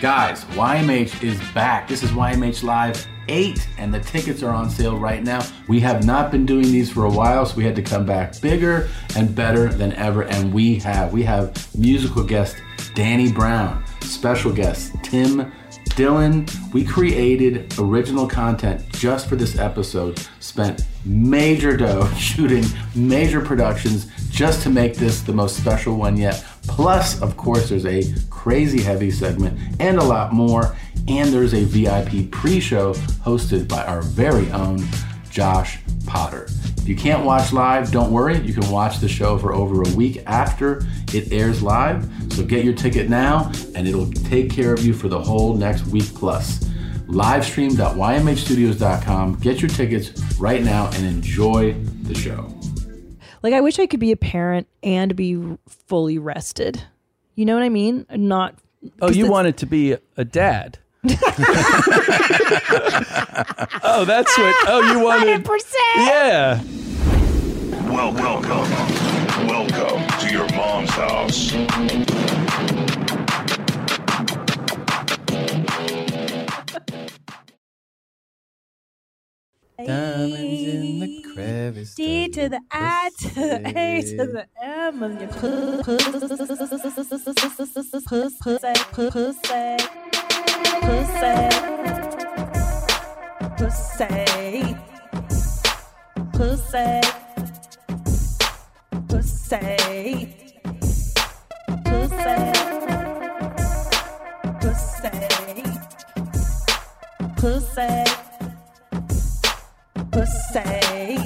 Guys, YMH is back. This is YMH Live 8, and the tickets are on sale right now. We have not been doing these for a while, so we had to come back bigger and better than ever, and we have. We have musical guest Danny Brown, special guest Tim Dylan. We created original content just for this episode, spent major dough shooting major productions just to make this the most special one yet. Plus, of course, there's a crazy heavy segment and a lot more. And there's a VIP pre show hosted by our very own Josh Potter. If you can't watch live, don't worry. You can watch the show for over a week after it airs live. So get your ticket now, and it'll take care of you for the whole next week plus. Livestream.ymhstudios.com. Get your tickets right now and enjoy the show. Like I wish I could be a parent and be fully rested. You know what I mean? Not Oh, you wanted to be a dad. oh, that's what. Oh, you wanted. 100%. Yeah. Well, welcome. Welcome to your mom's house. Diamonds in the crevice. D to the I to the A to the M of your pussy. Pussy. Pussy. Pussy. Pussy. Pussy. Pussy. Pussy. Pussy pussy.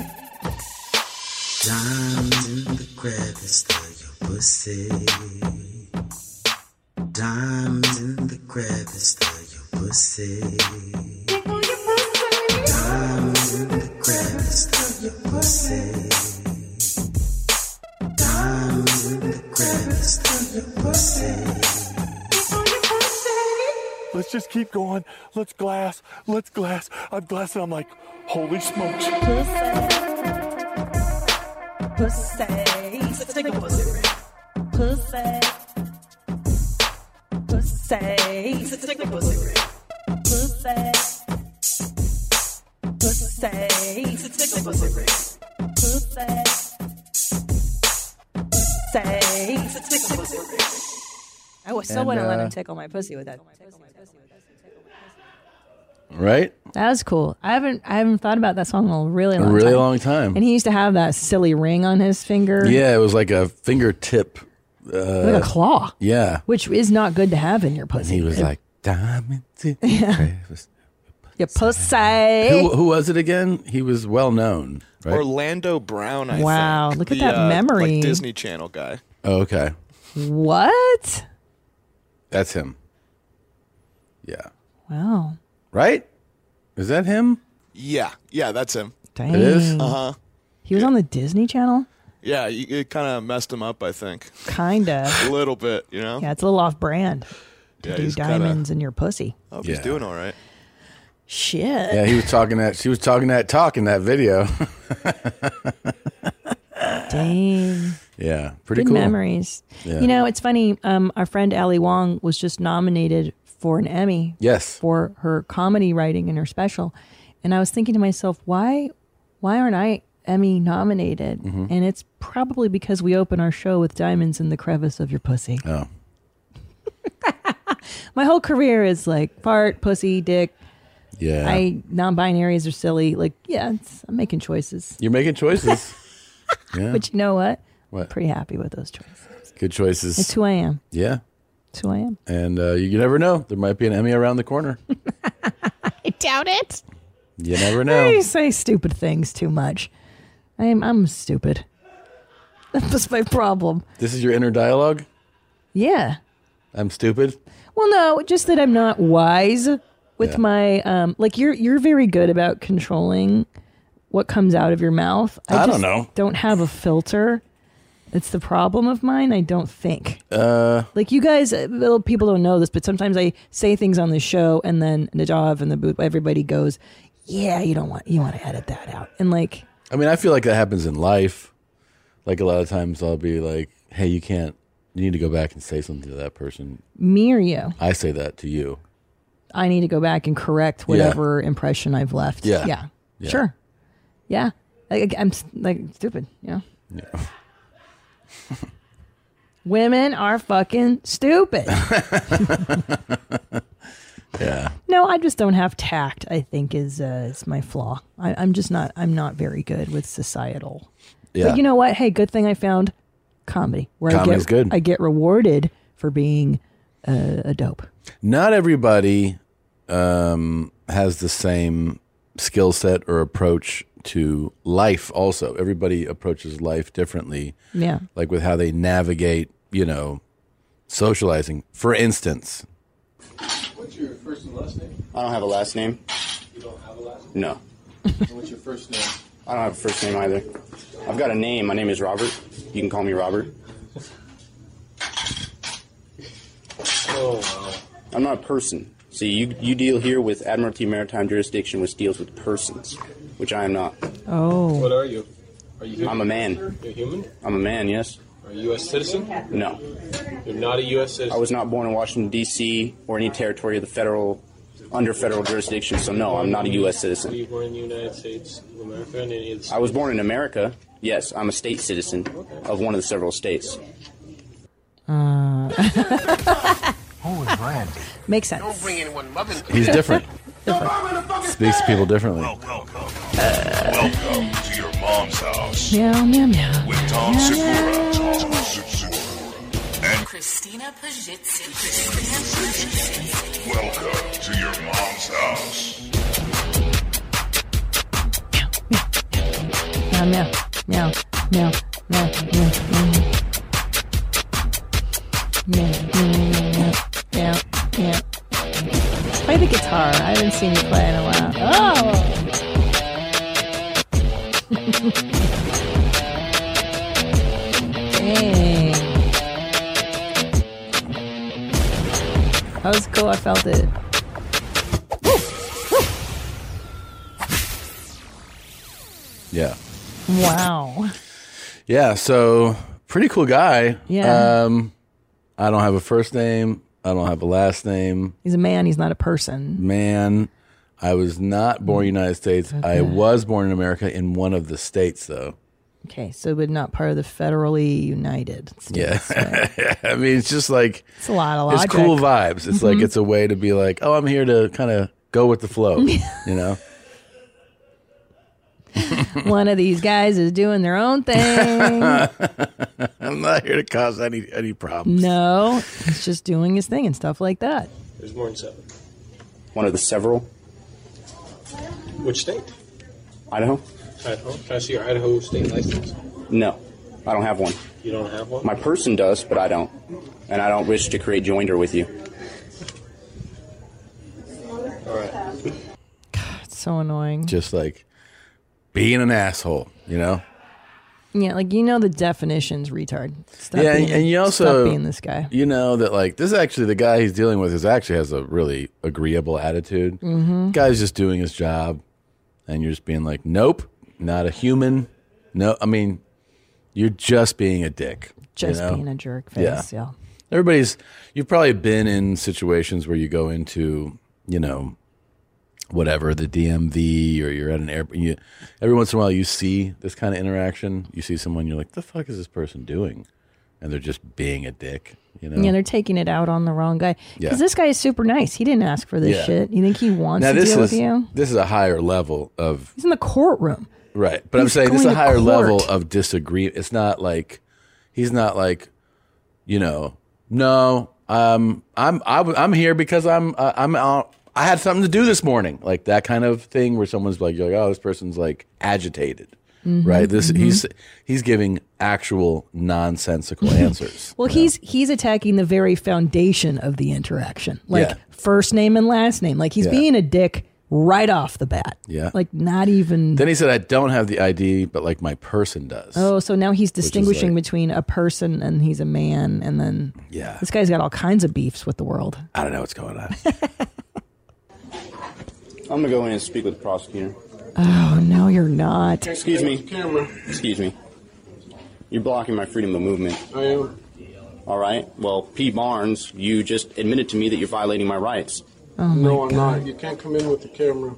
Diamonds in the crevice of your pussy. Diamonds in the crevice of your pussy. Diamonds in the crevice of your pussy. Diamonds in the crevice of your pussy. Let's just keep going. Let's glass. Let's glass. I'm glassing. I'm like, holy smokes. Pussy. Take a pussy. Pussy. Pussy. Take a pussy. Pussy. Pussy. Take a pussy. Pussy. Pussy. Take a pussy. I was so And, want to let uh, him tickle my pussy with that. Right? That was cool. I haven't I haven't thought about that song in a really long time. time. And he used to have that silly ring on his finger. it was like a fingertip. uh, Like a claw. Yeah. Which is not good to have in your pussy. like, diamonds in the crevice. your pussy. Who, who was it again? He was well known, right? Orlando Brown, I Wow, think. look at that memory. uh, Like Disney Channel guy. oh, okay, What? that's him. Yeah, Wow. right. Is that him? Yeah, yeah, that's him. Dang. is? Uh huh. He was on the Disney Channel? Yeah, you, it kind of messed him up, I think, Kinda. a little bit. You know. Yeah, it's a little off brand. To Yeah, do he's kinda- diamonds in your pussy. I hope he's Yeah. doing all right. Shit. Yeah, he was talking that. She was talking that talk in that video. Dang. yeah, pretty Good cool. memories. You know, it's funny. Um, our friend Ali Wong was just nominated for an Emmy Yes. for her comedy writing in her special. And I was thinking to myself, why why aren't I Emmy nominated? Mm-hmm. And it's probably because we open our show with diamonds in the crevice of your pussy. Oh, My whole career is like fart, pussy, dick. yeah. I non binaries are silly. Like, yeah, it's, I'm making choices. You're making choices. yeah, But you know what? What? Pretty happy with those choices. good choices. It's who I am. yeah, It's who I am. and uh, you, you never know. There might be an Emmy around the corner. I doubt it. You never I know. say stupid things too much. I'm I'm stupid. That was my problem. this is your inner dialogue. Yeah. I'm stupid. Well, no, just that I'm not wise with Yeah. my um. Like you're you're very good about controlling what comes out of your mouth. I don't just know. Don't have a filter. It's the problem of mine. I don't think. Uh. Like you guys, uh, well, people don't know this, but sometimes I say things on the show, and then Nadav and the booth, everybody goes, "Yeah, you don't want you want to edit that out," and like. I mean, I feel like that happens in life. Like a lot of times, I'll be like, "Hey, you can't You need to go back and say something to that person. Me or you? I say that to you. I need to go back and correct whatever impression I've left. Yeah. Yeah. Yeah. Sure. Yeah. I, I- I'm s- like stupid. You know. Yeah. Women are fucking stupid. Yeah. No, I just don't have tact. I think is uh, is my flaw. I, I'm just not. I'm not very good with societal. Yeah. But you know what? Hey, good thing I found comedy. Where Comedy's I get, good. I get rewarded for being uh, a dope. not everybody um, has the same skill set or approach to life also everybody approaches life differently Yeah. like with how they navigate you know socializing for instance What's your first and last name? I don't have a last name. You don't have a last name? No. And what's your first name? I don't have a first name either. I've got a name. My name is Robert. You can call me Robert. Oh, wow. I'm not a person. See, you, you deal here with Admiralty Maritime Jurisdiction, which deals with persons, which I am not. Oh. What are you? Are you human? I'm a man. You're human? I'm a man, yes? Are you a U.S. citizen? No. You're not a U.S. I citizen. was not born in Washington, D.C., or any territory of the federal, under federal jurisdiction, so no, I'm not a U.S. Were you citizen. born in the United States of America and any of the I was born in America. Yes, I'm a state citizen of one of the several states. Makes sense. he's different speaks to people differently Welcome. Welcome to your mom's house Meow meow meow. with Tom Segura. Tom Segura. Christina Pajitsin. Christina Pajitsin. Welcome to your mom's house. Meow meow meow meow meow meow meow meow meow meow. Play the guitar. I haven't seen you play in a while. Oh. Dang. That was cool. I felt it. yeah Wow. yeah so pretty cool guy Yeah. um i don't have a first name i don't have a last name He's a man. He's not a person. man i was not born in the united states i was born in america in one of the states though Okay, so but not part of the federally united. Yeah. I mean, it's just like It's a lot of it's logic. cool vibes. It's like it's a way to be like, oh, I'm here to kind of go with the flow, you know? One of these guys is doing their own thing. I'm not here to cause any any problems. no, he's just doing his thing and stuff like that. There's more than seven. One of the several? Which state? Idaho? Idaho. Can I see your Idaho state license? No, I don't have one. You don't have one? My person does, but I don't. And I don't wish to create joinder with you. All right. It's so annoying. Just like being an asshole, you know? Yeah, like you know the definitions, retard. Stop Yeah, being, and you also- stop being this guy. You know that like this actually the guy he's dealing with is actually has a really agreeable attitude. Guy's just doing his job and you're just being like, "Nope, not a human." No, I mean, you're just being a dick. you Just know? being a jerk face. Yeah. everybody's you've probably been in situations where you go into you know whatever the DMV or you're at an airport you, every once in a while you see this kind of interaction you see someone you're like the fuck is this person doing and they're just being a dick you know yeah. they're taking it out on the wrong guy. Because Yeah. this guy is super nice. He didn't ask for this Yeah. shit. You think he wants now to this deal is with you? this is a higher level of He's in the courtroom. right but I'm He's saying this is a going to higher court. level of disagreement it's not like he's not like you know no um i'm I, am i am here because i'm uh, i'm out i had something to do this morning like that kind of thing where someone's like you're like oh this person's like agitated Mm-hmm, right this he's he's giving actual nonsensical answers Well, he's he's attacking the very foundation of the interaction, like Yeah. first name and last name. Like he's Yeah. being a dick right off the bat. Yeah. like not even. then he said i don't have the id but like my person does oh, so now he's distinguishing like- between a person and he's a man, and then yeah this guy's got all kinds of beefs with the world. i don't know what's going on Oh I'm gonna go in and speak with the prosecutor. Oh no, you're not. Excuse me. Camera. Excuse me. You're blocking my freedom of movement. I am. All right. Well, P. Barnes, you just admitted to me that you're violating my rights. no, I'm not. You can't come in with the camera.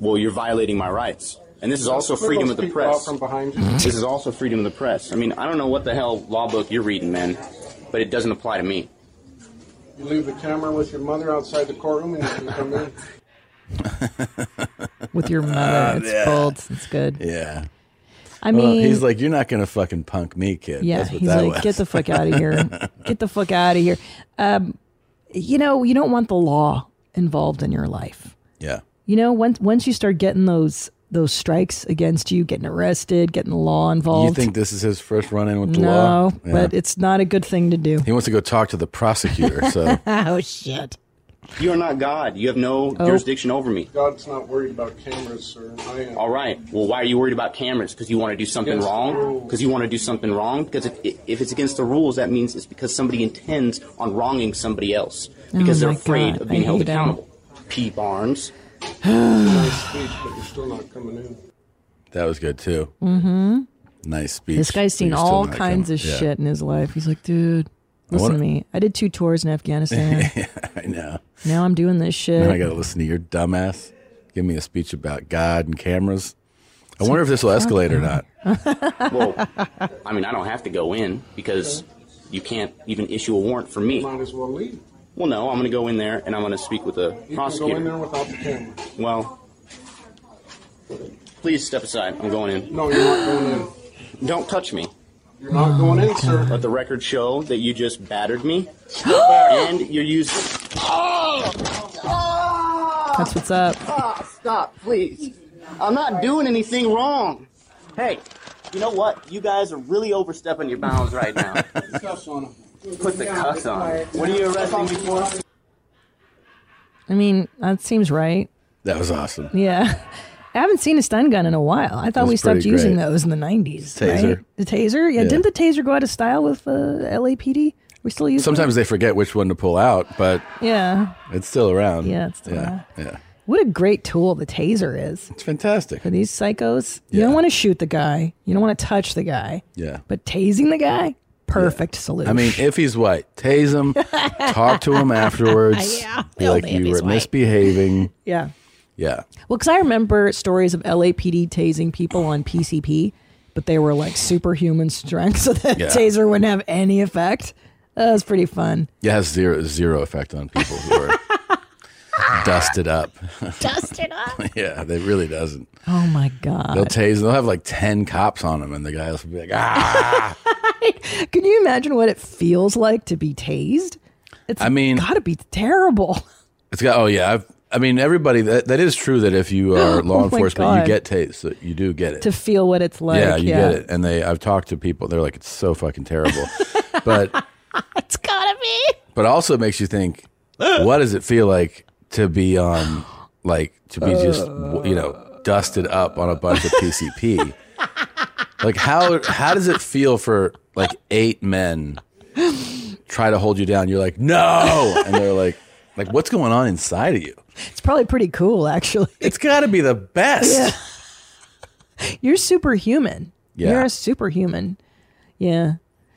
Well, you're violating my rights. And this is also freedom of the People out press. From behind you. This is also freedom of the press. I mean, I don't know what the hell law book you're reading, man, but it doesn't apply to me. You leave the camera with your mother outside the courtroom and you can come in. with your mother. it's Ah, yeah. bold. It's good. Yeah. I Well, mean, he's like, you're not going to fucking punk me, kid. yeah, That's what he's that like, was. get the fuck out of here. get the fuck out of here. Um, you know, you don't want the law involved in your life. yeah. You know, once once you start getting those those strikes against you, getting arrested, getting the law involved. You think this is his first run in with the no, law? Yeah. but it's not a good thing to do. he wants to go talk to the prosecutor. So oh shit. You are not God. You have no Oh. jurisdiction over me. God's not worried about cameras, sir. I am. All right. Well, why are you worried about cameras? Because you want to do something Against the wrong? rules. Because you want to do something wrong? Because if, if it's against the rules, that means it's because somebody intends on wronging somebody else. Oh Because they're my afraid God, of I being held hate 'em. accountable. P. Barnes. nice speech, but you're still not coming in. that was good too. Mm-hmm. Nice speech. This guy's but seen you're still all not kinds coming- of Yeah. shit in his life. He's like, dude, I listen wanna- to me. I did two tours in Afghanistan. I know. now I'm doing this shit. Now I got to listen to your dumbass give me a speech about God and cameras. I wonder if this will escalate or not. well, I mean, I don't have to go in because you can't even issue a warrant for me. Might as well leave. Well, no, I'm going to go in there and I'm going to speak with the You can go in prosecutor. there without the camera. Well, please step aside. I'm going in. No, you're not going in. Don't touch me. You're not Oh, going in, sir. Let the record show that you just battered me and you're using. That's what's up. Ah, stop, please. I'm not doing anything wrong. Hey, you know what? You guys are really overstepping your bounds right now. Cuffs on him. Put the cuffs on. What are you arresting me for? I mean, that seems right. That was awesome. Yeah. I haven't seen a stun gun in a while. I thought That's we stopped pretty using great. those in the 90s. Taser. right? The taser? Yeah, Yeah. Didn't the taser go out of style with uh, LAPD? We still use them? Sometimes they forget which one to pull out, but Yeah. it's still around. Yeah, it's still yeah, around. Yeah. What a great tool the taser is. It's fantastic. For these psychos, you don't want to shoot the guy, you don't want to touch the guy. Yeah. But tasing the guy, perfect solution. I mean, if he's white, tase him, talk to him afterwards. Yeah, Be they'll like, be if you he's were white." misbehaving. yeah. Yeah. Well, because I remember stories of LAPD tasing people on PCP, but they were like superhuman strength, so that Yeah. taser wouldn't have any effect. That was pretty fun. It has zero, zero effect on people who are dusted up. Dusted up. yeah, it really doesn't. Oh my god! They'll tase, they'll have like 10 cops on them, and the guys will be like, ah. Can you imagine what it feels like to be tased? It's I mean- gotta be terrible. It's got, oh, yeah. I've, I mean, everybody, that, that is true that if you are Oh law my enforcement, you God. get tased. So you do get it. to feel what it's like. yeah, you get it. And they, I've talked to people, they're like, it's so fucking terrible. but It's gotta be. but also makes you think what does it feel like to be on like to be just w- you know dusted up on a bunch of pcp like how how does it feel for like eight men try to hold you down you're like no and they're like like what's going on inside of you It's probably pretty cool, actually. it's got to be the best You're superhuman. Yeah. You're a superhuman. Yeah.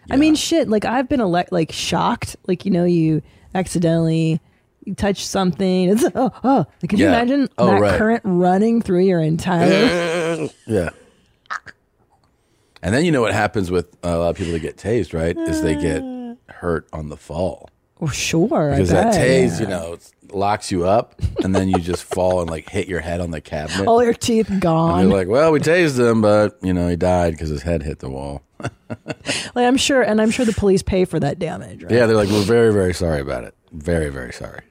I mean, shit. Like I've been elect, like shocked. Like you know, you accidentally you touch something. It's oh oh. Like, can you Yeah. imagine Oh, that right. current running through your entire? yeah and then you know what happens with uh, a lot of people that get tased right is they get hurt on the fall oh sure. I Because that bet, tase, yeah. you know, it's- locks you up, and then you just fall and like hit your head on the cabinet. All your teeth and gone. you're like, Like, well, we tased him, but you know, he died because his head hit the wall. I'm sure, and I'm sure the police pay for that damage. Right? Yeah, they're like, we're very, very sorry about it. Very, very sorry.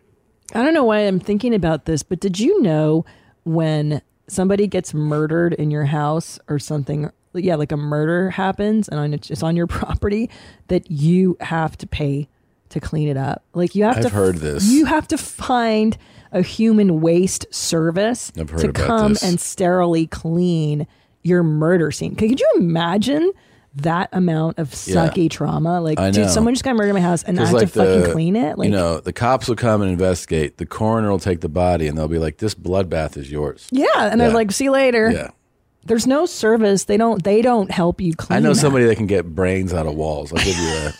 I don't know why I'm thinking about this, but did you know when somebody gets murdered in your house or something? Yeah, like a murder happens and on, it's on your property that you have to pay to clean it up. Like you have I've to. heard this. You have to find a human waste service I've heard to about come this. and sterilely clean your murder scene. Could you imagine? That amount of Yeah. sucky trauma, like, I know. dude, someone just got murdered in my house, and I 'Cause, have to fucking clean it. Like, you know, the cops will come and investigate. The coroner will take the body, and they'll be like, "This bloodbath is yours." Yeah, and Yeah. they're like, "See you later." Yeah. There's no service. They don't. They don't help you clean. I know that. somebody that can get brains out of walls. I'll give you a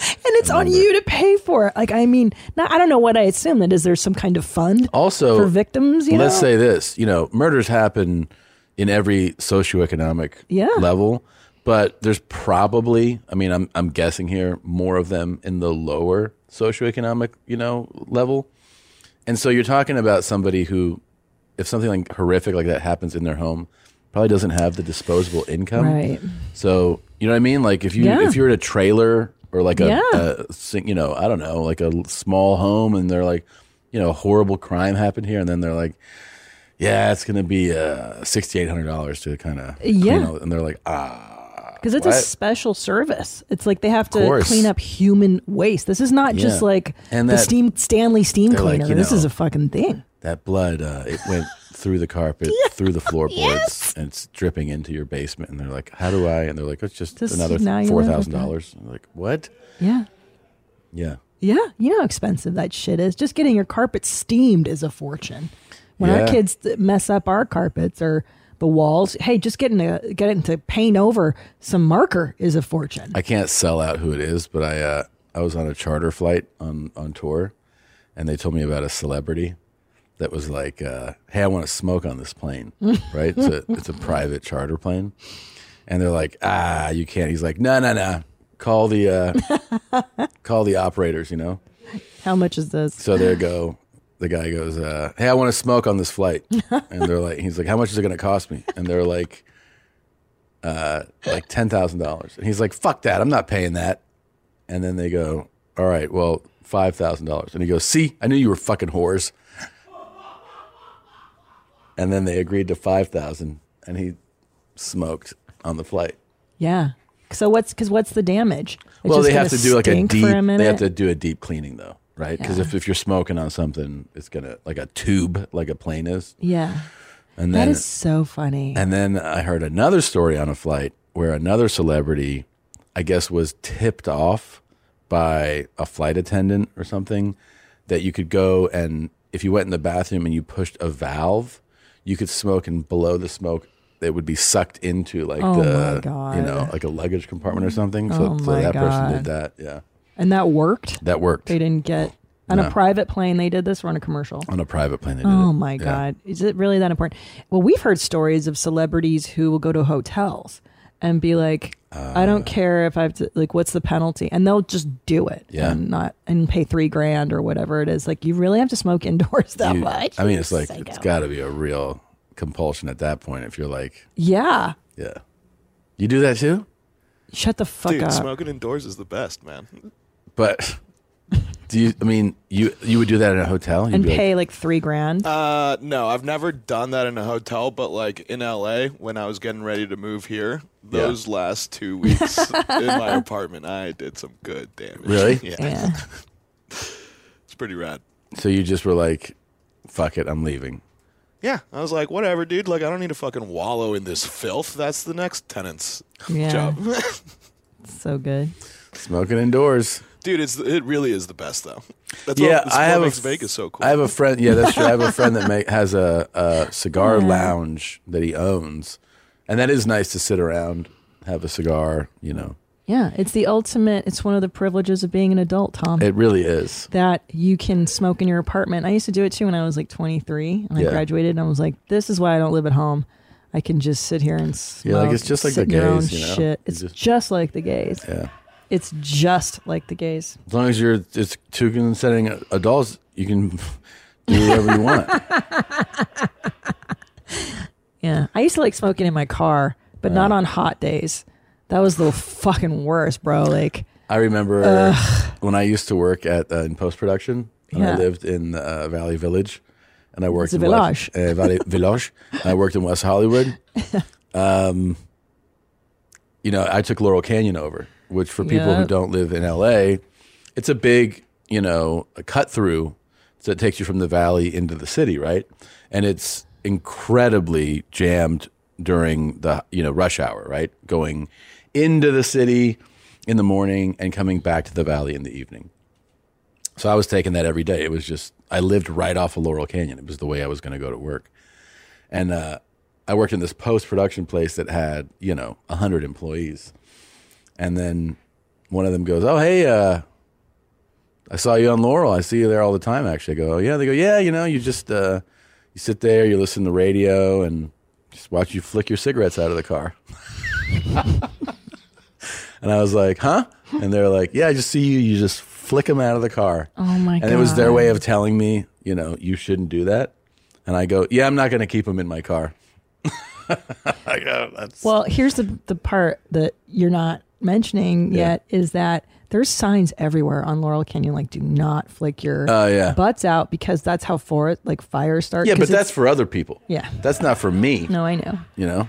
and it's on you to pay for it. Like, I mean, not, I don't know what I assume that is. There some kind of fund Also, for victims? You let's know? say this: you know, murders happen in every socioeconomic Yeah. level, but there's probably, I mean, I'm I'm guessing here, more of them in the lower socioeconomic, you know, level. And so you're talking about somebody who, if something like horrific like that happens in their home, probably doesn't have the disposable income. Right. So you know what I mean? Like if you Yeah. if you're in a trailer or like a, Yeah. a sing- you know I don't know like a l- small home and they're like you know a horrible crime happened here and then they're like yeah it's gonna be uh sixty eight hundred dollars to kind of Yeah. and they're like ah Because it's a What? special service. It's like they have to course. clean up human waste. This is not just Yeah. like And the that- steam Stanley steam they're like, cleaner. you this is know, a fucking thing. that blood uh, it went through the carpet through the floorboards and it's dripping into your basement and they're like how do I and they're like it's just, Just another now you four live with thousand dollars like what Yeah. yeah Yeah, you know how expensive that shit is. Just getting your carpet steamed is a fortune. When Yeah. our kids th- mess up our carpets or the walls, hey, just getting to get it to paint over some marker is a fortune. I can't sell out who it is, but I uh, I was on a charter flight on on tour, and they told me about a celebrity that was like, uh, "Hey, I want to smoke on this plane, right? It's a it's a private charter plane," and they're like, "Ah, you can't." He's like, "No, no, no, call the uh, call the operators," you know. How much is this? So there go. The guy goes, uh, "Hey, I want to smoke on this flight," and they're like, "He's like, how much is it going to cost me?" And they're like, "Uh, like ten thousand dollars." And he's like, "Fuck that! I'm not paying that." And then they go, "All right, well, five thousand dollars." And he goes, "See, I knew you were fucking whores." And then they agreed to five thousand, and he smoked on the flight. Yeah. So what's because what's the damage? It's well, just they have to gonna do like a stink for deep. minute? they have to do a deep cleaning though, right? Because Yeah. if, if you're smoking on something, it's gonna like a tube, like a plane is. Yeah. And that then is so funny. and then I heard another story on a flight where another celebrity, I guess, was tipped off by a flight attendant or something that you could go and if you went in the bathroom and you pushed a valve, you could smoke and below the smoke. It would be sucked into like Oh the my God. you know like a luggage compartment or something. So, Oh so my that person God. did that. Yeah, And that worked. that worked. They didn't get on No. a private plane. They did this or on a commercial. on a private plane. They did Oh it. my Yeah. God. Is it really that important? Well, we've heard stories of celebrities who will go to hotels and be like, I don't Uh. care if I have to, like, what's the penalty? And they'll just do it. Yeah. And not, and pay three grand or whatever it is. Like, you really have to smoke indoors that You- much. I mean, it's like Psycho. it's got to be a real compulsion at that point. If you're like, yeah. yeah, you do that too, Shut the fuck Dude, up. smoking indoors is the best, man. but do you? I mean, you you would do that in a hotel You'd and be like, pay like three grand. Uh, no, I've never done that in a hotel, but like in LA, when I was getting ready to move here, those last two weeks in my apartment, I did some good damage. Really? Yeah. Yeah. it's pretty rad. so you just were like, fuck it, I'm leaving. Yeah, I was like, whatever, dude. Like, I don't need to fucking wallow in this filth. That's the next tenant's Yeah. job. so good. Smoking indoors. dude, it's it really is the best though. That's yeah, what, that's I what have makes a, f- Vegas so cool. I have a friend. Yeah, that's true. I have a friend that make, has a, a cigar lounge that he owns, and that is nice to sit around, have a cigar. You know, Yeah. It's the ultimate, it's one of the privileges of being an adult, Tom. it really is. that you can smoke in your apartment. I used to do it too when I was like 23 and Yeah. I graduated and I was like, this is why I don't live at home. I can just sit here and smoke. Yeah, like, it's just like sit the in your own gays, you know? Shit. You It's just- just, like the gays. Yeah. It's just like the gays. As long as you're it's two consenting adults, you can do whatever you want. Yeah. I used to like smoking in my car, but not on hot days. That was the fucking worst, bro. Like, I remember when I used to work at uh, in post production, and I Yeah. lived in uh, Valley Village, and I worked a in West, uh, Valley Village. And I worked in West Hollywood. Um, you know, I took Laurel Canyon over, which for people Yeah. who don't live in LA, it's a big, you know, a cut through that takes you from the valley into the city, right? And it's incredibly jammed during the, you know, rush hour, right? Going into the city in the morning and coming back to the valley in the evening. So I was taking that every day. It was just I lived right off of Laurel Canyon. It was the way I was going to go to work, and uh, I worked in this post production place that had you know hundred employees, and then one of them goes, "Oh, hey, uh, I saw you on Laurel. I see you there all the time." Actually, I go, "Oh, yeah." They go, "Yeah, you know, you just uh, you sit there, you listen to the radio, and just watch you flick your cigarettes out of the car." and I was like, "Huh?" And they're like, "Yeah, I just see you. You just flick them out of the car." Oh my and it was their way of telling me, you know, you shouldn't do that. And I go, "Yeah, I'm not going to keep them in my car." I go, "That's Well, here's the the part that you're not mentioning yet is that there's signs everywhere on Laurel Canyon like do not flick your Oh, yeah. butts out because that's how for it like fires start. yeah, 'cause but it's- that's for other people. Yeah. That's not for me." No, I know. You know?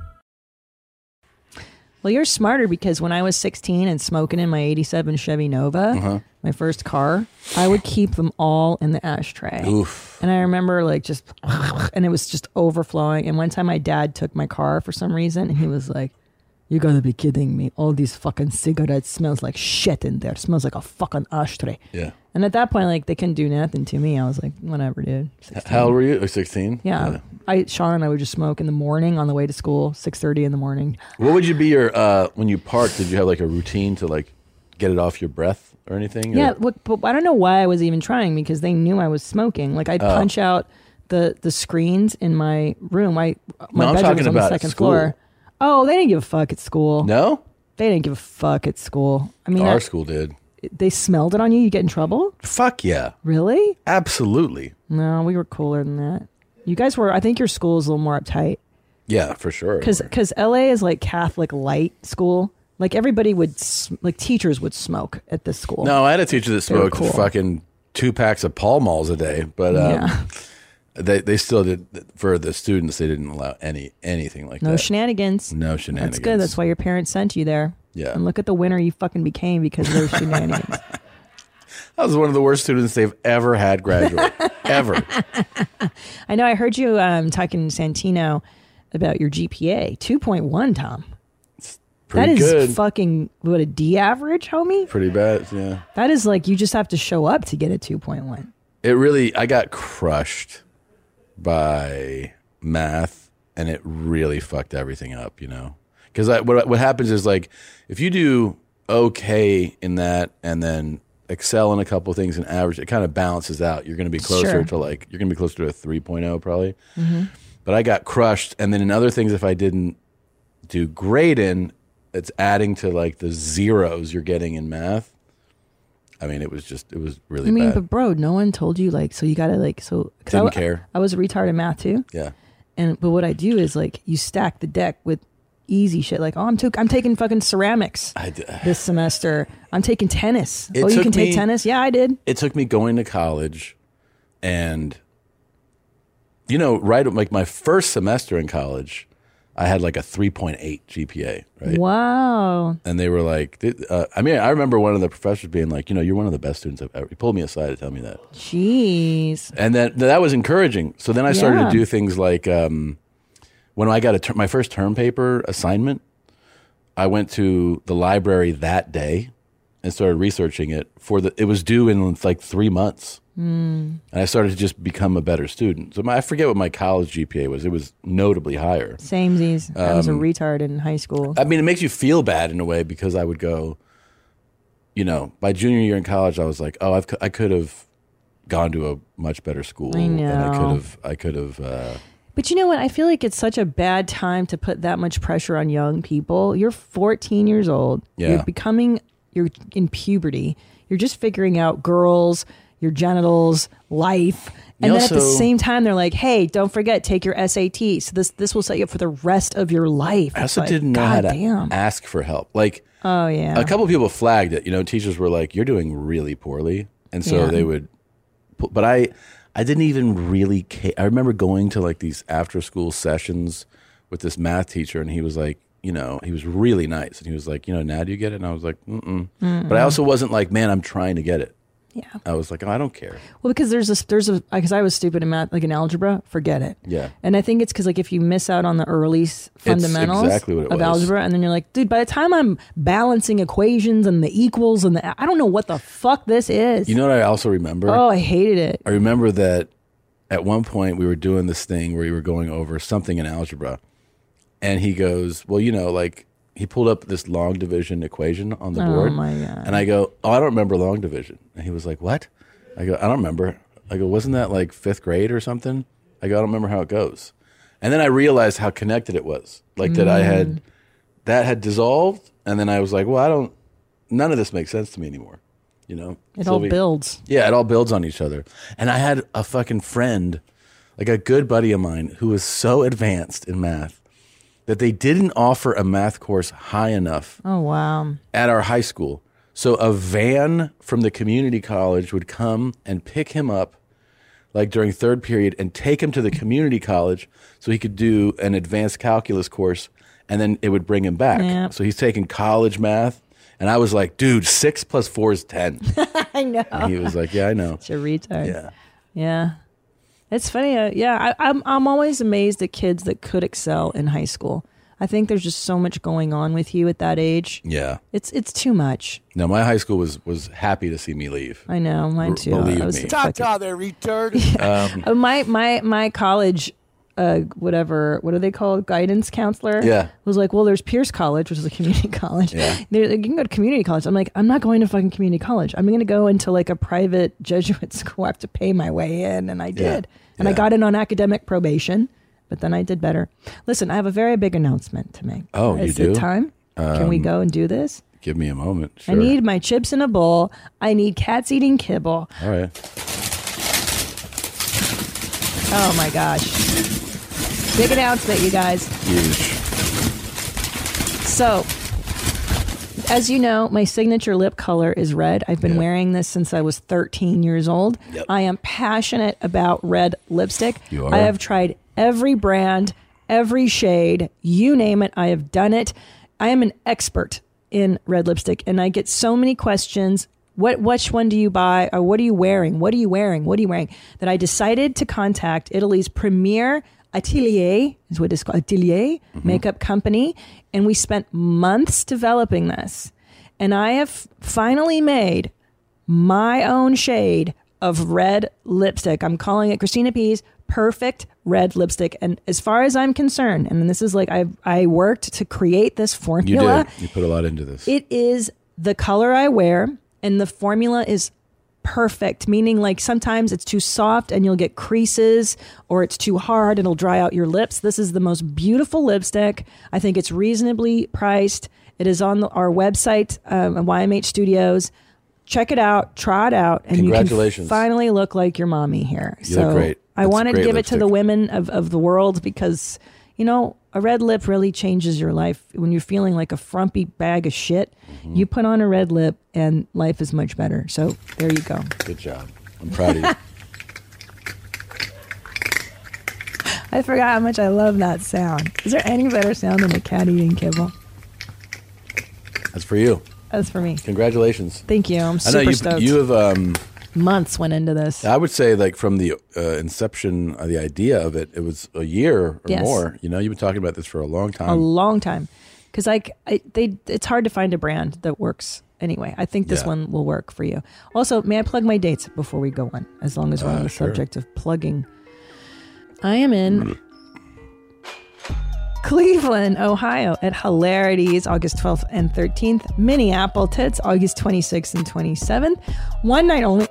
Well, you're smarter because when I was 16 and smoking in my 87 Chevy Nova, Uh-huh. my first car, I would keep them all in the ashtray. Oof. And I remember like just, and it was just overflowing. And one time my dad took my car for some reason and he was like, you gotta be kidding me. All these fucking cigarettes smells like shit in there. Smells like a fucking ashtray. Yeah. And at that point, like they couldn't do nothing to me. I was like, whatever, dude. 16. How old were you? Like 16? Yeah. I Sean and I would just smoke in the morning on the way to school, six thirty in the morning. What would you be your uh when you parked? Did you have like a routine to like get it off your breath or anything? Yeah, Or- look, but I don't know why I was even trying because they knew I was smoking. Like I'd Oh. punch out the the screens in my room. I my No, I'm bedroom talking was on the about at second school. floor. Oh, they didn't give a fuck at school. No, they didn't give a fuck at school. I mean, our I- school did. They smelled it on you. You get in trouble. Fuck yeah. Really? Absolutely. No, we were cooler than that. You guys were. I think your school is a little more uptight. Yeah, for sure. because because LA is like Catholic light school. Like everybody would sm- like teachers would smoke at this school. No, I had a teacher that They were smoked cool. fucking two packs of Pall Malls a day, but um, Yeah. they they still did for the students. They didn't allow any anything like no that. shenanigans. No shenanigans. That's good. That's why your parents sent you there. Yeah. And look at the winner you fucking became because of those shenanigans. I was one of the worst students they've ever had graduate ever. I know. I heard you um, talking to Santino about your GPA, two point one, Tom. Pretty that is good. fucking what a D average, homie. Pretty bad. Yeah. That is like you just have to show up to get a two point one. it really i got crushed by math and it really fucked everything up you know because what, what happens is like if you do okay in that and then excel in a couple things and average it kind of balances out you're going to be closer Sure. to like you're going to be closer to a 3.0 probably Mm-hmm. Mhm. but i got crushed and then in other things if i didn't do great in it's adding to like the zeros you're getting in math i mean it was just it was really I mean, bad but bro, no one told you like so you gotta like so. 'cause I Didn't wa- care. I was a retard in math too. yeah And but what I do is like you stack the deck with easy shit. Like oh, I'm took I'm taking fucking ceramics this semester. I'm taking tennis. It oh, you took can take me- tennis. Yeah, I did. it took me going to college and you know right like my first semester in college i had like a 3.8 gpa right Wow. and they were like th- uh, i mean i remember one of the professors being like you know you're one of the best students i've ever he pulled me aside to tell me that Jeez. and that that was encouraging so then i started Yeah. to do things like um, when i got a ter- my first term paper assignment i went to the library that day and started researching it for the it was due in like three months Hmm. Mm. and I started to just become a better student. So my, I forget what my college GPA was. It was notably higher. Samesies. I was a Um, retard in high school. I mean, it makes you feel bad in a way because I would go, you know, oh, my junior year in college, I was like, oh, I've, I could have gone to a much better school, I and I know. could have, I could have. Uh, But you know what? I feel like it's such a bad time to put that much pressure on young people. You're 14 years old. Yeah. You're becoming, you're in puberty. You're just figuring out girls, your genitals, life. And You then at the also- same time, they're like, hey, don't forget, take your SAT. So this this will set you up for the rest of your life. I It's also like, didn't know how God to damn. ask for help. Like Oh, yeah. a couple of people flagged it. You know, teachers were like, "You're doing really poorly," and so Yeah. they would. pu- But I, I didn't even really care. I remember going to like these after-school sessions with this math teacher, and he was like, you know, he was really nice. And he was like, you know, now do you get it? And I was like, mm mm. Mm-mm. But I also wasn't like, man, I'm trying to get it. Yeah. I was like, oh, I don't care. Well, because there's this, there's a, because I was stupid in math, like in algebra, forget it. Yeah. And I think it's because like if you miss out on the early s- fundamentals exactly what it of was. algebra, and then you're like, dude, by the time I'm balancing equations and the equals and the, I don't know what the fuck this is. You know what I also remember? oh, I hated it. I remember that at one point we were doing this thing where we were going over something in algebra, and he goes, "Well, you know, like he pulled up this long division equation on the Oh, board." my God. And I go, "Oh, I don't remember long division." And he was like, "What?" I go, "I don't remember." I go, "Wasn't that like fifth grade or something?" I go, "I don't remember how it goes." And then I realized how connected it was, like that I Mm. had that had dissolved, and then I was like, "Well, I don't." None of this makes sense to me anymore. You know, It all builds. yeah, it all builds on each other. And I had a fucking friend, like a good buddy of mine, who was so advanced in math that they didn't offer a math course high enough Oh, wow. at our high school. So a van from the community college would come and pick him up like during third period and take him to the community college so he could do an advanced calculus course and then it would bring him back. Yeah. So he's taking college math and I was like, dude, six plus four is ten. I know. And he was like, Yeah, I know. It's a retard. Yeah. Yeah. It's funny. Uh, yeah, I, I'm I'm always amazed at kids that could excel in high school. I think there's just so much going on with you at that age. Yeah. It's it's too much. No, my high school was was happy to see me leave. I know, mine R- too. Believe I was me. fucking- there, retard. Um, Uh, my my my college uh whatever what are they called guidance counselor Yeah. was like well there's pierce college which is a community college Yeah. They're like, you can go to community college i'm like i'm not going to fucking community college i'm going to go into like a private jesuit school i have to pay my way in and i Yeah. did and i got in on academic probation but then i did better listen i have a very big announcement to make Oh, you is do? it time can we Um, go and do this give me a moment. i Sure. need my chips in a bowl i need cats eating kibble All right. oh my gosh big announcement you guys Huge. So, as you know, my signature lip color is red. I've been wearing this since I was 13 years old. Yep. I am passionate about red lipstick. You are? I have tried every brand, every shade, you name it. I have done it. I am an expert in red lipstick, and I get so many questions. What which one do you buy? Or what are you wearing? What are you wearing? What are you wearing? That I decided to contact Italy's premier atelier is what it's called atelier Mm-hmm. makeup company, and we spent months developing this, and I have finally made my own shade of red lipstick. I'm calling it Christina P's perfect red lipstick. And as far as I'm concerned, and this is like I I worked to create this You formula. did. You put a lot into this. It is the color I wear, and the formula is perfect, meaning like sometimes it's too soft and you'll get creases, or it's too hard and it'll dry out your lips. This is the most beautiful lipstick. I think it's reasonably priced. It is on the, our website, um, YMH Studios. Check it out, try it out, and Congratulations. you can finally look like your mommy here. You so look great. I It's a wanted to great give it to lipstick. the women of, of the world because, you know, a red lip really changes your life. When you're feeling like a frumpy bag of shit, Mm-hmm. you put on a red lip and life is much better. So there you go. Good job. I'm proud of you. I forgot how much I love that sound. Is there any better sound than a cat eating kibble? That's for you. That's for me. Congratulations. Thank you. I'm I know super you. stoked. You have. Um, Months went into this. I would say, like from the uh, inception, of the idea of it, it was a year or Yes. more. You know, you've been talking about this for a long time. a long time because like I, they it's hard to find a brand that works anyway i think this Yeah. one will work for you also may i plug my dates before we go on as long as we're Uh, on the sure. Mm-hmm. subject of plugging i am in Cleveland, Ohio at Hilarities August 12th and 13th, Minneapolis Tits August 26th and 27th, one night only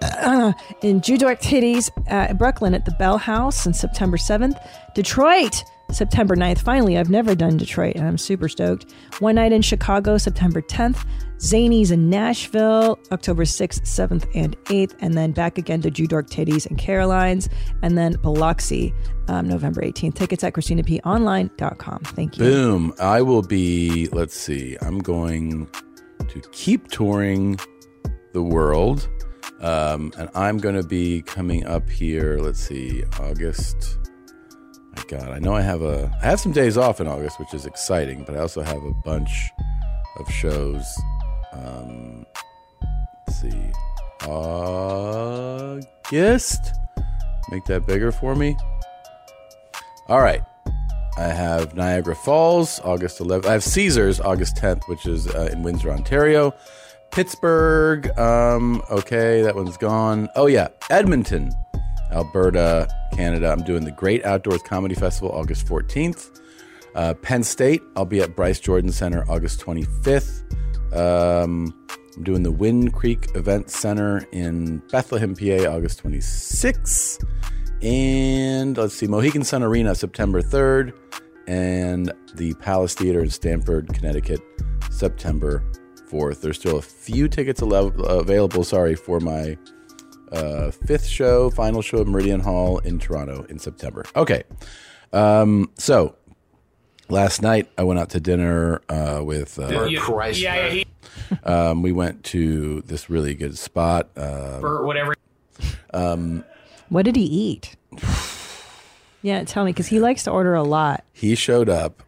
in Judork Titties uh, Brooklyn at the Bell House on September 7th, Detroit September 9th. Finally, I've never done Detroit and I'm super stoked. One night in Chicago September 10th, Zanies in Nashville October 6th, 7th, and 8th, and then back again to Judork Titties and Caroline's, and then Biloxi um, November 18th. Tickets at ChristinaPOnline.com. Thank you. Boom. I will be, let's see, I'm going to keep touring the world. Um, and I'm going to be coming up here, let's see, August. My God, I know I have a I have some days off in August, which is exciting, but I also have a bunch of shows. Um, let's see, August. Make that bigger for me. All right. I have Niagara Falls, August 11th. I have Caesars, August 10th, which is uh, in Windsor, Ontario. Pittsburgh, um, okay, that one's gone. Oh, yeah, Edmonton, Alberta, Canada. I'm doing the Great Outdoors Comedy Festival, August 14th. Uh, Penn State, I'll be at Bryce Jordan Center, August 25th. Um, I'm doing the Wind Creek Event Center in Bethlehem, PA, August 26th. And let's see, Mohegan Sun Arena, September 3rd. And the Palace Theater in Stamford, Connecticut, September 4th. There's still a few tickets alo- available, sorry, for my uh, fifth show, final show at Meridian Hall in Toronto in September. Okay. Um, so last night I went out to dinner uh, with. Uh, Bert Kreischer. Yeah, yeah, he- um, we went to this really good spot. Um, Bert, whatever. Um, What did he eat? yeah, tell me, because he likes to order a lot. he showed up.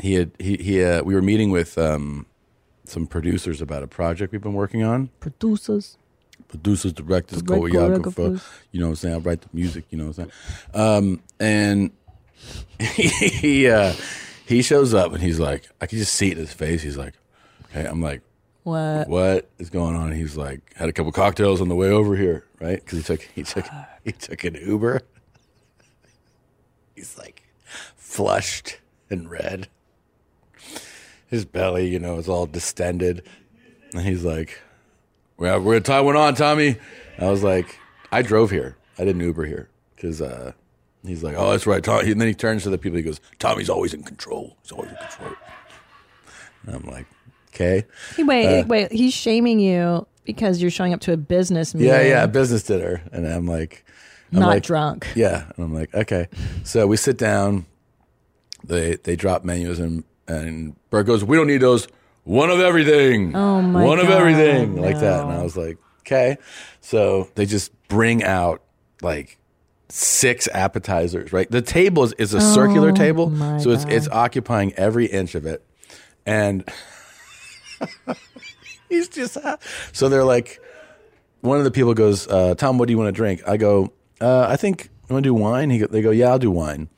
He had he he. Uh, we were meeting with um, some producers about a project we've been working on. Producers. Producers, directors, Direct- choreographer. choreographers. You know what I'm saying? I write the music. You know what I'm saying? Um, and he uh, he shows up and he's like, I can just see it in his face. He's like, Hey, I'm like, What? what is going on? And he's like, had a couple cocktails on the way over here, right? Because he took he took he took an Uber. He's like flushed and red. His belly, you know, is all distended, and he's like, "We're we're Taiwan on, Tommy." I was like, "I drove here. I didn't Uber here." Because uh, he's like, "Oh, that's right." Tom. And then he turns to the people. He goes, "Tommy's always in control. He's always in control." And I'm like, "Okay." He, wait, Uh, wait, he's shaming you because you're showing up to a business meeting. Yeah, yeah, business dinner. And I'm like, I'm Not like- drunk. Yeah. And I'm like, okay. So we sit down, they they drop menus, and, and Bert goes, we don't need those. One of everything. Oh, my One of God, everything. Like that. no. And I was like, okay. So they just bring out like six appetizers, right? The table is, is a circular Oh, table. my So it's, God. it's occupying every inch of it. And he's just so they're like, one of the people goes, uh, Tom, what do you want to drink? I go, uh, I think I want to do wine. He go, they go, yeah, I'll do wine.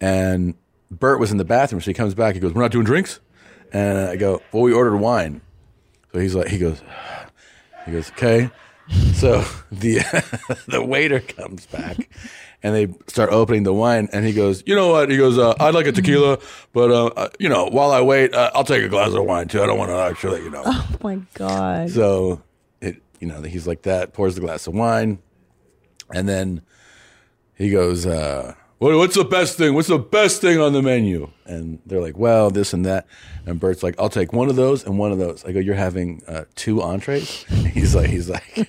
And Bert was in the bathroom, so he comes back. He goes, we're not doing drinks. And I go, well, we ordered wine. So he's like, he goes, he goes, okay. So the the waiter comes back, and they start opening the wine, and he goes, you know what? He goes, uh, I'd like a tequila, but uh, uh, you know, while I wait, uh, I'll take a glass of wine too. I don't want to actually, you know. Oh my god. So it, you know, he's like that, pours the glass of wine, and then he goes, uh, what, "What's the best thing? What's the best thing on the menu?" And they're like, "Well, this and that." And Bert's like, "I'll take one of those and one of those." I go, "You're having uh, two entrees?" He's like, "He's like."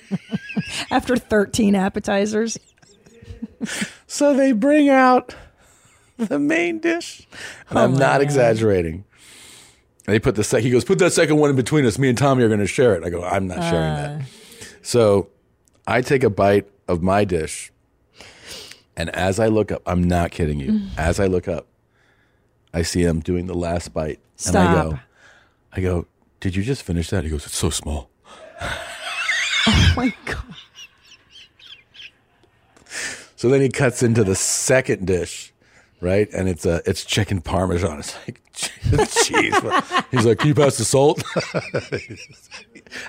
After 13 appetizers. So they bring out the main dish. Oh And I'm not exaggerating. And they put the sec- he goes, put that second one in between us. Me and Tommy are going to share it. I go, I'm not sharing that. So I take a bite of my dish, and as I look up, I'm not kidding you. Mm. As I look up, I see him doing the last bite, and I go, Stop. I go, did you just finish that? He goes, it's so small. Oh my god. So then he cuts into the second dish, right? And it's uh, it's chicken parmesan. It's like, jeez. what- He's like, can you pass the salt?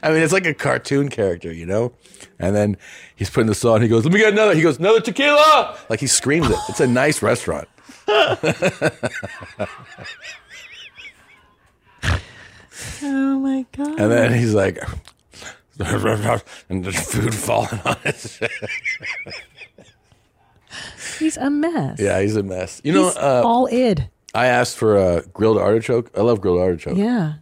I mean, it's like a cartoon character, you know? And then he's putting the salt and he goes, let me get another. He goes, another tequila. Like he screams it. It's a nice restaurant. Oh my god. And then he's like, and there's food falling on his he's a mess. Yeah, he's a mess. You know, He's uh, all id. I asked for a grilled artichoke. I love grilled artichoke. Yeah.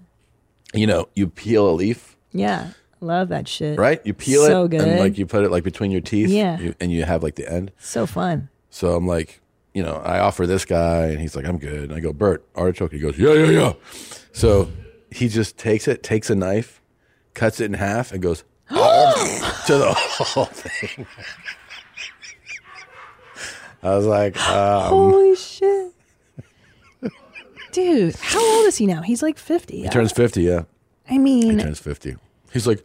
You know, you peel a leaf Yeah. Love that shit. right? You peel so it good. and like you put it like between your teeth, Yeah. you, and you have like the end. so fun. So I'm like, you know, I offer this guy, and he's like, I'm good. And I go, Bert, artichoke. He goes, yeah, yeah, yeah. So he just takes it, takes a knife, cuts it in half, and goes "Oh," to the whole thing. I was like, um, Holy Dude, how old is he now? He's like 50. He turns 50, yeah. I He mean, turns 50. He's like,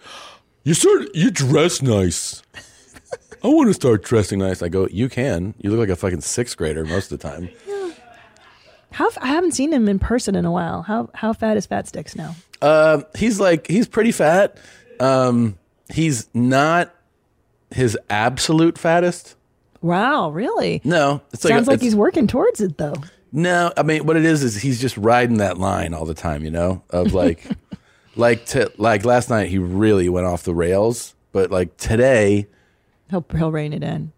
you start, you dress nice. I want to start dressing nice. I go, you can. You look like a fucking sixth grader most of the time. how f- I haven't seen him in person in a while. How how fat is Fat Sticks now? Um, he's like he's pretty fat. Um, he's not his absolute fattest. Wow, really? No, it's like Sounds like it's- he's working towards it though. no. I mean, what it is is he's just riding that line all the time, you know, of like, like to like last night he really went off the rails, but like today He'll he'll rein it in.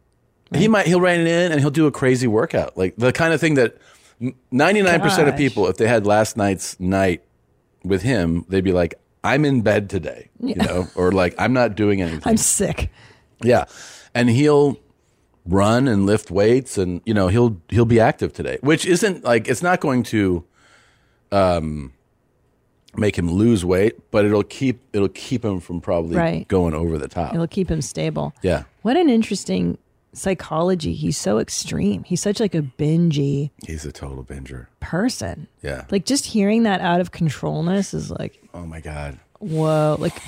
he might he'll rein it in and he'll do a crazy workout, like the kind of thing that ninety nine percent of Gosh. people, if they had last night's night with him, they'd be like, I'm in bed today, you Yeah. know, or like I'm not doing anything. I'm sick. Yeah, and he'll run and lift weights, and you know he'll he'll be active today, which isn't like it's not going to um make him lose weight, but it'll keep it'll keep him from probably Right. going over the top. It'll keep him stable. yeah, What an interesting psychology. He's so extreme. He's such like a bingy he's a total binger. person. Yeah. Like just hearing that out of controlness is like Oh my god. whoa, like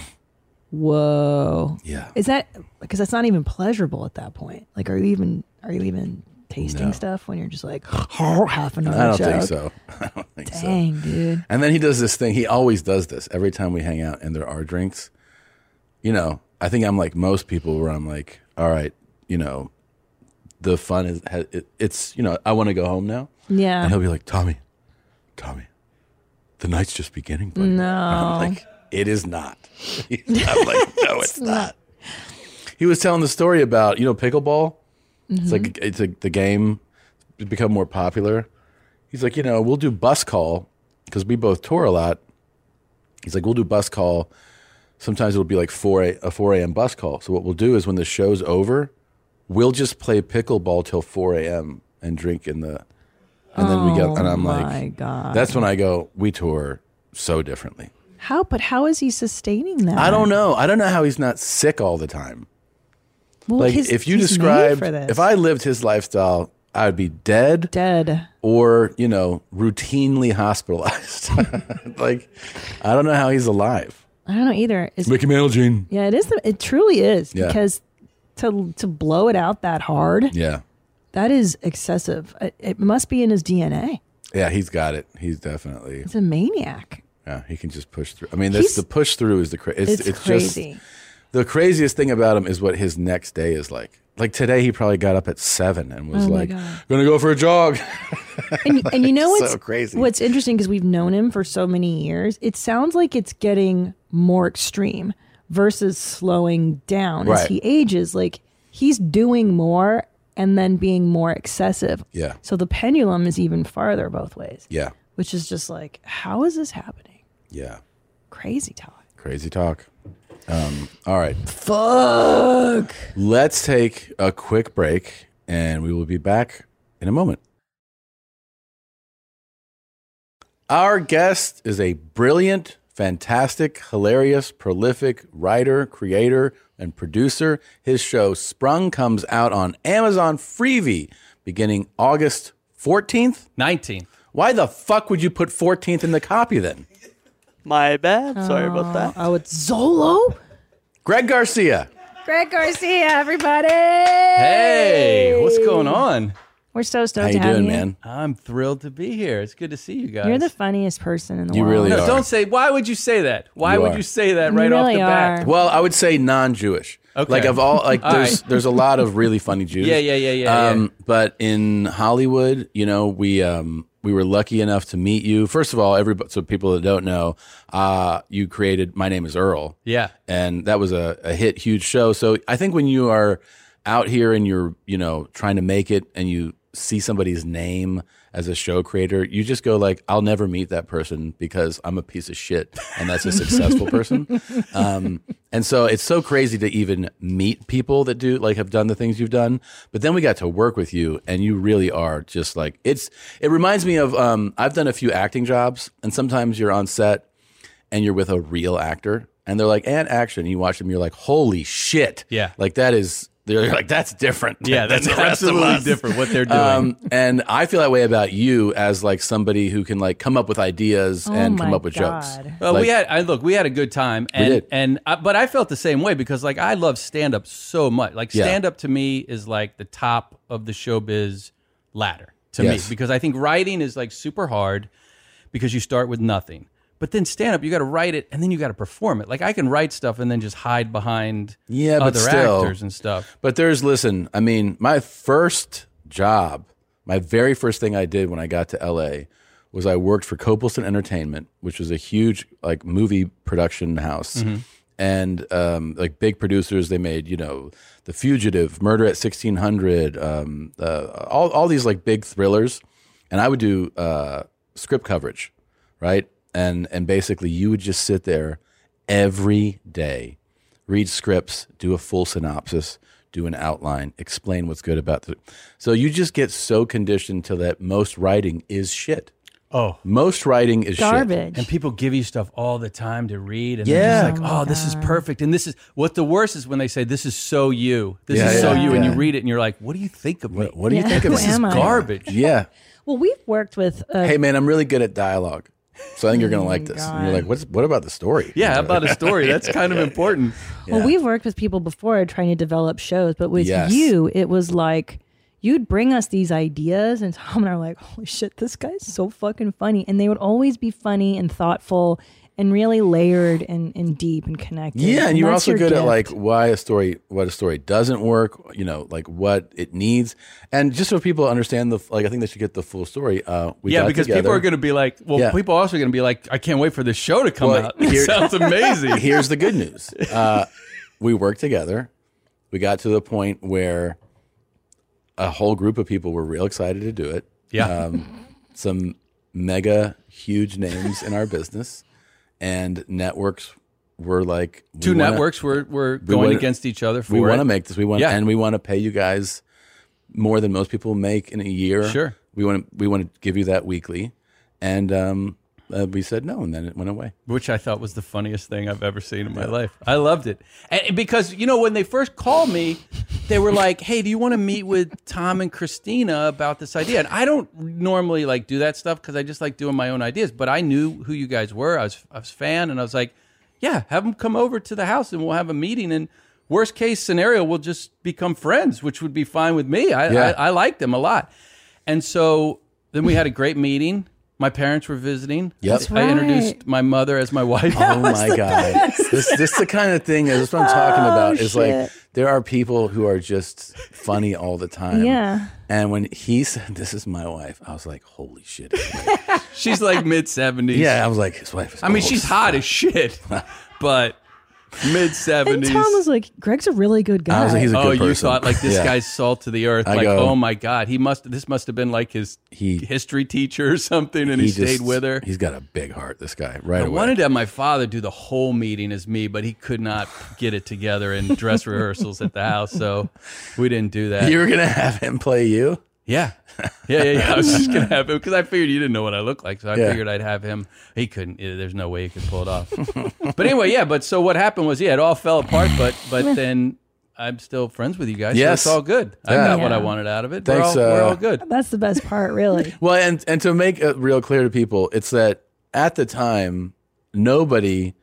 whoa. Yeah. Is that because that's not even pleasurable at that point? Like are you even are you even tasting No. stuff when you're just like oh, half another I don't think jug? so. I don't think so. Dang, dude. And then he does this thing. He always does this every time we hang out and there are drinks. You know, I think I'm like most people where I'm like, all right, you know, the fun is, ha- it, it's, you know, I want to go home now. Yeah. And he'll be like, Tommy, Tommy, the night's just beginning. buddy." And No. I'm like, it is not. I'm like, no, it's not. He was telling the story about, you know, pickleball. It's like it's like the game it's become more popular. He's like, you know, we'll do bus call because we both tour a lot. He's like, we'll do bus call. Sometimes it'll be like four a, a four a.m. bus call. So what we'll do is when the show's over, we'll just play pickleball till four a.m. and drink in the, and then we Oh, go. And I'm my like, God. that's when I go. We tour so differently. How but how is he sustaining that? I don't know. I don't know how he's not sick all the time. Well, like his- if you he's made described for this. if I lived his lifestyle, I would be dead. Dead. Or, you know, routinely hospitalized. like I don't know how he's alive. I don't know either. Is Mickey Mantle Gene. Yeah, it is. the- It truly is Yeah. because to to blow it out that hard, Yeah. that is excessive. It, it must be in his DNA. Yeah, he's got it. He's definitely He's a maniac. yeah, he can just push through. I mean, that's He's- the push through is the cra- it's, it's it's crazy. just the craziest thing about him is what his next day is like. Like today he probably got up at 7 and was Oh my like, God. "Going to go for a jog." And, and you know It's what's so crazy. What's interesting because we've known him for so many years. It sounds like it's getting more extreme versus slowing down as Right. he ages. Like he's doing more and then being more excessive. Yeah. So the pendulum is even farther both ways, Yeah. which is just like, how is this happening? Yeah. Crazy talk. Crazy talk. Um, all right. Fuck. Let's take a quick break and we will be back in a moment. Our guest is a brilliant, fantastic, hilarious, prolific writer, creator, and producer. His show Sprung comes out on Amazon Freevee beginning August 14th, 19th. Why the fuck would you put 14th in the copy then? My bad. Sorry about that. Oh, it's Zolo? Greg Garcia. Greg Garcia, everybody. Hey, what's going on? We're so stoked to have you. I'm thrilled to be here. It's good to see you guys. You're the funniest person in the You world. really no, are. don't say. Why would you say that? Why You would are. you say that right off the bat? Well, I would say non-Jewish. Okay. Like of all, like All there's right. there's a lot of really funny Jews. Yeah, yeah, yeah, yeah, Um, But in Hollywood, you know, we um we were lucky enough to meet you. First of all, everybody. So people that don't know, uh, you created My Name Is Earl. Yeah. and that was a, a hit, huge show. So I think when you are out here and you're you know trying to make it and you see somebody's name as a show creator you just go like i'll never meet that person because i'm a piece of shit and that's a successful person um, and so it's so crazy to even meet people that do like have done the things you've done. But then we got to work with you, and you really are just like it's. It reminds me of um, I've done a few acting jobs, and sometimes you're on set and you're with a real actor, and they're like, "And action." You watch them, you're like, "Holy shit!" Yeah. like that is They're like, that's different. Yeah, that's than the rest of absolutely us." Uh, Um, different what they're doing. and I feel that way about you as like somebody who can like come up with ideas Oh and come my up with jokes. Well, Like, we had I look, we had a good time, We and did. and I, but I felt the same way because like I love stand up so much. Like Yeah. stand up to me is like the top of the showbiz ladder to Yes. me because I think writing is like super hard because you start with nothing. But then stand up, you got to write it and then you got to perform it. Like I can write stuff and then just hide behind yeah, other but still, actors and stuff. But there's listen, I mean, my first job, my very first thing I did when I got to LA was I worked for Copelson Entertainment, which was a huge like movie production house. Mhm. And um, like big producers, they made you know The Fugitive, Murder at sixteen hundred, um, uh, all all these like big thrillers, and I would do uh, script coverage, right? And and basically, you would just sit there every day read scripts, do a full synopsis, do an outline, explain what's good about the. So you just get so conditioned to that most writing is shit. Oh. most writing is Shit. And people give you stuff all the time to read. And Yeah. they're just Oh like, my oh, this is perfect. And this is what the worst is when they say, this is so you. This Yeah, is so yeah, you. And yeah. you read it and you're like, what do you think of me? What do you Yeah. think of Who it? am I? Garbage. Yeah. Well, we've worked with. Uh, Hey man, I'm really good at dialogue, so I think you're gonna like this. And you're like, what's what about the story? Yeah, how about a story? That's kind of important. Well, we've worked with people before trying to develop shows, but with Yes. you, it was like you'd bring us these ideas, and Tom and I were like, "Holy shit, this guy's so fucking funny!" And they would always be funny and thoughtful and really layered and, and deep and connected. Yeah, and you're that's also your good at gift. like why a story, what a story doesn't work, you know, like what it needs, and just so people understand the like, I think they should get the full story. Uh, we yeah, got because people together. are going to be like, well, Yeah. people are also going to be like, I can't wait for this show to come Well, out. It here- sounds amazing. Here's the good news. Uh, we worked together. We got to the point where a whole group of people were real excited to do it. Yeah. Um, some mega huge names in our business and networks were like we Two wanna- networks were, were we going wanna- against each other for We want it. to make this. We want Yeah. and we want to pay you guys more than most people make in a year. Sure. We want to we want to give you that weekly. And um, uh, we said no and then it went away. which I thought was the funniest thing I've ever seen in my life. I loved it. And because, you know, when they first called me, they were like, hey, do you want to meet with Tom and Christina about this idea? And I don't normally like do that stuff because I just like doing my own ideas, but I knew who you guys were. I was, I was a fan and I was like, yeah, have them come over to the house and we'll have a meeting. And worst case scenario, we'll just become friends, which would be fine with me. I, Yeah. I, I liked them a lot. And so then we had a great meeting. My parents were visiting. Yep. I introduced my mother as my wife. Oh my god! This this is the kind of thing. This is what I'm talking Oh, about. Is like shit. there are people who are just funny all the time. Yeah. And when he said, "This is my wife," I was like, "Holy shit!" she's like mid seventies. Yeah, I was like, "His wife." Is I mean, old she's as hot as shit, but mid And seventies. Tom was like, "Greg's a really good guy." I was like, he's a oh, good you person. thought like this Yeah. guy's salt to the earth. I like, go- oh my god, he must. This must have been like his history teacher or something, and he, He stayed just- with her. He's got a big heart. This guy, right I away. wanted to have my father do the whole meeting as me, but he could not get it together in dress rehearsals at the house, so we didn't do that. you were gonna have him play you. Yeah. Yeah, yeah, yeah. I was just gonna have him because I figured you didn't know what I looked like, so I Yeah. figured I'd have him. He couldn't. eh, There's no way he could pull it off. but anyway, yeah. But so what happened was, yeah, it all fell apart. But but then I'm still friends with you guys. Yes. so it's all good. I Yeah. got what I Yeah. wanted out of it. Thanks, we're, all, we're uh, all good. That's the best part, really. Well, and and to make it real clear to people, it's that at the time nobody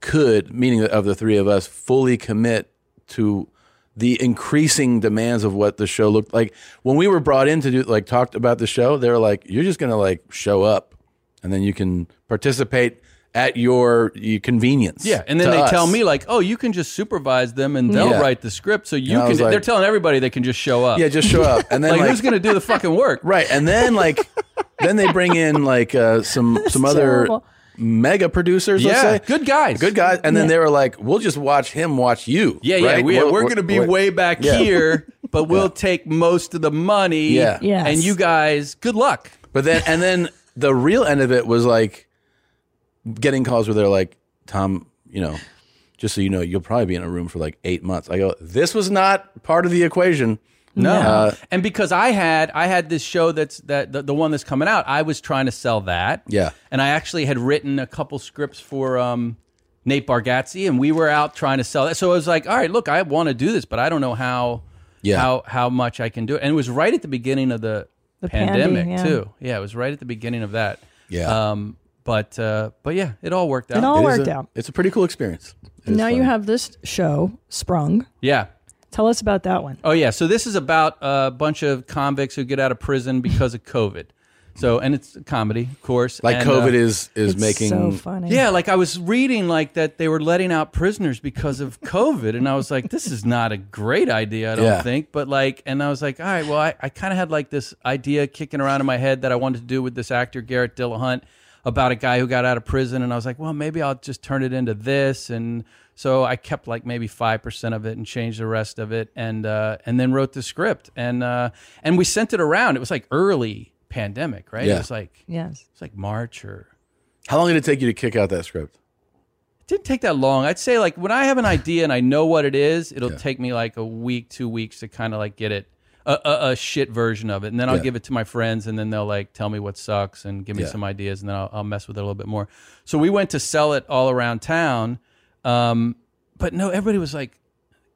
could, meaning of the three of us, fully commit to the increasing demands of what the show looked like. When we were brought in to do like talked about the show, they were like, "You're just gonna like show up, and then you can participate at your, your convenience." Yeah, and then to they us. tell me like, oh, you can just supervise them and they'll Yeah. write the script. So you And I can. was like- they're telling everybody they can just show up. Yeah, just show up, and then like, like, who's gonna do the fucking work? Right, and then like, then they bring in like uh, some some other terrible. mega producers. Let's Yeah, say. good guys, good guys, and then they were like, "We'll just watch him watch you." Yeah, yeah, right? we, We'll- we're going to be we'll- way back Yeah. here, but we'll take most of the money. Yeah. Yes. and you guys, good luck. But then, and then the real end of it was like getting calls where they're like, "Tom, you know, just so you know, you'll probably be in a room for like eight months." I go, "This was not part of the equation." No, Uh, and because I had I had this show that's that the, the one that's coming out. I was trying to sell that. yeah. and I actually had written a couple scripts for um Nate Bargatze, and we were out trying to sell that. So I was like, all right, look, I want to do this, but I don't know how, Yeah. how, how much I can do it. And it was right at the beginning of the, The pandemic pandy, yeah. too. Yeah, it was right at the beginning of that. Yeah. Um, but uh, but yeah, it all worked out. It all It is worked a- out. It's a pretty cool experience. now you have this show, Sprung. Yeah. Tell us about that one. Oh yeah, so this is about a bunch of convicts who get out of prison because of COVID. So and it's a comedy, of course. Like and, uh, COVID is- is It's making- so funny. Yeah, like I was reading like that they were letting out prisoners because of COVID, and I was like, this is not a great idea, I don't Yeah. think. But like, and I was like, all right, well, I, I kind of had like this idea kicking around in my head that I wanted to do with this actor Garrett Dillahunt about a guy who got out of prison, and I was like, well, maybe I'll just turn it into this, and so I kept like maybe five percent of it and changed the rest of it, and uh, and then wrote the script, and uh, and we sent it around. It was like early pandemic, right? Yeah. It was like Yes. it's like March or How long did it take you to kick out that script? didn't take that long. I'd say like when I have an idea and I know what it is, it'll take me like a week, two weeks to kind of like get it a, a, a shit version of it, and then I'll Yeah. give it to my friends, and then they'll like tell me what sucks and give me Yeah. some ideas, and then I'll, I'll mess with it a little bit more. So we went to sell it all around town, um, but no, everybody was like,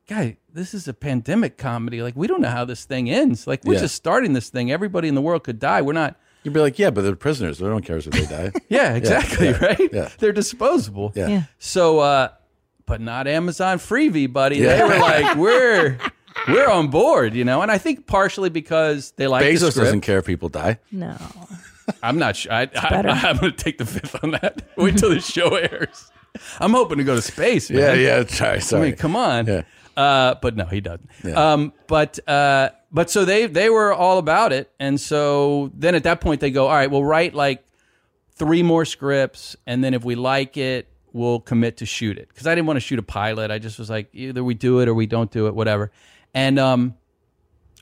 "Guy, this is a pandemic comedy. Like we don't know how this thing ends. Like we're Yeah. just starting this thing. Everybody in the world could die. We're not." You'd be like, yeah, but they're prisoners. They don't care if they die. Yeah, exactly, yeah, right? yeah. They're disposable. Yeah. Yeah. So uh but not Amazon freebie, buddy. They Yeah. were like, we're we're on board, you know. And I think partially because they like the Bezos script. doesn't care if people die. No. I'm not sure. I, I, better. I'm going to take the fifth on that. Wait till the show airs. I'm hoping to go to space. Man. Yeah, yeah, sorry, I sorry. mean, come on. Uh, but no, he doesn't. Um, but uh, but so they they were all about it, and so then at that point they go, all right, we'll write like three more scripts, and then if we like it, we'll commit to shoot it. Because I didn't want to shoot a pilot. I just was like, either we do it or we don't do it, whatever. And um,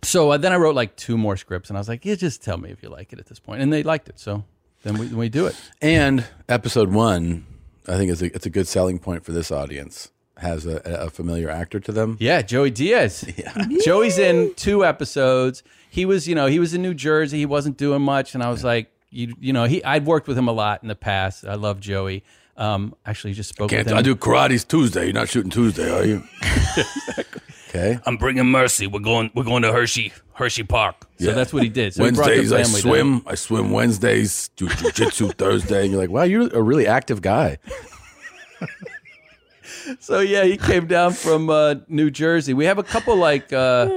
so uh, then I wrote like two more scripts, and I was like, yeah, just tell me if you like it at this point. And they liked it, so then we, we do it. And episode one, I think it's a, it's a good selling point for this audience. Has a, a familiar actor to them. Yeah, Joey Diaz. Joey's in two episodes. He was, you know, he was in New Jersey. He wasn't doing much, and I was like, you, you know, he. I'd worked with him a lot in the past. I love Joey. Um, actually, just spoke Can't with him. I do karate's Tuesday? You're not shooting Tuesday, are you? Okay. I'm bringing mercy. We're going. We're going to Hershey Hershey Park. So that's what he did. So he brought the Wednesdays I family swim. down. I swim Wednesdays. Do jujitsu Thursday. And you're like, wow, you're a really active guy. So yeah, he came down from uh, New Jersey. We have a couple like uh,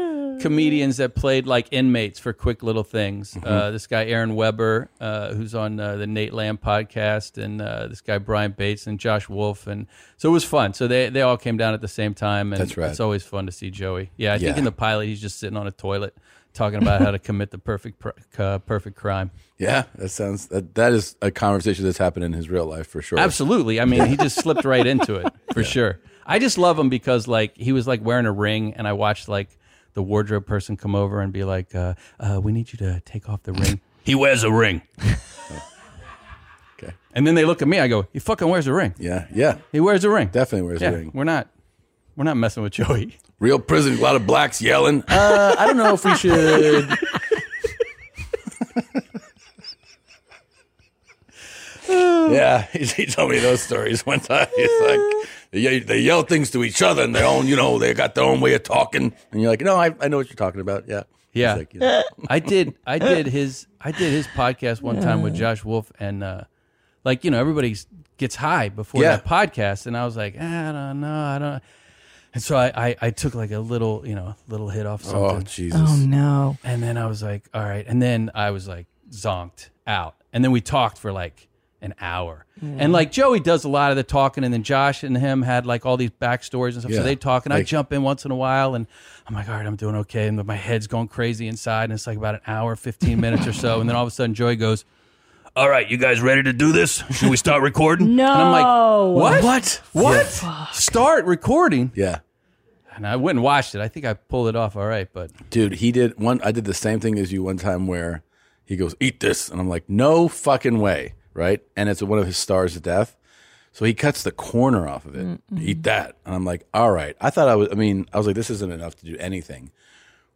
comedians that played like inmates for quick little things. Uh, Mhm. this guy Aaron Weber, uh, who's on uh, the Nate Lamb podcast, and uh, this guy Brian Bates and Josh Wolf, and so it was fun. So they they all came down at the same time, and That's rad. it's always fun to see Joey. Yeah, I think Yeah. in the pilot he's just sitting on a toilet talking about how to commit the perfect pr- uh, perfect crime. Yeah, that sounds that, that is a conversation that's happened in his real life for sure. Absolutely. I mean, he just slipped right into it for sure. I just love him because like he was like wearing a ring, and I watched like the wardrobe person come over and be like, uh, uh, "We need you to take off the ring." he wears a ring. okay. And then they look at me. I go, "He fucking wears a ring." Yeah, yeah. He wears a ring. Definitely wears Yeah, a ring. We're not, we're not messing with Joey. Real prison, a lot of blacks yelling. Uh, I don't know if we should. yeah, he, he told me those stories one time. He's like, they, ye- they yell things to each other, and they own, you know, they got their own way of talking. And you're like, no, I, I know what you're talking about. Yeah, He's Yeah. like, you know. I did. I did his. I did his podcast one time with Josh Wolf, and uh, like you know, everybody gets high before Yeah. that podcast, and I was like, "Ah, I don't know, I don't. And so I, I, I took like a little, you know, little hit off something. Oh, Jesus. Oh, no. And then I was like, all right. And then I was like zonked out. And then we talked for like an hour. Yeah. And like Joey does a lot of the talking, and then Josh and him had like all these backstories and stuff. So Yeah. they talk, and I Like- jump in once in a while, and I'm like, all right, I'm doing okay. And my head's going crazy inside, and it's like about an hour, 15 minutes or so. And then all of a sudden, Joey goes, all right, you guys ready to do this? Should we start recording? No. And I'm like, what? What? What? Start recording? Yeah. And I went and watched it. I think I pulled it off all right, but Dude, he did one. I did the same thing as you one time where he goes, "Eat this," and I'm like, "No fucking way!" Right? And it's one of his stars of death. So he cuts the corner off of it. Eat that, and I'm like, "All right." I thought I was. I mean, I was like, "This isn't enough to do anything."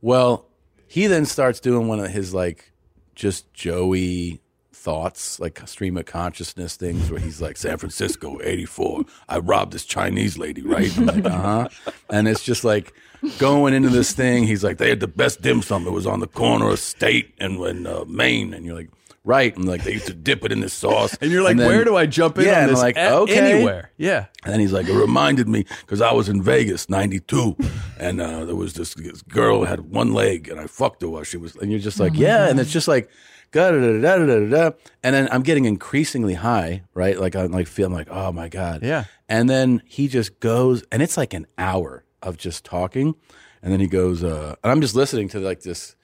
Well, he then starts doing one of his like just Joey thoughts, like stream of consciousness things, where he's like, San Francisco, 84. I robbed this Chinese lady, right? I'm like, uh huh. And it's just like going into this thing. He's like, they had the best dim sum. It was on the corner of State and when uh, Maine. And you're like, right. And like, they used to dip it in this sauce. And you're like, where do I jump in Yeah. on and I'm this like, a- okay. anywhere? Yeah. And then he's like, it reminded me because I was in Vegas, 92, and uh, there was this, this girl who had one leg and I fucked her while she was, and you're just like, my yeah. God. And it's just like, da da da da da da. And then I'm getting increasingly high, right? Like, I'm like, feeling like, oh my God. Yeah. And then he just goes, and it's like an hour of just talking. And then he goes, uh, and I'm just listening to like this,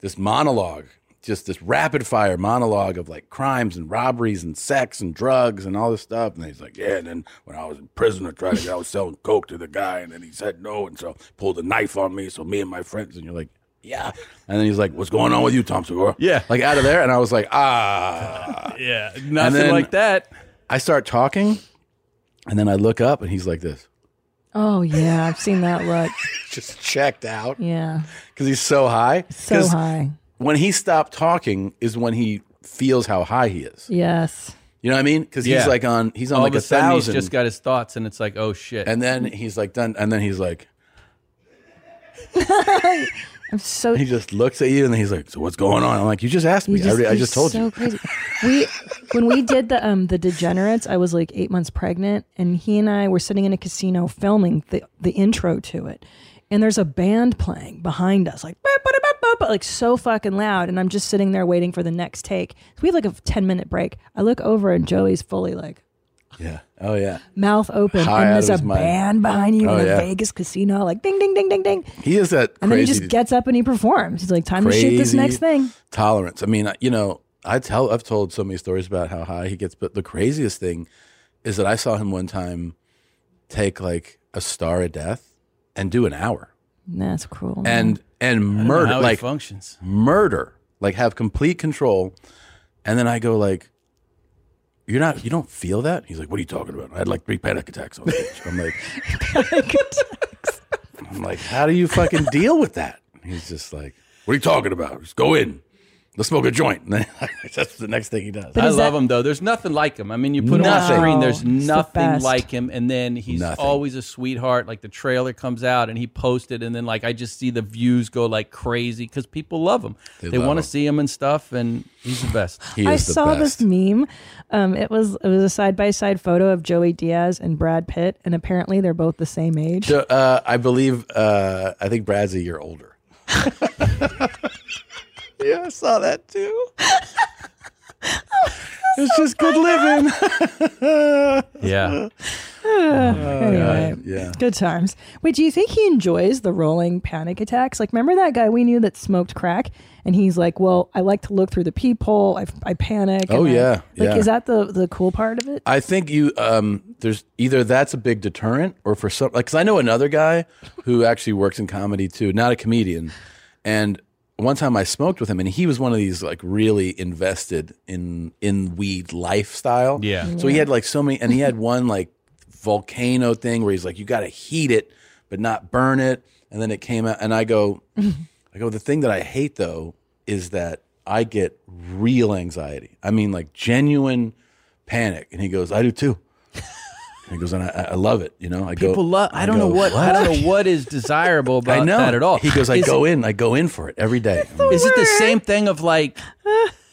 this monologue, just this rapid fire monologue of like crimes and robberies and sex and drugs and all this stuff. And he's like, yeah. And then when I was in prison, I tried to get, I was selling coke to the guy, and then he said no, and so pulled a knife on me. So me and my friends, and you're like, yeah. And then he's like, what's going on with you, Tom Segura? Yeah. Like out of there, and I was like, ah. Yeah. And Nothing then like that. I start talking, and then I look up, and he's like this, Oh yeah, I've seen that look. just checked out Yeah, because he's so high. so 'Cause high. When he stopped talking is when he feels how high he is. Yes. You know what I mean? Because he's Yeah. like on he's on All like of a, a sudden, thousand, He's just got his thoughts, and it's like, oh shit. and then he's like done, and then he's like I'm so. he just looks at you, and then he's like, "So what's going on?" I'm like, "You just asked me. You I, already, I you're just told so you." crazy. We when we did the um the degenerates, I was like eight months pregnant, and he and I were sitting in a casino filming the the intro to it, and there's a band playing behind us, like "Bop, bada, bop, bop," like so fucking loud, and I'm just sitting there waiting for the next take. So we have like a ten minute break. I look over and Joey's fully like Yeah. Oh yeah. mouth open, High and out there's of a his mind. band behind you Oh, in a yeah. Vegas casino, like ding ding ding ding ding, He is that. and then he crazy just gets up and he performs. He's like, time to shoot this crazy next thing. Tolerance. I mean, I- you know, I tell I've told so many stories about how high he gets, but the craziest thing is that I saw him one time take like a star of death and do an hour That's cruel. and and murder how he like functions. murder like have complete control and then i go like you're not you don't feel that he's like what are you talking about i had like three panic attacks on stage i'm like i'm like how do you fucking deal with that he's just like what are you talking about just go in let's smoke a joint and then that's the next thing he does I love him though. There's nothing like him. I mean, you put him on Nothing. screen. There's No, he's the nothing best. like him. And then he's Nothing. always a sweetheart. Like the trailer comes out and he posted, and then like I just see the views go like crazy because people love him. They They, love want him. to see him and stuff. And he's the best. I saw this meme. Um, it was it was a side by side photo of Joey Diaz and Brad Pitt, and apparently they're both the same age. So, uh, i believe uh, i think brad's a year older Yeah, I saw that too. it's just good living. yeah Uh, anyway, yeah. good times. Wait, do you think he enjoys the rolling panic attacks? Like, remember that guy we knew that smoked crack, and he's like, "Well, I like to look through the peephole. I, I panic." and Oh, I-" yeah, like yeah. is that the the cool part of it? I think you um there's either that's a big deterrent or for some like cuz I know another guy who actually works in comedy too, not a comedian. And one time I smoked with him and he was one of these like really invested in in weed lifestyle. Yeah. So he had like so many and he had one like volcano thing where he's like you got to heat it but not burn it and then it came out and I go I go, the thing that I hate though is that I get real anxiety. I mean, like genuine panic. And he goes, I do too. And he goes, and I, I love it. You know, I go, People love. I don't go, know what, I don't know what is desirable about I know that at all. He goes, I Is- go in, I go in for it every day. Is it the same thing of like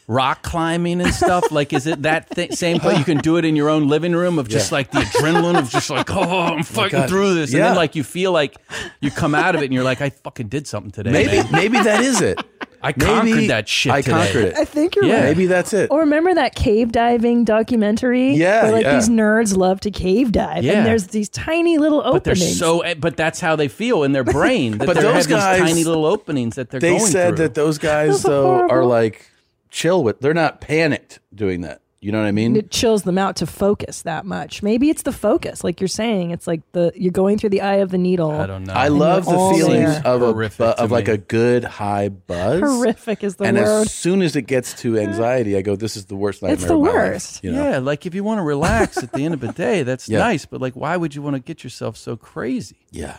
rock climbing and stuff? Like, is it that th- same place you can do it in your own living room of just Yeah. like the adrenaline of just like, oh, I'm fighting God. through this, and Yeah. then like you feel like you come out of it and you're like, I fucking did something today. Maybe, man. maybe that is it. I Maybe conquered that shit. I today. conquered it. I think you're yeah. right. Maybe that's it. Or remember that cave diving documentary? Yeah, where, like yeah. these nerds love to cave dive, Yeah. and there's these tiny little openings. But they're so. eh, But that's how they feel in their brain. That But they those have guys- these tiny little openings that they're. they going said through. that those guys though are like chill with. They're not panicked doing that. You know what I mean? it chills them out to focus that much. Maybe it's the focus, like you're saying. It's like the you're going through the eye of the needle. I don't know. I love the feeling of a bu- to of like me. a good high buzz. Horrific is the and word. as soon as it gets to anxiety, I go, "This is the worst nightmare." the of my life," worst. you know? Yeah, like if you want to relax at the end of the day, that's Yeah. nice. But like, why would you want to get yourself so crazy? Yeah.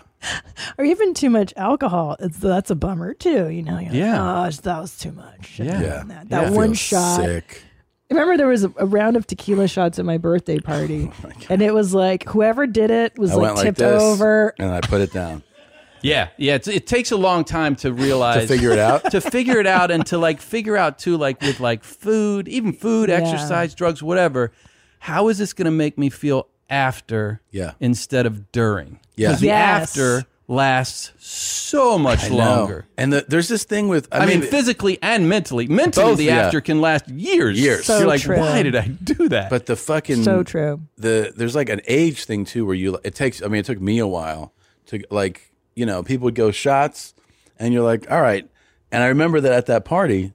or even too much alcohol. It's, that's a bummer too. You know. You're like, Yeah. "Gosh, that was too much. Yeah. That, that one shot. Remember, there was a, a round of tequila shots at my birthday party, and it was like whoever did it was Oh I like went like tipped this, over. and I put it down. Yeah, yeah. It's, it takes a long time to realize figure it out? to figure it out, and to like figure out too, like with like food, even food, Yeah. exercise, drugs, whatever. How is this going to make me feel after? Yeah. instead of during. Yeah. 'Cause the Yes. after lasts so much I know. longer. And the, there's this thing with I, mean, physically and mentally. Mentally, Both, the yeah. after can last years. Years. You're like, why did I do that? But the fucking So true. The there's like an age thing too where you it takes. I mean, it took me a while to like you know people would go shots, and you're like, all right. And I remember that at that party,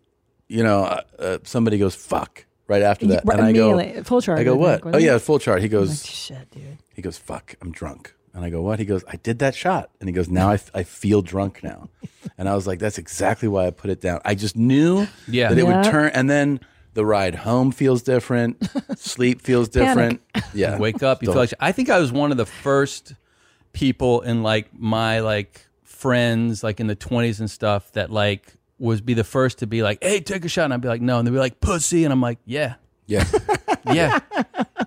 you know, uh, uh, somebody goes fuck right after that, Right, and I go immediately. Full chart, I go I what? think, oh wasn't yeah, it? full chart. He I'm goes like, shit, dude. He goes fuck. I'm drunk. And I go, what? He goes, I did that shot. And he goes, now I, f- I feel drunk now. And I was like, that's exactly why I put it down. I just knew Yeah. that it would Yeah. turn. And then the ride home feels different. Sleep feels different. Panic. Yeah. Wake up. You feel like I think I was one of the first people in like my like friends like in the twenties and stuff that like was be the first to be like, hey, take a shot, and I'd be like, no, and they'd be like, pussy, and I'm like, yeah, yeah, yeah,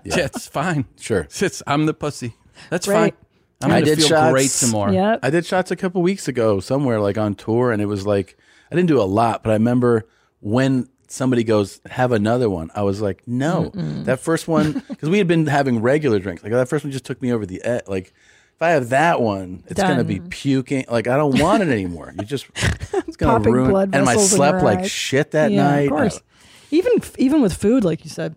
yeah, it's fine, sure, it's, I'm the pussy, that's Right. fine. I'm I gonna did feel shots. great tomorrow. I did shots a couple weeks ago somewhere like on tour, and it was like I didn't do a lot, but I remember when somebody goes have another one, I was like, no, Mm-mm. that first one because we had been having regular drinks. Like that first one just took me over the edge. Like if I have that one, it's gonna be Done. puking. Like I don't want it anymore. You just it's gonna Popping ruin. blood and I vessels in slept your like eyes. shit that Yeah, night. Of course. Even even with food, like you said,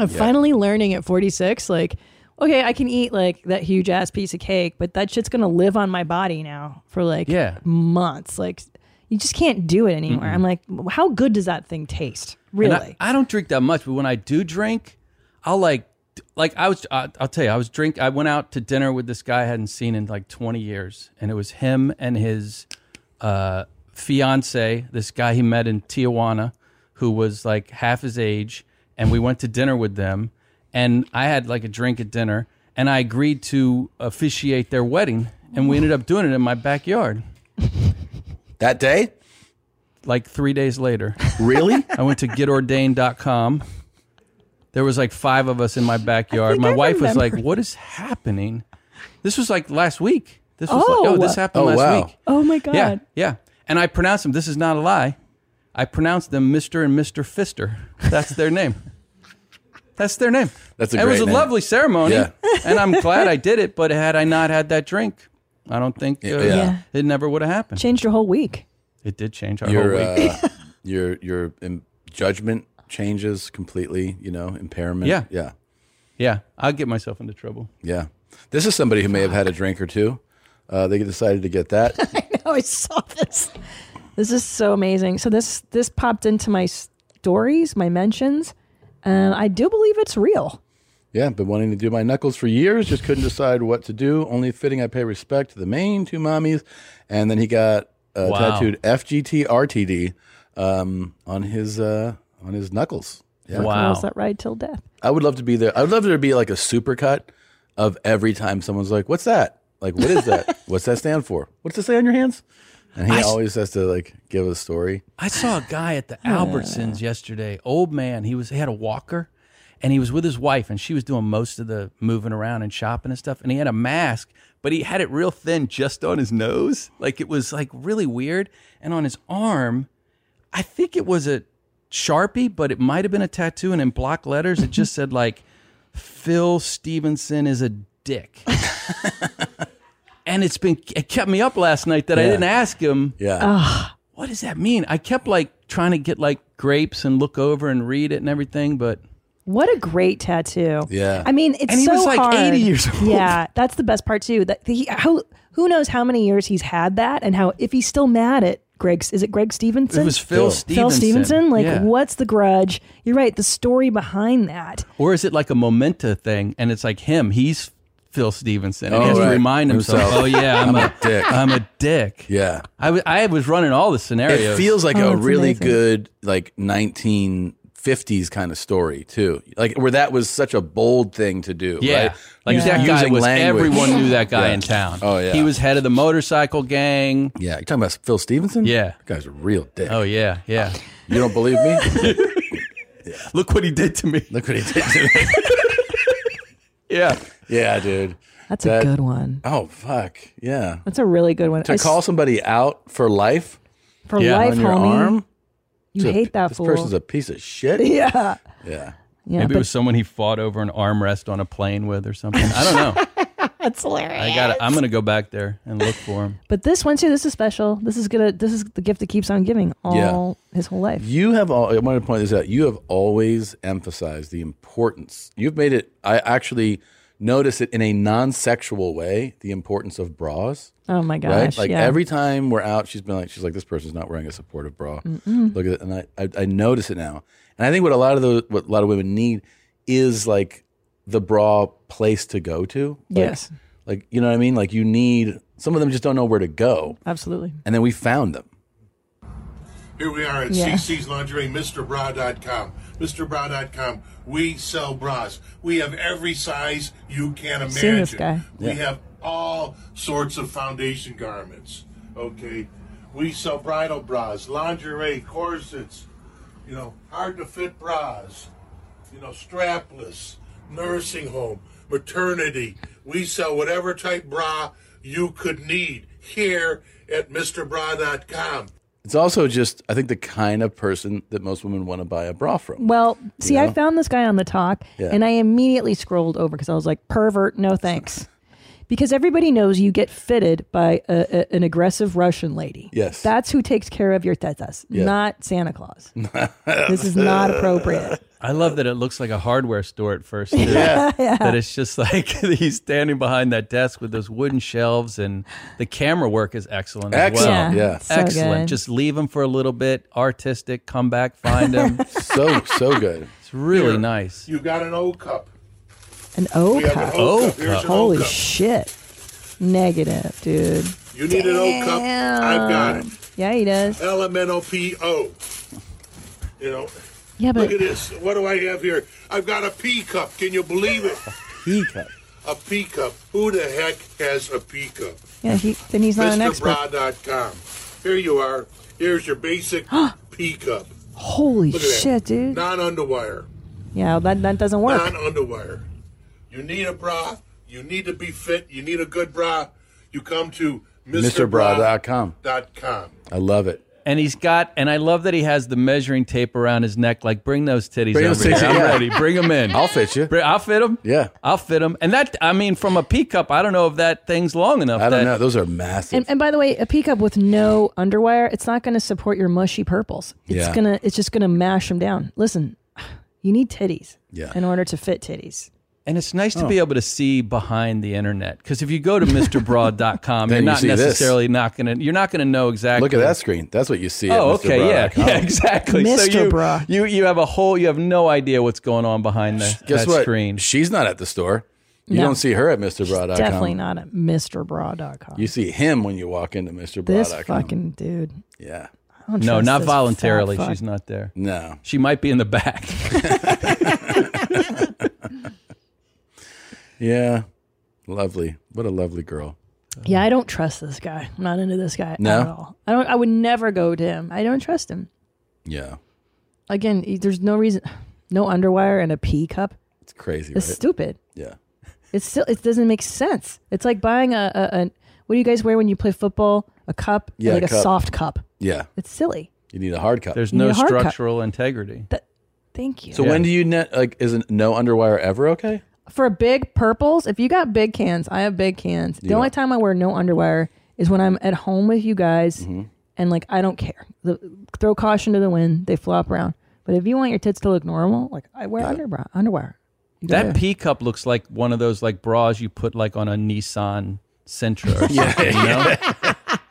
I'm Yeah. finally learning at 46. Like, okay, I can eat like that huge ass piece of cake, but that shit's gonna live on my body now for like Yeah. months. Like, you just can't do it anymore. Mm-mm. I'm like, w- how good does that thing taste? And Really? I, I don't drink that much, but when I do drink, I'll like, like I was, I, I'll tell you, I was drink. I went out to dinner with this guy I hadn't seen in like 20 years, and it was him and his uh, fiance, this guy he met in Tijuana, who was like half his age, and we went to dinner with them, and I had like a drink at dinner, and I agreed to officiate their wedding, and we ended up doing it in my backyard. That day? Like three days later. Really? I went to getordained.com. There was like five of us in my backyard. My I wife was like, remember. What is happening? This was like last week. This was like, oh, this happened Oh, last wow. week. Oh my god. Yeah, yeah. And I pronounced them, this is not a lie. I pronounced them Mr. and Mr. Fister. That's their name. That's their name. That's a And It was great a name. lovely ceremony. Yeah. And I'm glad I did it, but had I not had that drink, I don't think uh, Yeah. it never would have happened. Changed your whole week. It did change our your whole week. uh, your your um, judgment changes completely. You know, impairment. Yeah. yeah, yeah. I'll get myself into trouble. yeah. This is somebody who may have had a drink or two. Uh, they decided to get that. Oh, I saw this. This is so amazing. So this this popped into my stories, my mentions, and I do believe it's real. yeah, been wanting to do my knuckles for years, just couldn't decide what to do. Only fitting I pay respect to the main two mommies, and then he got uh, Wow. tattooed FGT RTD um, on his uh, on his knuckles. Yeah. Girls that ride till death. I would love to be there. I would love there to be like a supercut of every time someone's like, "What's that? Like, what is that? What's that stand for? What's it say on your hands?" And he I s- always has to like give a story. I saw a guy at the Albertsons yesterday. Old man. He was he had a walker, and he was with his wife, and she was doing most of the moving around and shopping and stuff. And he had a mask, but he had it real thin, just on his nose, like it was like really weird. And on his arm, I think it was a sharpie, but it might have been a tattoo. And in block letters, it just said like Phil Stevenson is a dick. and it's been it kept me up last night that I Yeah. didn't ask him. Yeah. Ugh. What does that mean? I kept like trying to get like grapes and look over and read it and everything, but What a great tattoo. Yeah. I mean, it's And he so was, like, hard. 80 years old. Yeah, that's the best part too. That he, how who knows how many years he's had that and how if he's still mad at Greg is it Greg Stevenson? It was Phil Stevenson. Phil Stevenson? Like Yeah. what's the grudge? You're right, the story behind that. or is it like a momenta thing and it's like him, he's Phil Stevenson. And he Oh, has right. to remind himself, Himself. oh yeah, I'm, I'm a, a dick. I'm a dick. Yeah. I was- I was running all the scenarios. It feels like a really good like 1950s kind of story too, like where that was such a bold thing to do. Yeah. right? Like Us- that guy using was language. everyone knew that guy Yeah. in town. Oh yeah, He was head of the motorcycle gang. Yeah, you're talking about Phil Stevenson. Yeah, that guy's a real dick. Oh yeah, yeah. You don't believe me? Look what he did to me. Look what he did to me. yeah. Yeah, dude. That's a good one. Oh fuck. Yeah. That's a really good one. To I s- call somebody out for life. For life, on your homie. arm. You It's a- hate that this fool. person's a piece of shit. Yeah. Yeah. Yeah, Maybe but- it was someone he fought over an armrest on a plane with or something. I don't know. That's hilarious. I got. I'm gonna go back there and look for him. But this one too. This is special. This is gonna. This is the gift that keeps on giving Yeah. all his whole life. You have all, I wanted to point this out. You have always emphasized the importance. You've made it, I actually notice it in a non sexual way, the importance of bras. Oh my gosh, Like yeah. every time we're out, she's been like, she's like, this person's not wearing a supportive bra. Mm-mm. Look at it. And I, I, I notice it now. And I think what a lot of those, what a lot of women need is like the bra place to go to. Like- Yes. Like, you know what I mean? Like you need, some of them just don't know where to go. Absolutely. And then we found them. Here we are at Yeah. CC's Lingerie, MrBra.com. MrBra.com. We sell bras. We have every size you can I've imagine. seen this guy. We Yeah. have all sorts of foundation garments. Okay. We sell bridal bras, lingerie, corsets, you know, hard to fit bras, you know, strapless, nursing home, maternity. We sell whatever type bra you could need here at MrBra.com. It's also just, I think, the kind of person that most women want to buy a bra from. Well, see, I know? found this guy on the talk, Yeah. and I immediately scrolled over because I was like, pervert, no thanks. Because everybody knows you get fitted by a, a- an aggressive Russian lady. Yes. That's who takes care of your tetas, Yeah. not Santa Claus. This is not appropriate. I love that it looks like a hardware store at first. too. Yeah. Yeah. That it's just like he's standing behind that desk with those wooden shelves, and the camera work is excellent. as well. Excellent, Yeah, yeah. so excellent. good. Just leave him for a little bit. Artistic. Come back. Find him. so so good. It's really Here, nice. You got an O cup. An O We have an cup. O cup. Here's an O Holy cup. shit. Negative, dude. You need an O cup. I've got it. Yeah, he does. L M N O P O. You know. Yeah, but- look at this. What do I have here? I've got a P cup. Can you believe it? P cup. A P cup. Who the heck has a P cup? Yeah, he, then he's not an expert. MrBra.com. Here you are. Here's your basic P cup. Holy Look at that. shit, dude. Non-underwire. Yeah, that, that doesn't work. Non-underwire. You need a bra. You need to be fit. You need a good bra. You come to MrBra.com. MrBra.com. I love it. And he's got, and I love that he has the measuring tape around his neck. Like, bring those titties Bring over those titties, here. I'm yeah. ready. Bring them in. I'll fit you. I'll fit them. Yeah. I'll fit them. And that, I mean, from a pea cup, I don't know if that thing's long enough. I don't that- know. Those are massive. And, and by the way, a peacock with no underwire, it's not going to support your mushy purples. It's Yeah. gonna, it's just gonna mash them down. Listen, you need titties, Yeah. in order to fit titties. And it's nice to Oh. be able to see behind the internet because if you go to MrBroad.com, Then you're you not see this. necessarily not gonna you're not gonna know exactly. Look at that screen. That's what you see. oh, at okay, yeah, MrBra.com. yeah, exactly. So you, you you have a whole you have no idea what's going on behind the Guess that what? screen. She's not at the store. You No. don't see her at MrBra.com. Definitely not at MrBra.com. You see him when you walk into MrBra.com. This fucking dude. Yeah. I don't No, trust not this voluntarily. fat fuck. She's not there. No, she might be in the back. yeah. Lovely. What a lovely girl. Yeah, I don't trust this guy. I'm not into this guy No? at all. I don't. I would never go to him. I don't trust him. Yeah. Again, e- there's no reason. No underwire and a pea cup. It's crazy, It's right? stupid. Yeah. It's still it doesn't make sense. It's like buying a, a, a what do you guys wear when you play football? A cup, and Yeah, like a, cup. soft cup. Yeah. It's silly. You need a hard cup. There's You need no a hard cut. structural integrity. Thank you. So when do you net like isn't no underwire ever okay? for big purples, if you got big cans, I have big cans. The Yeah. only time I wear no underwear is when I'm at home with you guys, and like I don't care. The, throw caution to the wind. They flop around. But if you want your tits to look normal, like I wear underbra- underwear. You That gotta- pea cup looks like one of those like bras you put like on a Nissan Sentra or something, you know?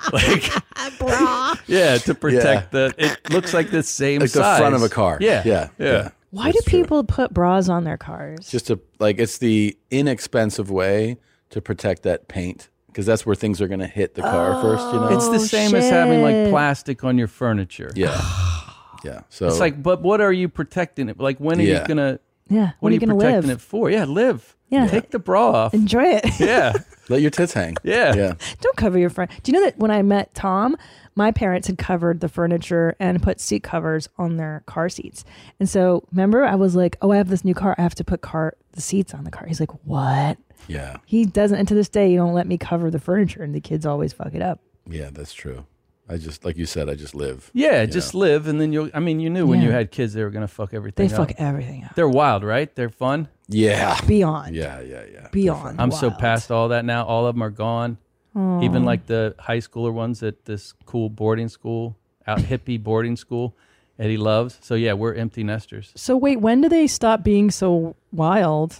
like bra. Yeah, to protect the it looks like the same Like the size. front of a car. Yeah. Yeah. Yeah. Yeah. Why do people put bras on their cars? Just to like it's the inexpensive way to protect that paint because that's where things are going to hit the car first, you know. Oh. It's Oh, the same as having like shit. plastic on your furniture. Yeah. yeah. So it's like, but what are you protecting it? Like when are Yeah. you gonna Yeah, What are when are you you gonna protecting live? it for? Yeah, live. Yeah. Take the bra off. Enjoy it. Yeah. Let your tits hang. Yeah. Yeah. Don't cover your front. Do you know that when I met Tom, my parents had covered the furniture and put seat covers on their car seats. And so remember, I was like, "Oh, I have this new car. I have to put car the seats on the car." He's like, "What?" Yeah. He doesn't. And to this day, you don't let me cover the furniture, and the kids always fuck it up. Yeah, that's true. I just like you said, I just live. Yeah, you just live, and then you'll. I mean, you knew when Yeah. you had kids, they were gonna fuck everything. They up. fuck everything up. They're wild, right? They're fun. Yeah. Beyond. Yeah, yeah, yeah. Beyond. I'm so past all that now. All of them are gone. Aw. Even Oh. like the high schooler ones at this cool boarding school, out hippie boarding school, Eddie loves. So yeah, we're empty nesters. So wait, when do they stop being so wild?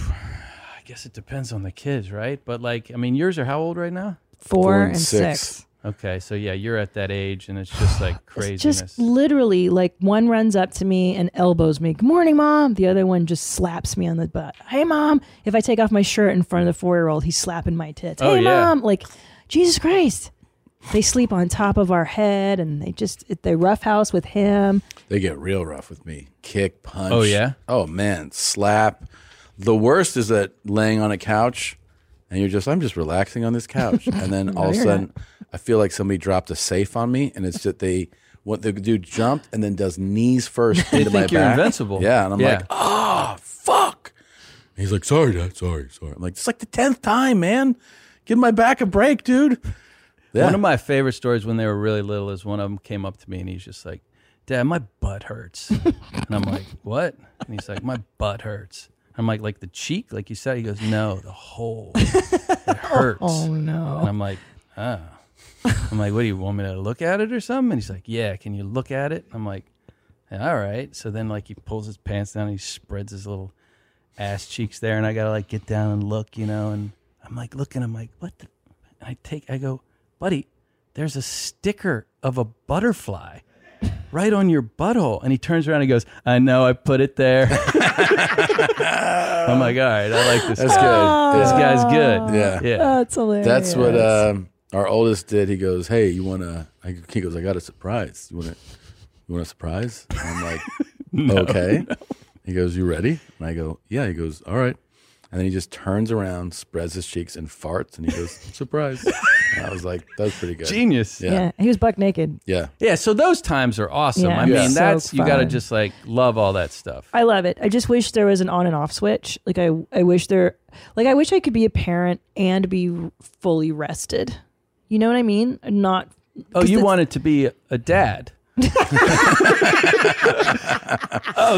I guess it depends on the kids, right? But like, I mean, yours are how old right now? Four Four and and six. six. Okay, so yeah, you're at that age, and it's just like It's craziness. just literally like one runs up to me and elbows me. Good morning, mom. The other one just slaps me on the butt. Hey, mom. If I take off my shirt in front of the four year old, he's slapping my tits. Oh, hey, yeah. mom. Like, Jesus Christ. They sleep on top of our head and they just, they roughhouse with him. They get real rough with me. Kick, punch. Oh, yeah? Oh man, slap. The worst is that laying on a couch and you're just I'm just relaxing on this couch and then No, all of a you're sudden I feel like somebody dropped a safe on me and it's that they what the dude jumped and then does knees first into my think you're back. invincible. Yeah, and I'm Yeah. like, "Oh, fuck." And he's like, "Sorry, dad. Sorry, sorry." I'm like, "It's like the 10th time, man. Give my back a break, dude." Yeah. One of my favorite stories when they were really little is one of them came up to me and he's just like, "Dad, my butt hurts," and I'm like, "What?" And he's like, "My butt hurts." I'm like, "Like the cheek, like you said?" He goes, "No, the whole. It hurts." Oh, no. And I'm like, "Oh." I'm like, "What do you want me to look at it or something?" And he's like, "Yeah, can you look at it?" I'm like, "All right." So then like he pulls his pants down and he spreads his little ass cheeks there, and I gotta like get down and look, you know, and I'm like looking, I'm like, "What the?" And I take, I go, buddy, there's a sticker of a butterfly right on your butthole. And he turns around and goes, I know I put it there. I'm like, all right, I like this. That's guy. good. This Yeah. guy's good. Ah. Yeah. Yeah. That's hilarious. That's what um, our oldest did. He goes, "Hey, you want to?" He goes, "I got a surprise. You want to? You want a surprise?" And I'm like, No, "Okay." no. He goes, "You ready?" And I go, "Yeah." He goes, "All right." And then he just turns around, spreads his cheeks, and farts. And he goes, "Surprise!" And I was like, "That's pretty good." Genius. Yeah. yeah. He was buck naked. Yeah. Yeah. So those times are awesome. Yeah, I Yeah. mean, so that's, you got to fun. just like love all that stuff. I love it. I just wish there was an on and off switch. Like I, I wish there, like I wish I could be a parent and be fully rested. You know what I mean? Not. Oh, 'cause you it's- wanted to be a dad. oh,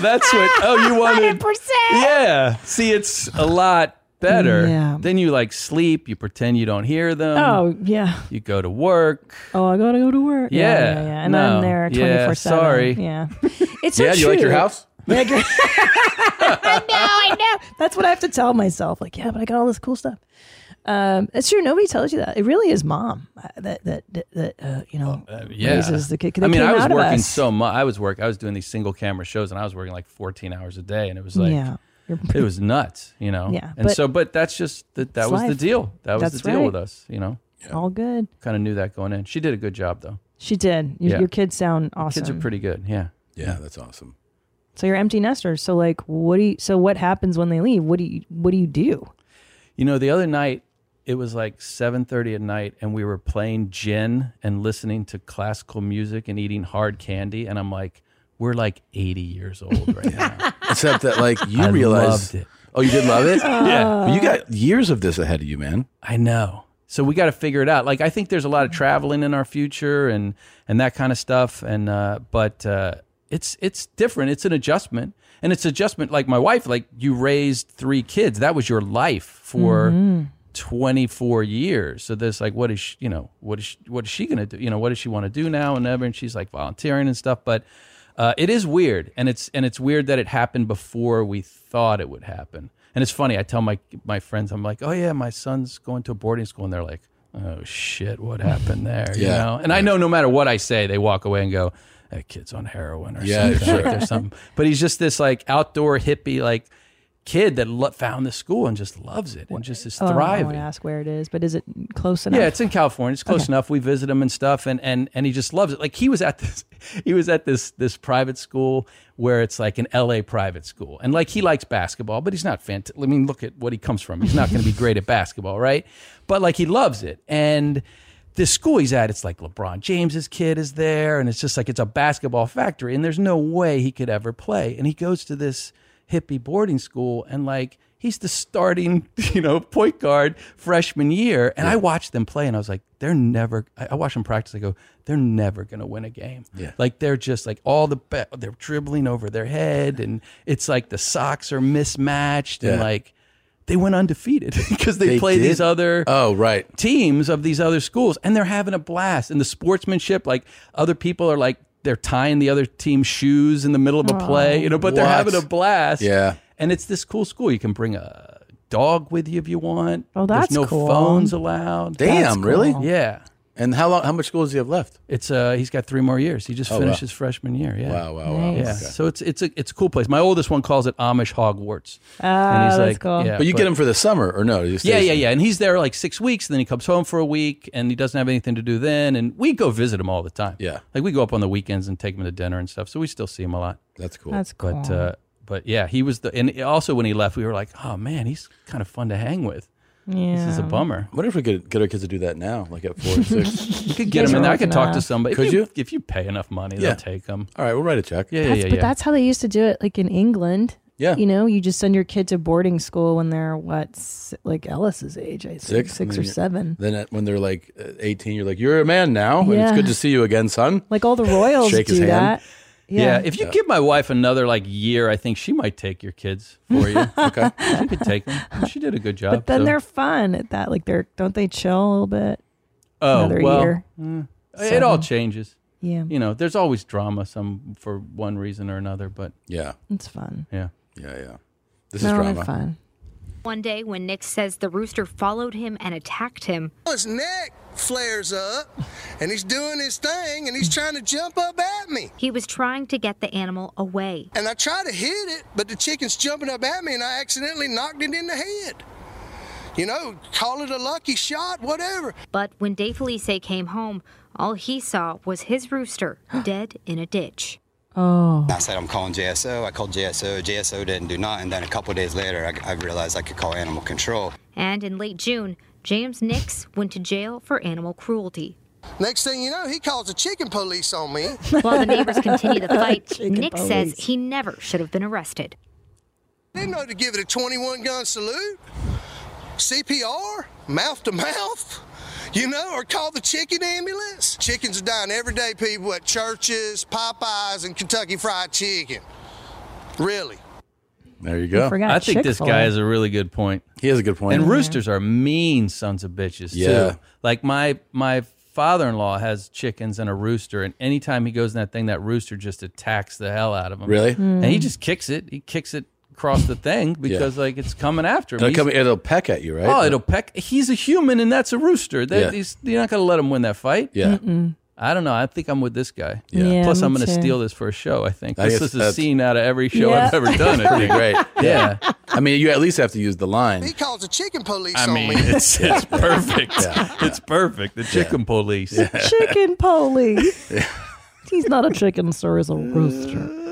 that's what. Oh, you wanted. 100%. Yeah. See, it's a lot better. Yeah. Then you like sleep. You pretend you don't hear them. Oh yeah. You go to work. Oh, I gotta go to work. Yeah. yeah, yeah. yeah. And No. I'm there Yeah, twenty four seven. sorry. Yeah. It's so Yeah, you like your true. house? Yeah, I gr- I know. I know. That's what I have to tell myself. Like, yeah, but I got all this cool stuff. Um, it's true. Nobody tells you that. It really is mom uh, that that that, that uh, you know Yeah. raises the kid. I mean, I was out of working us. so much. I was work. I was doing these single camera shows, and I was working like 14 hours a day, and it was like, Yeah. You're- it was nuts, you know. Yeah, And but- so, but that's just that. That It's was the life. deal. That was That's the deal right. with us, you know. All good. Kind of knew that going in. She did a good job, though. She did. Your, Yeah. your kids sound awesome. Kids are pretty good. Yeah. Yeah, that's awesome. So you're empty nesters. So like, what do you? So what happens when they leave? What do you? What do you do? You know, the other night it was like 7:30 at night and we were playing gin and listening to classical music and eating hard candy and I'm like we're like 80 years old right now. Except that, like, you I realize. loved it. Ah. Oh, you did love it. Yeah. But you got years of this ahead of you, man. I know. So we got to figure it out. Like I think there's a lot of traveling in our future and and that kind of stuff. And uh, but uh, it's it's different. It's an adjustment, and it's adjustment. Like my wife, like you raised three kids. That was your life for. Mhm. 24 years so there's like what is she, you know what is she, what is she gonna do you know what does she want to do now and ever and she's like volunteering and stuff but uh, it is weird and it's and it's weird that it happened before we thought it would happen and it's funny i tell my my friends i'm like oh yeah my son's going to a boarding school and they're like oh shit what happened there you Yeah. know and i know no matter what i say they walk away and go that kid's on heroin or Yeah, something like sure. there's something but he's just this like outdoor hippie like kid that lo- found the school and just loves it and just is Oh, I thriving want to ask where it is, but is it close enough? yeah, it's in California. It's close Okay. enough. We visit him and stuff, and and and he just loves it. Like he was at this, he was at this this private school where it's like an LA private school, and like he likes basketball, but he's not fantastic. I mean, look at what he comes from. He's not going to be great at basketball, right? But like he loves it, and this school he's at, it's like LeBron James's kid is there, and it's just like it's a basketball factory, and there's no way he could ever play. And he goes to this hippie boarding school, and like he's the starting, you know, point guard freshman year. And I watched them play, and I was like, they're never. I, I watched them practice. I go, they're never going to win a game. Yeah. Like they're just like all the be- they're dribbling over their head, and it's like the socks are mismatched, and Yeah. like they went undefeated because they, They play these did? other oh right teams of these other schools, and they're having a blast. And the sportsmanship, like other people are like they're tying the other team's shoes in the middle of a Aw. play, you know, but they're What? having a blast. Yeah. and it's this cool school. You can bring a dog with you if you want. Oh, that's There's no cool. phones allowed. Damn, That's really? cool. Yeah. And how long? How much school does he have left? It's uh, he's got three more years. He just Oh, wow. finished his freshman year. Yeah. Wow, wow, wow. Yeah. Nice. Okay. So it's it's a it's a cool place. My oldest one calls it Amish Hogwarts. Ah, that's cool. but you get him for the summer or no? He stays- yeah, yeah, yeah. And he's there like six weeks, and then he comes home for a week, and he doesn't have anything to do then. And we go visit him all the time. Yeah. like we go up on the weekends and take him to dinner and stuff. So we still see him a lot. That's cool. That's But cool. uh, but yeah, he was the and also when he left, we were like, oh man, he's kind of fun to hang with. This is a Yeah. bummer. What if we could get our kids to do that now, like at four and six? You could get him in there. I could talk to enough. somebody. Could if you? If you pay enough money, Yeah. they'll take him. All right, we'll write a check. Yeah, yeah, That's- yeah. but yeah. that's how they used to do it, like in England. Yeah. You know, you just send your kid to boarding school when they're what, s- like Ellis's age, I think, Six, and six then or you're- seven. Then at, when they're like uh, eighteen, you're like, "You're a man now, and it's Yeah. good to see you again, son." Like all the royals Shake do his hand. that. Yeah. if you give my wife another like year, I think she might take your kids for you. okay, she could take them. She did a good job. But then so- they're fun at that. Like they're don't they chill a little bit? Oh, another well, year. mm, it Seven. all changes. Yeah. You know, there's always drama some for one reason or another, but yeah. It's fun. Yeah. Yeah, yeah. This No, they're fun. One day, when Nick says the rooster followed him and attacked him, His neck flares up and he's doing his thing and he's trying to jump up at me. he was trying to get the animal away. And I try to hit it, but the chicken's jumping up at me and I accidentally knocked it in the head. You know, call it a lucky shot, whatever. But when De Felice came home, all he saw was his rooster dead in a ditch. Oh. I said, I'm calling JSO. I called JSO. JSO didn't do nothing. Then a couple days later, I, I realized I could call animal control. And in late June, James Nix went to jail for animal cruelty. Next thing you know, he calls the chicken police on me. While the neighbors continue the fight, Chicken Nick says police. he never should have been arrested. Didn't know to give it a 21 gun salute, CPR, mouth to mouth, you know, or call the chicken ambulance. Chickens are dying every day, people at churches, Popeyes, and Kentucky Fried Chicken. Really. There you I go. forgot I think this Chick-fil-A. guy has a really good point. He has a good point. And Yeah. roosters are mean sons of bitches Yeah. too. Like my my father-in-law has chickens and a rooster and anytime he goes in that thing that rooster just attacks the hell out of him. Really? Hmm. And he Mm. just kicks it. He kicks it across the thing because like it's coming after him. It'll, He's- come, it'll peck at you, right? Oh, it'll peck. He's a human, and that's a rooster. That, Yeah. he's, you're not going to let him win that fight. Yeah. Mm-mm. I don't know. I think I'm with this guy. Yeah. Yeah, Plus, I'm me going to too. steal this for a show. I think I this guess is a that's- scene out of every show I've ever done. I Pretty think. great. Yeah. I mean, you at least have to use the line. He calls the chicken police I on mean, me. it's it's perfect. It's perfect. The chicken police. Chicken police. He's not a chicken, sir. He's a rooster.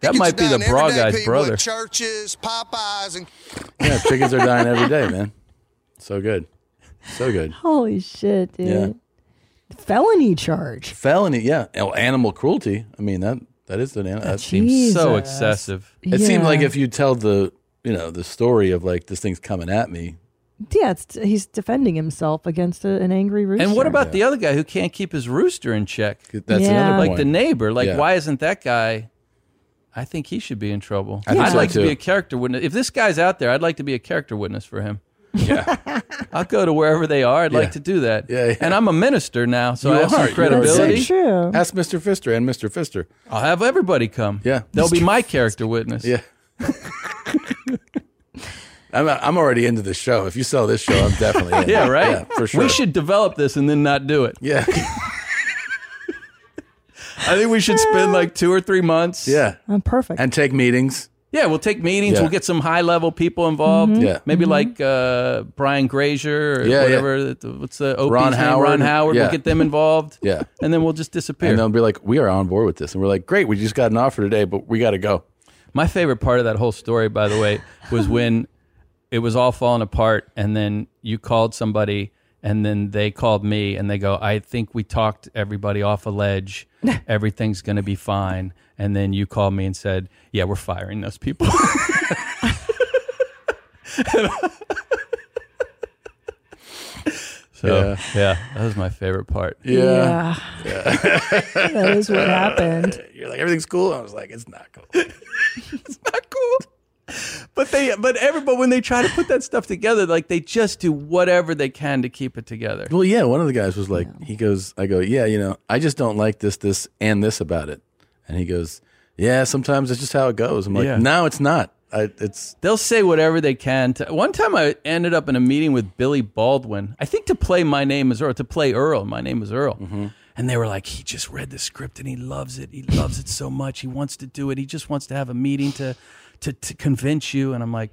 That might be the bra guy's brother. Churches, Popeyes, and Yeah, chickens are dying every day, man. So good. So good. Holy shit, dude. Yeah. Felony charge. Felony, yeah. Oh, animal cruelty. I mean, that that is an animal. That seems so Jesus. excessive. It seemed Yeah. like if you tell the, you know, the story of like this thing's coming at me. Yeah, it's, he's defending himself against a, an angry rooster. And what about the other guy who can't keep his rooster in check? That's Yeah. another like point. the neighbor. Like, Yeah. why isn't that guy? I think he should be in trouble. I think would so, like to too. be a character witness. If this guy's out there, I'd like to be a character witness for him. Yeah, I'll go to wherever they are. I'd Yeah. like to do that. Yeah, yeah. And I'm a minister now, so You I have are. some You are credibility. safe. True. Ask Mr. Fister and Mr. Fister. I'll have everybody come. Yeah, they'll be my character witness. Yeah. I'm, I'm already into the show. If you sell this show, I'm definitely in. yeah, right. for sure. We should develop this and then not do it. Yeah. I think we should spend like two or three months. Yeah. I'm Oh, perfect. And take meetings. Yeah, we'll take meetings. Yeah. We'll get some high level people involved. Mhm. Yeah. maybe like uh, Brian Grazier or Yeah, yeah. whatever. the- What's the OP's Ron name? Howard. Ron Howard. Yeah. We'll get them involved. Yeah. and then we'll just disappear. And they'll be like, we are on board with this. And we're like, great, we just got an offer today, but we got to go. My favorite part of that whole story, by the way, was when it was all falling apart, and then you called somebody, And then they called me and they go, I think we talked everybody off a ledge. Everything's going to be fine. And then you called me and said, Yeah, we're firing those people. so, Yeah. yeah. that was my favorite part. Yeah. Yeah. Yeah. that is what happened. You're like, everything's cool. I was like, it's not cool. But they, but everybody, when they try to put that stuff together, like they just do whatever they can to keep it together. Well, yeah, one of the guys was like, he goes, I go, yeah, you know, I just don't like this, this, and this about it. And he goes, yeah, sometimes it's just how it goes. I'm like, Yeah. no, it's not. I, it's They'll say whatever they can. To, one time I ended up in a meeting with Billy Baldwin, I think to play My Name is Earl, to play Earl, My Name is Earl. Mm-hmm. And they were like, he just read the script and he loves it. He loves it so much. He wants to do it. He just wants to have a meeting to, to, to convince you. And I'm like,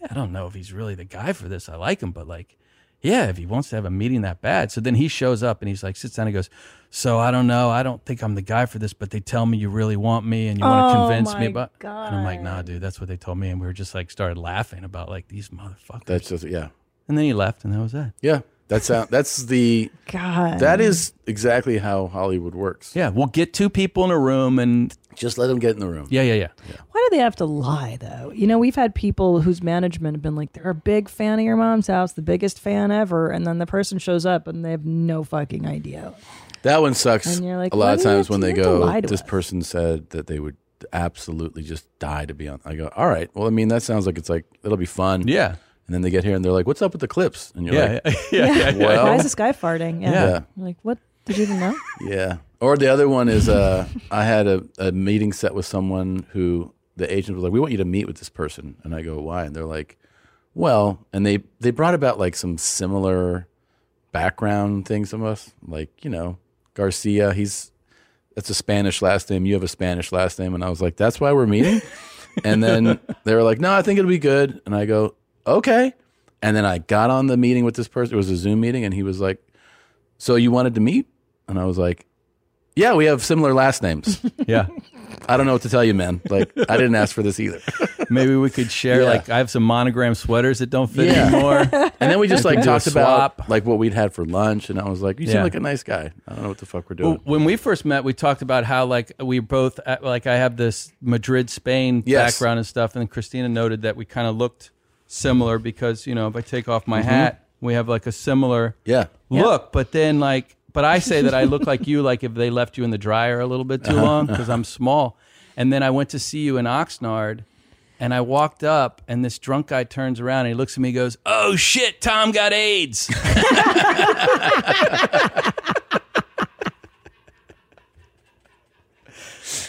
"Yeah, I don't know if he's really the guy for this. I like him, but like, yeah, if he wants to have a meeting that bad. So then he shows up and he's like, sits down and goes, So I don't know. I don't think I'm the guy for this, but they tell me you really want me and you want to Oh, convince me. my But and I'm like, Nah, dude, that's what they told me. And we were just like, started laughing about like these motherfuckers. That's just yeah. And then he left, and that was that. Yeah, that's how. That's the God. That is exactly how Hollywood works. Yeah, we'll get two people in a room and just let them get in the room. Yeah, yeah, yeah. Why do they have to lie though? You know, we've had people whose management have been like, "They're a big fan of your mom's house, the biggest fan ever," and then the person shows up and they have no fucking idea. That one sucks. And you're like, a lot why of do you times have when to- they you have to go, lie to this person said that they would absolutely just die to be on. I go, all right. Well, I mean, that sounds like it's like it'll be fun. Yeah. And then they get here and they're like, what's up with the clips? And you're Yeah, like, yeah, yeah, yeah, yeah. well, Why is this guy farting? Yeah. Yeah. You're Like, what? Did you even know? Yeah. Or the other one is uh, I had a, a meeting set with someone who the agent was like, we want you to meet with this person. And I go, why? And they're like, well, and they, they brought about like some similar background things from us. Like, you know, Garcia, he's, that's a Spanish last name. You have a Spanish last name. And I was like, that's why we're meeting. and then they were like, no, I think it'll be good. And I go, okay. And then I got on the meeting with this person. It was a Zoom meeting. And he was like, so you wanted to meet? And I was like, yeah, we have similar last names. yeah. I don't know what to tell you, man. Like, I didn't ask for this either. Maybe we could share. Yeah. Like, I have some monogram sweaters that don't fit Yeah. anymore. And then we just We like could do a talked about like what we'd had for lunch. And I was like, you seem Yeah. like a nice guy. I don't know what the fuck we're doing. Well, when we first met, we talked about how like we both uh, like I have this Madrid, Spain Yes. background and stuff, and Christina noted that we kind of looked similar because you know if I take off my Mhm. hat, we have like a similar Yeah. look. But then like, but I say that I look like you like if they left you in the dryer a little bit too Uh-huh. long because I'm small. And then I went to see you in Oxnard. And I walked up, and this drunk guy turns around and he looks at me and goes, Oh shit, Tom got AIDS.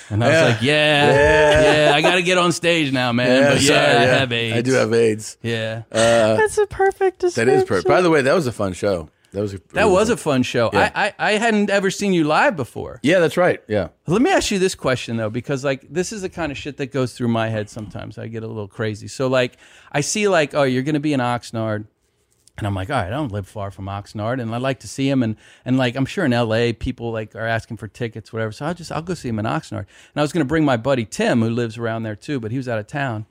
And I Yeah. was like, yeah, Yeah. yeah, I got to get on stage now, man. Yeah, but yeah, sorry, I yeah. have AIDS. I do have AIDS. Yeah. Uh, That's a perfect that description. is perfect. By the way, that was a fun show. That was a That was a fun show. Yeah. I, I, I hadn't ever seen you live before. Yeah, that's right. Yeah. Let me ask you this question though, because like this is the kind of shit that goes through my head sometimes. I get a little crazy. So like I see like, oh, you're gonna be in Oxnard. And I'm like, all right, I don't live far from Oxnard and I'd like to see him and and like I'm sure in LA people like are asking for tickets, whatever. So I'll just I'll go see him in Oxnard. And I was gonna bring my buddy Tim, who lives around there too, but he was out of town.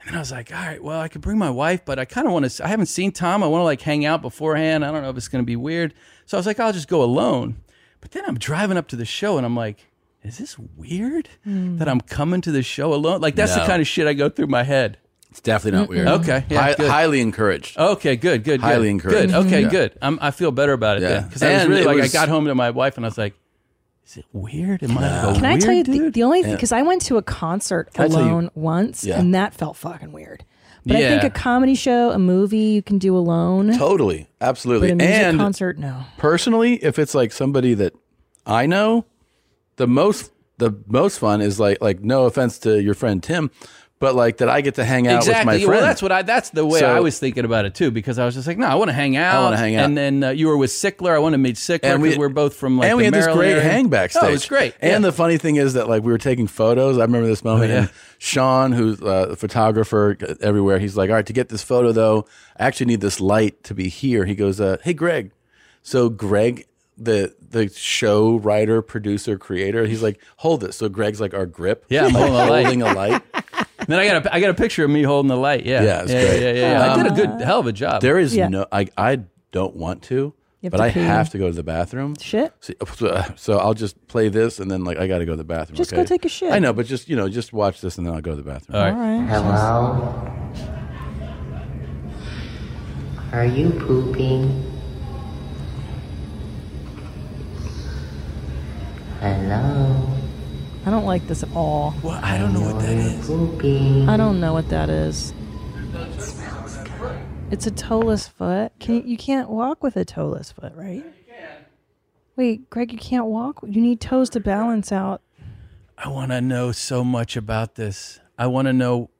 And then I was like, all right, well, I could bring my wife, but I kind of want to, I haven't seen Tom. I want to like hang out beforehand. I don't know if it's going to be weird. So I was like, I'll just go alone. But then I'm driving up to the show and I'm like, is this weird that I'm coming to the show alone? Like, that's No. the kind of shit I go through my head. It's definitely not weird. Okay. Yeah, Hi- good. highly encouraged. Okay, good, good, good. Highly encouraged. Good. Okay, Yeah. good. I'm, I feel better about it Yeah. then. Because I was And really it like, was- I got home to my wife and I was like, is it weird? Am I like, a Can I weird tell you the, dude? the only thing? Yeah. Because I went to a concert Can I tell you- alone once, Yeah. and that felt fucking weird. But I think Yeah. a comedy show, a movie, you can do alone. Totally. Absolutely. But a music and concert, no. Personally, if it's like somebody that I know, the most the most fun is like like no offense to your friend Tim, but like that I get to hang out with my exactly. friends. Well, that's what I. That's the way So- I was thinking about it too, because I was just like, no, I want to hang out. wanna hang out. And then uh, you were with Sickler. I want to meet Sickler And because we- we, are both from like. and we the had this Maryland great area. hang backstage. Oh, it was great. And the funny thing is that like we were taking photos. I remember this moment. yeah. And Sean, who's uh, a photographer everywhere, he's like, "All right, to get this photo though, I actually need this light to be here." He goes, uh, "Hey, Greg." So Greg, the the show writer, producer, creator, he's like, "Hold this." So Greg's like our grip. Yeah, I'm like, holding a light. holding a light. Yeah. Then I got a I got a picture of me holding the light. Yeah. Yeah, it was yeah, great. yeah, yeah, yeah. Um, I did a good hell of a job. There is Yeah. no, I, I don't want to, You have but to I pee. have to go to the bathroom. Shit. So, so I'll just play this and then like I got to go to the bathroom. Just go okay? take a shit. I know, but just you know, just watch this and then I'll go to the bathroom. All right. All right. Hello? Are you pooping? Hello? I don't like this at all. Well, I don't know what that is. Pooping. I don't know what that is. It's a toeless foot. Can you, you can't walk with a toeless foot, right? Wait, Greg, you can't walk. You need toes to balance out. I want to know so much about this. I want to know.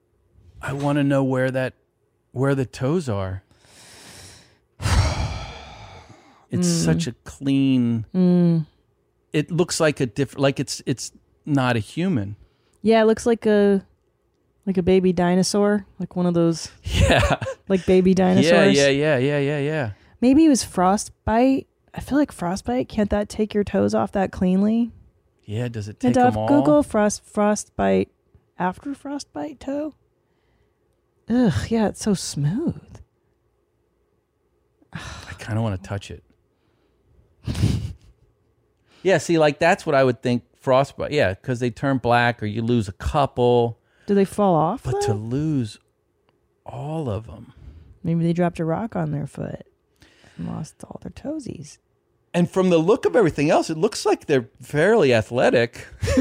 I want to know where that, where the toes are. It's Mm. such a clean. Mm. It looks like a different. Like it's it's not a human. Yeah, it looks like a like a baby dinosaur, like one of those. Yeah. Like baby Yeah, dinosaurs. yeah, yeah, yeah, yeah, yeah. Maybe it was frostbite. I feel like frostbite. Can't that take your toes off that cleanly? Yeah. Does it take And them Dov, all? Google frost frostbite after frostbite toe. Ugh, yeah, it's so smooth. I kind of want to touch it. yeah. See, like that's what I would think frostbite. Yeah, because they turn black or you lose a couple. Do they fall off? But though? to lose all of them. Maybe they dropped a rock on their foot and lost all their toesies. And from the look of everything else, it looks like they're fairly athletic.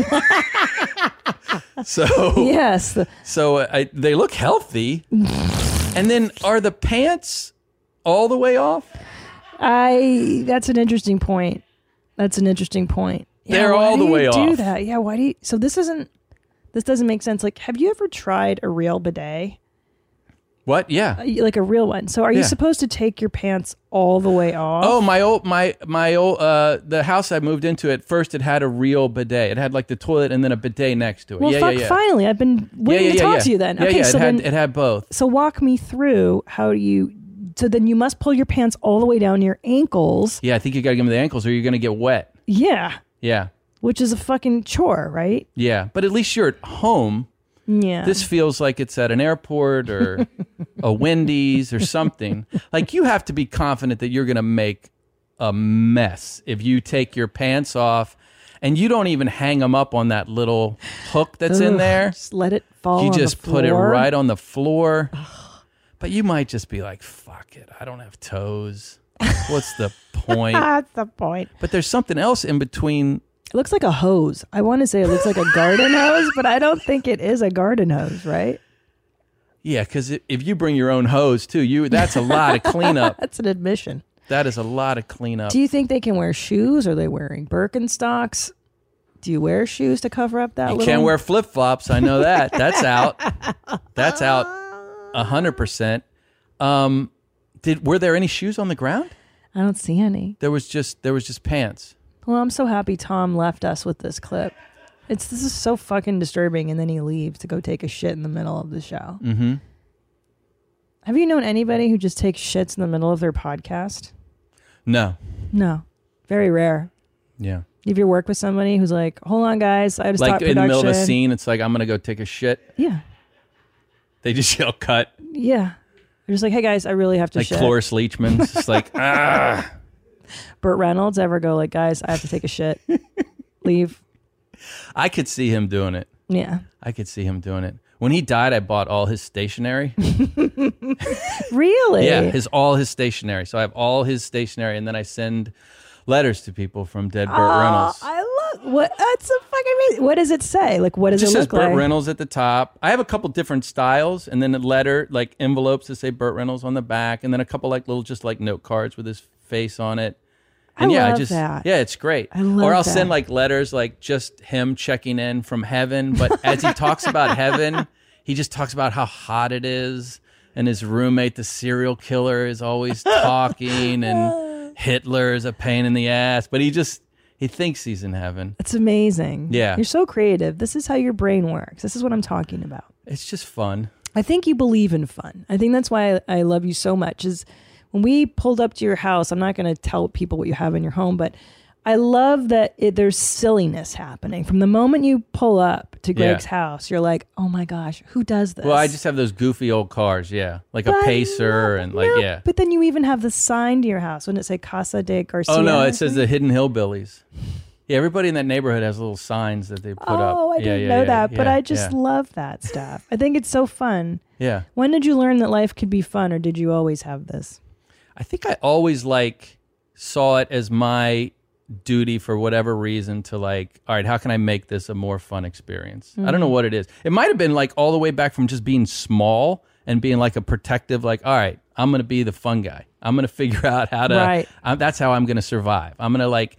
so yes, so I, they look healthy. and then are the pants all the way off? I. That's an interesting point. That's an interesting point. They're why all the do way you Do off. that? Yeah. Why do you? So this isn't. This doesn't make sense. Like, have you ever tried a real bidet? What? Yeah. Uh, Like a real one. So are you Yeah. supposed to take your pants all the way off? Oh my old my my old uh the house I moved into at first it had a real bidet. It had like the toilet and then a bidet next to it. Well, yeah, fuck. yeah, yeah. Finally, I've been yeah, waiting yeah, to talk yeah. to you. Then. Yeah, okay. yeah, so it had then, it had both. So walk me through how do you? So then you must pull your pants all the way down to your ankles. Yeah, I think you got to give them the ankles or you're going to get wet. Yeah, Yeah. which is a fucking chore, right? Yeah, but at least you're at home. Yeah. This feels like it's at an airport or a Wendy's or something. Like you have to be confident that you're going to make a mess if you take your pants off and you don't even hang them up on that little hook that's in Ugh, there. Just let it fall. you on the just put it floor. right on the floor. But you might just be like, fuck it. I don't have toes. What's the point? That's the point. But there's something else in between It looks like a hose. I want to say it looks like a garden hose, but I don't think it is a garden hose, right? Yeah, because if you bring your own hose too, you that's a lot of cleanup. That's an admission. that is a lot of cleanup. Do you think they can wear shoes? Are they wearing Birkenstocks? Do you wear shoes to cover up that? You little... can't wear flip flops. I know that. That's out. That's out. A hundred percent. Um, did were there any shoes on the ground? I don't see any. There was just there was just pants. Well, I'm so happy Tom left us with this clip. It's this is so fucking disturbing, and then he leaves to go take a shit in the middle of the show. Mm-hmm. Have you known anybody who just takes shits in the middle of their podcast? No. No, very rare. Yeah. If you work with somebody who's like, "Hold on, guys, I just Like stopped in production." the middle of a scene, it's like I'm gonna go take a shit. Yeah, They just yell cut. yeah. They're just like, "Hey guys, I really have to Like shit." Cloris Leachman. It's just like ah. Burt Reynolds ever go like, "Guys, I have to take a shit. Leave." I could see him doing it. Yeah. I could see him doing it. When he died, I bought all his stationery. Really? Yeah, his all his stationery. So I have all his stationery, and then I send letters to people from dead Burt Aw, Reynolds. I love what that's a fucking amazing. What does it say? Like, what does just it says look Burt like? Reynolds at the top. I have a couple different styles, and then a letter like envelopes that say Burt Reynolds on the back, and then a couple like little just like note cards with his face on it. I And yeah, love I just that. yeah, it's great. I love or I'll that. send like letters like just him checking in from heaven, but as he talks about heaven, he just talks about how hot it is and his roommate the serial killer is always talking and Hitler is a pain in the ass, but he just he thinks he's in heaven. It's amazing. Yeah. You're so creative. This is how your brain works. This is what I'm talking about. It's just fun. I think you believe in fun. I think that's why I, I love you so much. Is when we pulled up to your house, I'm not going to tell people what you have in your home, but I love that it, there's silliness happening from the moment you pull up to Yeah. Greg's house. You're like, oh my gosh, who does this? Well, I just have those goofy old cars, yeah, like But a Pacer and like yeah. But then you even have the sign to your house. Wouldn't it say Casa de Garcia? Oh no, or it says the Hidden Hillbillies. Yeah, everybody in that neighborhood has little signs that they put up. Oh, I Yeah, didn't yeah, know yeah, that, but yeah, I just yeah. love that stuff. I think it's so fun. Yeah. When did you learn that life could be fun, or did you always have this? I think I always like saw it as my duty for whatever reason to like, all right, how can I make this a more fun experience? I don't know Mhm. what it is. It might have been like all the way back from just being small and being like a protective, like, all right, I'm going to be the fun guy. I'm going to figure out how to, Right. I, that's how I'm going to survive. I'm going to like,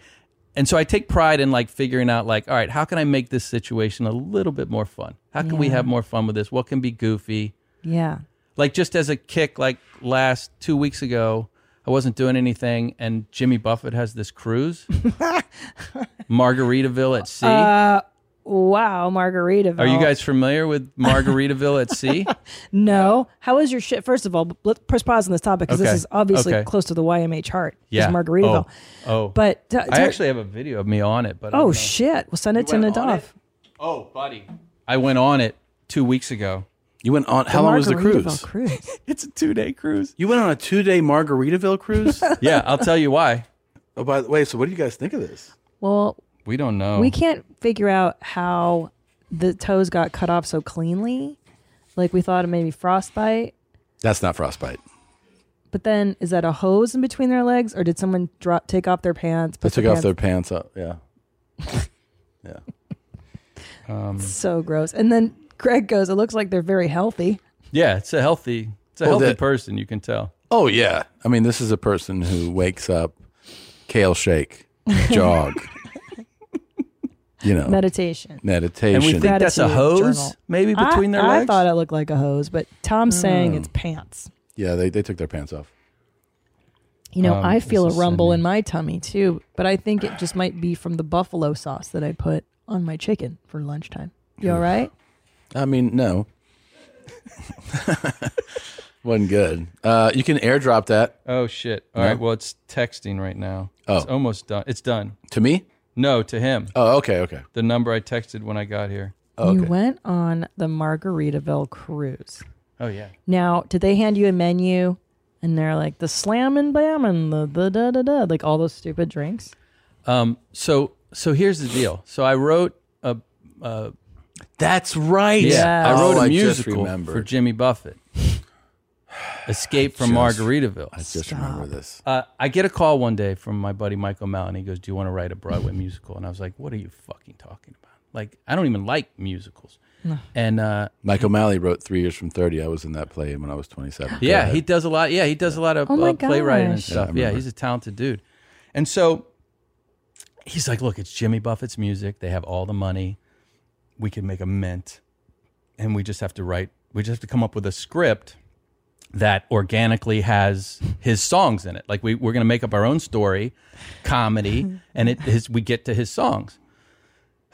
and so I take pride in like figuring out like, all right, how can I make this situation a little bit more fun? How can we Yeah. have more fun with this? What can be goofy? Yeah. like just as a kick like last two weeks ago i wasn't doing anything and jimmy buffett has this cruise margaritaville at sea Uh, oh. wow, Margaritaville. are you guys familiar with margaritaville at sea No. How is your shit? First of all, b- let's press pause on this topic because Okay. this is obviously Okay. close to the YMH heart. is yeah Margaritaville. oh, oh. But t- I t- actually have a video of me on it but I Oh don't know. shit! We'll send it to Nadav. oh buddy i went on it two weeks ago you went on how long was the cruise? It's a two day cruise. You went on a two day Margaritaville cruise? yeah, I'll tell you why. Oh, by the way, so what do you guys think of this? Well, we don't know we can't figure out how the toes got cut off so cleanly. Like we thought it may be frostbite, That's not frostbite. but then is that a hose in between their legs, or did someone drop take off their pants? They put the took off pants- their pants up. Yeah. yeah. um, So gross. And then Greg goes, "It looks like they're very healthy." yeah it's a healthy it's a Well, healthy that- person you can tell Oh yeah. I mean, this is a person who wakes up, kale shake, jog. Oh. you know, Meditation. meditation. Gratitude journal. I- I, legs? thought it looked like a hose, but Tom's saying Oh. it's pants. Yeah, they, they took their pants off. You know, Um, I feel a this is rumble in my tummy too, but I think it just might be from the buffalo sauce that I put on my chicken for lunchtime. You all right? I mean, no. Wasn't good. Uh, you can airdrop that. Oh shit! All No? right. Well, it's texting right now. Oh. It's almost done. It's done. To me? No, to him. Oh, okay, okay. The number I texted when I got here. You went on the Margaritaville cruise. Oh, yeah. Now, did they hand you a menu and they're like the slam and bam and the da da da da, like all those stupid drinks? Um. So so here's the deal. So I wrote a. a That's right. Yeah. I wrote Oh, a I just musical remembered. for Jimmy Buffett. Escape from just- Margaritaville. I just remember this. Uh, I get a call one day from my buddy Michael Mallon. He goes, "Do you want to write a Broadway musical?" And I was like, "What are you fucking talking about? Like, I don't even like musicals." No. And uh, Mike O'Malley wrote Three Years from 30. I was in that play when I was 27. Go Yeah, ahead. he does a lot. Yeah, he does a lot of Oh my uh, playwriting and gosh. stuff. Yeah, I Yeah, remember. he's a talented dude. And so he's like, "Look, it's Jimmy Buffett's music. They have all the money. We can make a mint, and we just have to write. We just have to come up with a script that organically has his songs in it. Like we we're gonna make up our own story, comedy, and it his we get to his songs."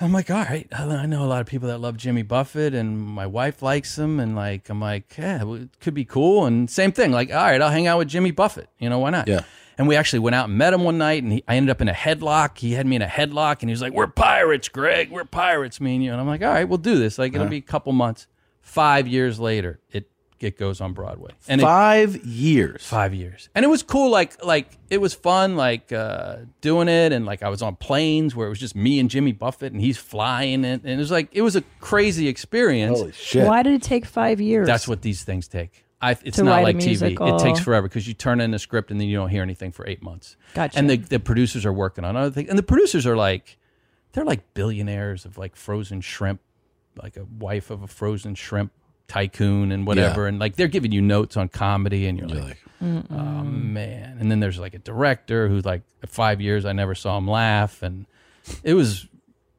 I'm like, all right, I I know a lot of people that love Jimmy Buffett, and my wife likes him, and like, I'm like, yeah, well, it could be cool, and same thing, like, all right, I'll hang out with Jimmy Buffett, you know, why not? Yeah. And we actually went out and met him one night, and he, I ended up in a headlock. He had me in a headlock, and he was like, "We're pirates, Greg. We're pirates, me and you." And I'm like, all right, we'll do this. Like, it'll Uh-huh. be a couple months. Five years later, it it goes on Broadway, and it, five years. Five years. and it was cool like like it was fun like uh doing it and like i was on planes where it was just me and jimmy buffett and he's flying it and it was like it was a crazy experience holy Why did it take five years? that's what these things take I, it's To not write a like tv musical. it takes forever because you turn in a script and then you don't hear anything for eight months Gotcha. and the, the producers are working on other things and the producers are like they're like billionaires of like frozen shrimp like a wife of a frozen shrimp tycoon and whatever and like they're giving you notes on comedy and you're like Oh Mm. man! And then there's like a director who, like, at five years I never saw him laugh, and it was.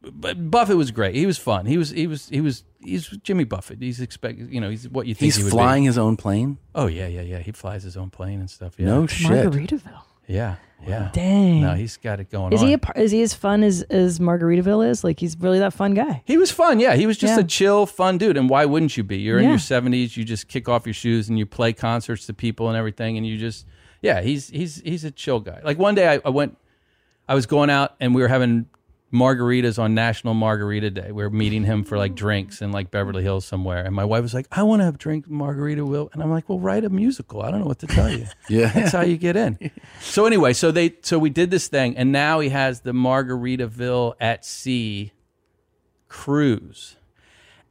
But Buffett was great. He was fun. He was. He was. He was. He's Jimmy Buffett. He's expect. You know. He's what you think. He's he would flying Be. his own plane? Oh yeah, yeah, yeah. He flies his own plane and stuff. Yeah. No shit. Margaritaville. Yeah, yeah. Dang. No, he's got it going Is on. he a, par- is he as fun as as Margaritaville is? Like he's really that fun guy. He was fun, yeah. He was just Yeah. a chill, fun dude. And why wouldn't you be? You're in Yeah. your seventies. You just kick off your shoes and you play concerts to people and everything. And you just, yeah, he's he's he's a chill guy. Like one day I, I went, I was going out and we were having margaritas on National Margarita Day. We were meeting him for like drinks in like Beverly Hills somewhere. And my wife was like, I want to have drink margarita will and I'm like, Well, write a musical. I don't know what to tell you. Yeah. That's how you get in. So anyway, so they so we did this thing and now he has the Margaritaville at sea cruise.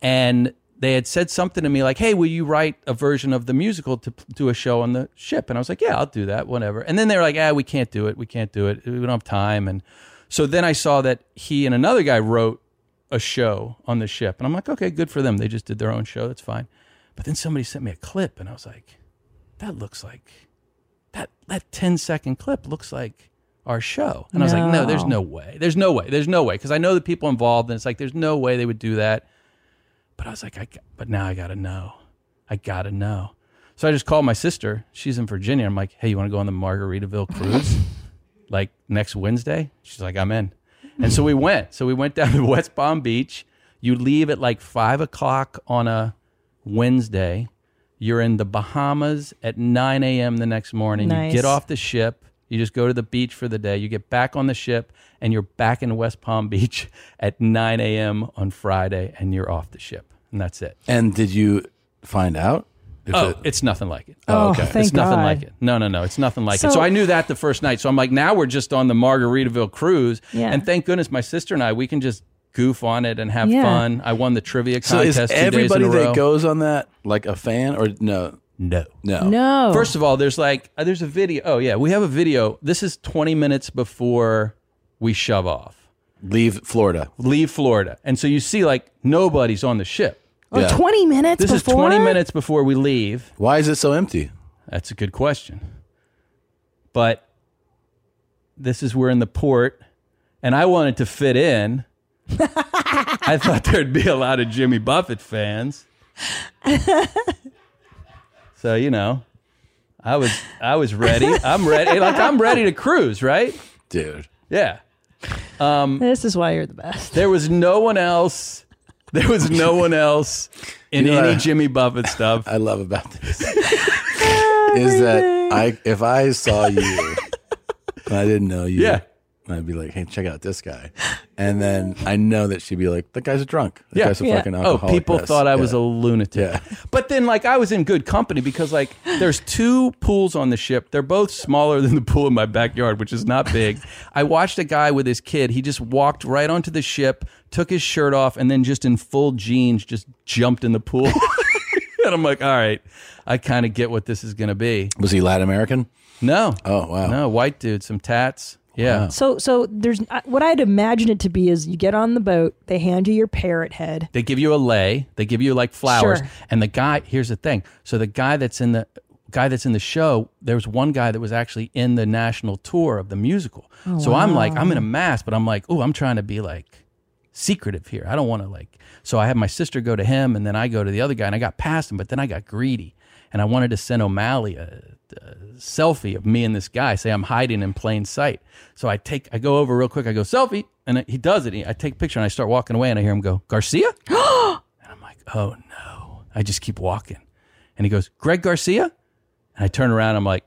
And they had said something to me like, "Hey, will you write a version of the musical to do a show on the ship?" And I was like, "Yeah, I'll do that, whatever." And then they were like, "Ah, we can't do it. We can't do it. We don't have time." And so then I saw that he and another guy wrote a show on the ship, and I'm like, "Okay, good for them. They just did their own show. That's fine." But then somebody sent me a clip, and I was like, "That looks like that that 10 second clip looks like our show." And I was like, "No, there's no No. way. There's no way. There's no way." Because I know the people involved, and it's like, "There's no way they would do that." But I was like, I, g- but now I gotta know. I gotta know. So I just called my sister. She's in Virginia. I'm like, hey, you wanna go on the Margaritaville cruise? like next Wednesday? She's like, I'm in. And so we went. So we went down to West Palm Beach. You leave at like five o'clock on a Wednesday. You're in the Bahamas at 9 a.m. the next morning. Nice. You get off the ship. You just go to the beach for the day. You get back on the ship and you're back in West Palm Beach at 9 a.m. on Friday and you're off the ship. And that's it. And did you find out? if oh, it- it's nothing like it. Oh, Oh, okay. it's thank nothing God. like it. No, no, no. It's nothing like it. So So- I knew that the first night. So I'm like, now we're just on the Margaritaville cruise. Yeah. And thank goodness my sister and I, we can just goof on it and have Yeah. fun. I won the trivia so contest is two days in everybody a row. that goes on that like a fan or no? No. No. First of all, there's like uh, there's a video. Oh yeah, we have a video. This is 20 minutes before we shove off. Leave Florida. Leave Florida. And so you see like nobody's on the ship. Oh, 20 minutes This before? is 20 minutes before we leave. Why is it so empty? That's a good question. But this is we're in the port and I wanted to fit in. I thought there'd be a lot of Jimmy Buffett fans. so, you know, I was I was ready. I'm ready. Like I'm ready to cruise, right? Dude. Yeah. Um This is why you're the best. there was no one else. There was no one else in You know, any I- Jimmy Buffett stuff. I love about this is that I if I saw you and I didn't know you, Yeah. I'd be like, hey, check out this guy, and then I know that she'd be like, that guy's a drunk. That guy's a fucking oh, alcoholic. people Yes. thought I was Yeah. a lunatic. But then, like, I was in good company because, like, there's two pools on the ship. They're both smaller than the pool in my backyard, which is not big. I watched a guy with his kid. He just walked right onto the ship, took his shirt off, and then just in full jeans, just jumped in the pool. and I'm like, all right, I kind of get what this is going to be. Was he Latin American? No. Oh wow. No, white dude, some tats. Yeah. So, so there's I- what I'd imagine it to be is you get on the boat, they hand you your parrot head. They give you a lay. They give you like flowers. Sure. And the guy, here's the thing. So the guy that's in the guy that's in the show, there was one guy that was actually in the national tour of the musical. Oh, so I'm like, wow. I'm in a mask, but I'm like, oh, I'm trying to be like secretive here. I don't want to like. So I had my sister go to him, and then I go to the other guy, and I got past him, but then I got greedy, and I wanted to send O'Malley a, a selfie of me and this guy, say I'm hiding in plain sight. So I take, I go over real quick, I go selfie, and he does it. He- I take a picture, and I start walking away, and I hear him go Garcia. oh no. I just keep walking. And he goes, Greg Garcia? And I turn around, I'm like,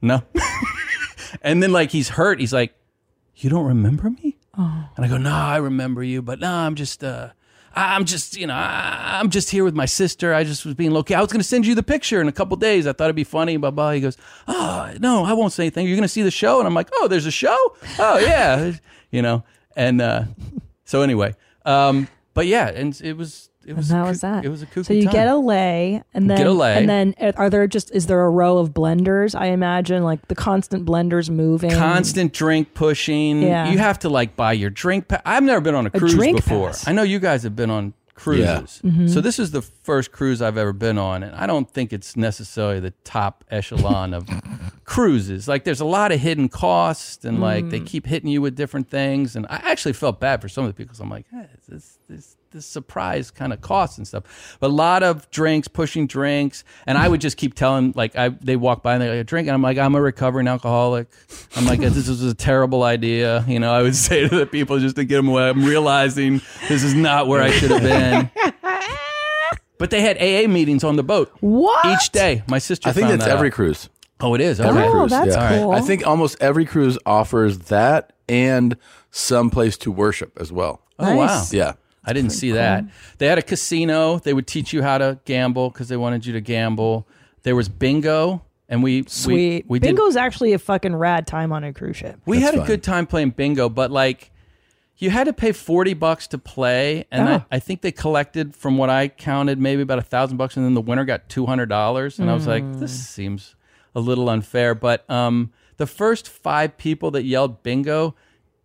no. and then like he's hurt. He's like, You don't remember me? Oh. And I go, No, I remember you, but no, I'm just uh I- I'm just, you know, I- I'm just here with my sister. I just was being low key. I was going to send you the picture in a couple days. I thought it'd be funny, blah, blah. He goes, Oh, no, I won't say anything. You're going to see the show. And I'm like, Oh, there's a show? Oh, yeah. you know, and uh, so anyway. Um, but yeah, and it was, it was, and that was that. it was a kooky So you time. get a lay, and then Get a lay. and then uh, are there just is there a row of blenders? I imagine like the constant blenders moving. constant drink pushing. Yeah. You have to like buy your drink. Pa- I've never been on a A cruise drink before. I know you guys have been on cruises. Yeah. Mhm. So this is the first cruise I've ever been on and I don't think it's necessarily the top echelon of cruises. Like there's a lot of hidden costs and like they Mm. keep hitting you with different things and I actually felt bad for some of the people 'cause I'm like, eh, this this this surprise kind of costs and stuff. But a lot of drinks, pushing drinks, and I would just keep telling like I they walk by and they like, a drink, and I'm like, I'm a recovering alcoholic. I'm like, this is a terrible idea. You know, I would say to the people just to get them away. I'm realizing this is not where I should have been. But they had AA meetings on the boat. What? Each day, my sister. I think found that's that every out. cruise. Oh, it is. Every Okay. cruise, All yeah. right. I think almost every cruise offers that and some place to worship as well. Oh wow! Yeah. I didn't see that. They had a casino. They would teach you how to gamble because they wanted you to gamble. There was bingo, and we Sweet. we, we did Bingo's actually a fucking rad time on a cruise ship. we had a good time playing bingo, but like you had to pay 40 bucks to play. And Oh. I, I think they collected, from what I counted, maybe about a thousand bucks. And then the winner got $200. And I was like, this seems a little unfair. But um, the first five people that yelled bingo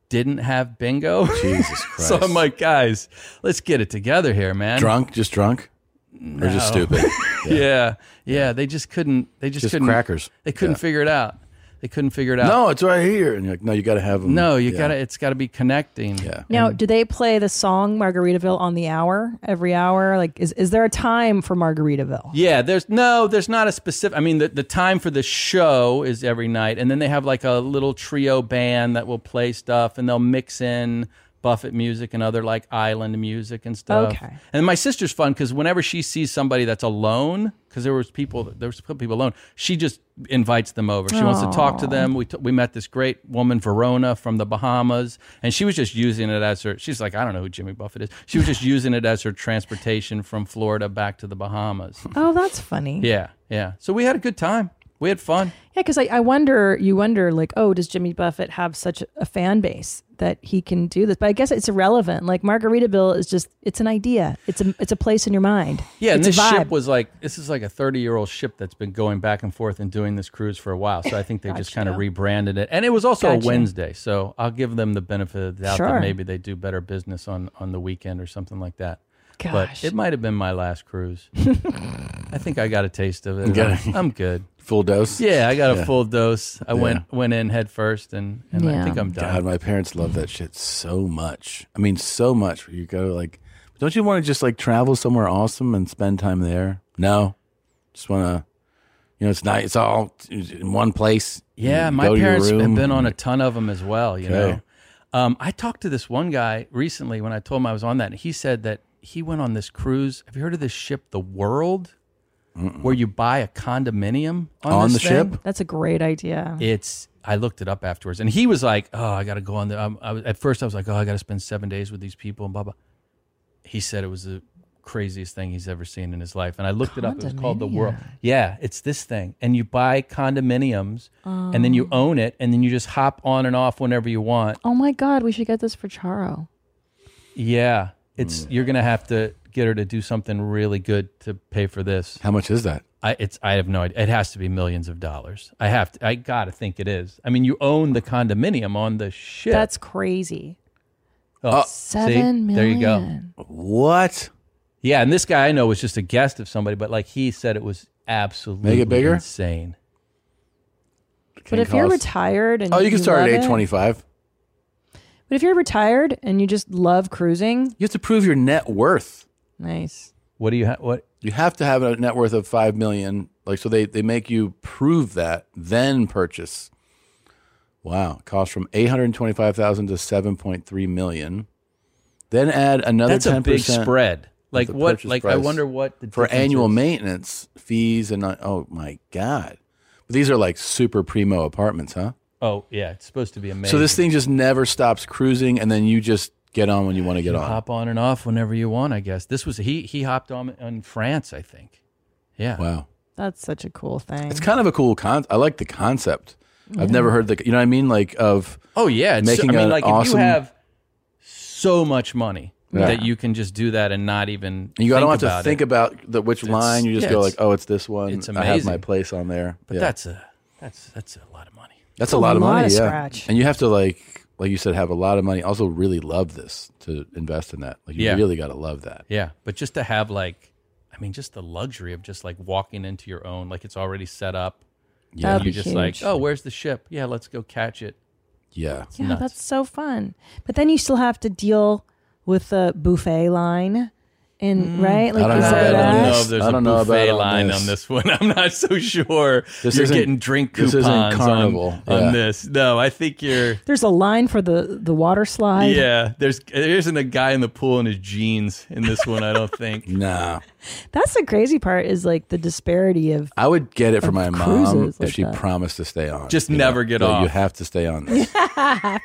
didn't have bingo. Jesus Christ. so I'm like, guys, let's get it together here, man. Drunk, just drunk, or just No. stupid. yeah. yeah. They just couldn't, they just, Just couldn't, crackers. They couldn't Yeah. figure it out. They couldn't figure it out. No, it's right here, and you're like, no, you got to have them. No, you Yeah. gotta. It's gotta be connecting. Yeah. Now, do they play the song Margaritaville on the hour every hour? Like, is, is there a time for Margaritaville? Yeah. There's no. There's not a specific. I mean, the the time for the show is every night, and then they have like a little trio band that will play stuff, and they'll mix in Buffett music and other like island music and stuff. Okay. And my sister's fun because whenever she sees somebody that's alone, because there was people, there was people alone, she just invites them over. She wants to talk to Aw. them. We t- we met this great woman Verona from the Bahamas, and she was just using it as her. She's like, I don't know who Jimmy Buffett is. She was just using it as her transportation from Florida back to the Bahamas. Oh, that's funny. Yeah, yeah. So we had a good time. We had fun. Yeah, because I, I wonder, you wonder, like, oh, does Jimmy Buffett have such a fan base that he can do this? But I guess it's irrelevant. Like, Margaritaville is just, it's an idea. It's a, it's a place in your mind. Yeah, and this it's a vibe. ship was like this is like a thirty-year-old ship that's been going back and forth and doing this cruise for a while. So I think they just kind of rebranded it, and it was also Gotcha. a Wednesday. So I'll give them the benefit of the doubt Sure. that maybe they do better business on on the weekend or something like that. Gosh. But it might have been my last cruise. I think I got a taste of You it. got I'm, a- I'm good. Full dose. Yeah, I got a Yeah. full dose. I Yeah. went went in head first, and, and I think I'm done. God, my parents love that shit so much. I mean, so much. Where you go like, don't you want to just like travel somewhere awesome and spend time there? No, just want to. You know, it's nice. It's all in one place. Yeah, You my go to your parents have room. been on a ton of them as well. You Okay. know, um, I talked to this one guy recently when I told him I was on that, and he said that he went on this cruise. Have you heard of this ship, the World, where you buy a condominium on, this thing? That's a great idea. It's. I looked it up afterwards, and he was like, "Oh, I got to go on the." Um, I was, at first, I was like, "Oh, I got to spend seven days with these people," and blah blah. He said it was the craziest thing he's ever seen in his life, and I looked it up. It was called the World. Yeah, it's this thing, and you buy condominiums, and then you own it, and then you just hop on and off whenever you want. Oh my God, we should get this for Charo. Yeah, it's you're gonna have to get her to do something really good to pay for this. How much is that? I it's I have no idea. It has to be millions of dollars. I have to. I gotta think it is. I mean, you own the condominium on the ship. That's crazy. Oh, Seven see? There you go. million. What? Yeah, and this guy I know was just a guest of somebody, but like he said, it was absolutely Make it bigger? insane. But if you're retired and oh, you can start love at it- age twenty five. But if you're retired and you just love cruising, You have to prove your net worth. Nice. What do you have? What you have to have a net worth of five million. Like so, they they make you prove that, then purchase. Wow, cost from eight hundred twenty five thousand to seven point three million. Then add another. That's a 10% big spread. of Like the what- purchase like, I price wonder what the for difference annual is. maintenance fees and not, oh my god, but these are like super primo apartments, huh? Oh yeah, it's supposed to be amazing. So this thing just never stops cruising, and then you just get on when you want to get You on. hop on and off whenever you want. I guess this was he. He hopped on in France, I think. Yeah. Wow. That's such a cool thing. It's kind of a cool con. I like the concept. I've Yeah. never heard the. You know what I mean? Like of. Oh yeah, it's making so, I mean, an like awesome. if you have so much money Yeah. that you can just do that and not even you don't think have to about think it. about the, which It's- line. You just yeah, go like, it's- oh, it's this one. it's I have my amazing. place on there. But Yeah. that's a that's that's a lot of money. that's a lot of money. of yeah. scratch. And you have to like, like you said, have a lot of money. Also, really love this to invest in that. Like you Yeah. really got to love that. Yeah, but just to have like, I mean, just the luxury of just like walking into your own, like it's already set up. Yeah. Yeah, That'd you be just huge. like, oh, where's the ship? Yeah, let's go catch it. Yeah. yeah, that's so fun. But then you still have to deal with the buffet line and Mm. right, like I is don't, know, that I don't us? know if there's I don't a know about buffet all line this. on this one. I'm not so sure. This you're isn't- getting drink this coupons isn't on- Carnival. on, Yeah. this. No, I think you're. There's a line for the the water slide. Yeah, there's there isn't a guy in the pool in his jeans in this one. I don't think. nah, That's the crazy part is like the disparity of I would get it for Of my mom cruises if like she that. promised to stay on. Just You never get that You off. have to stay on. This.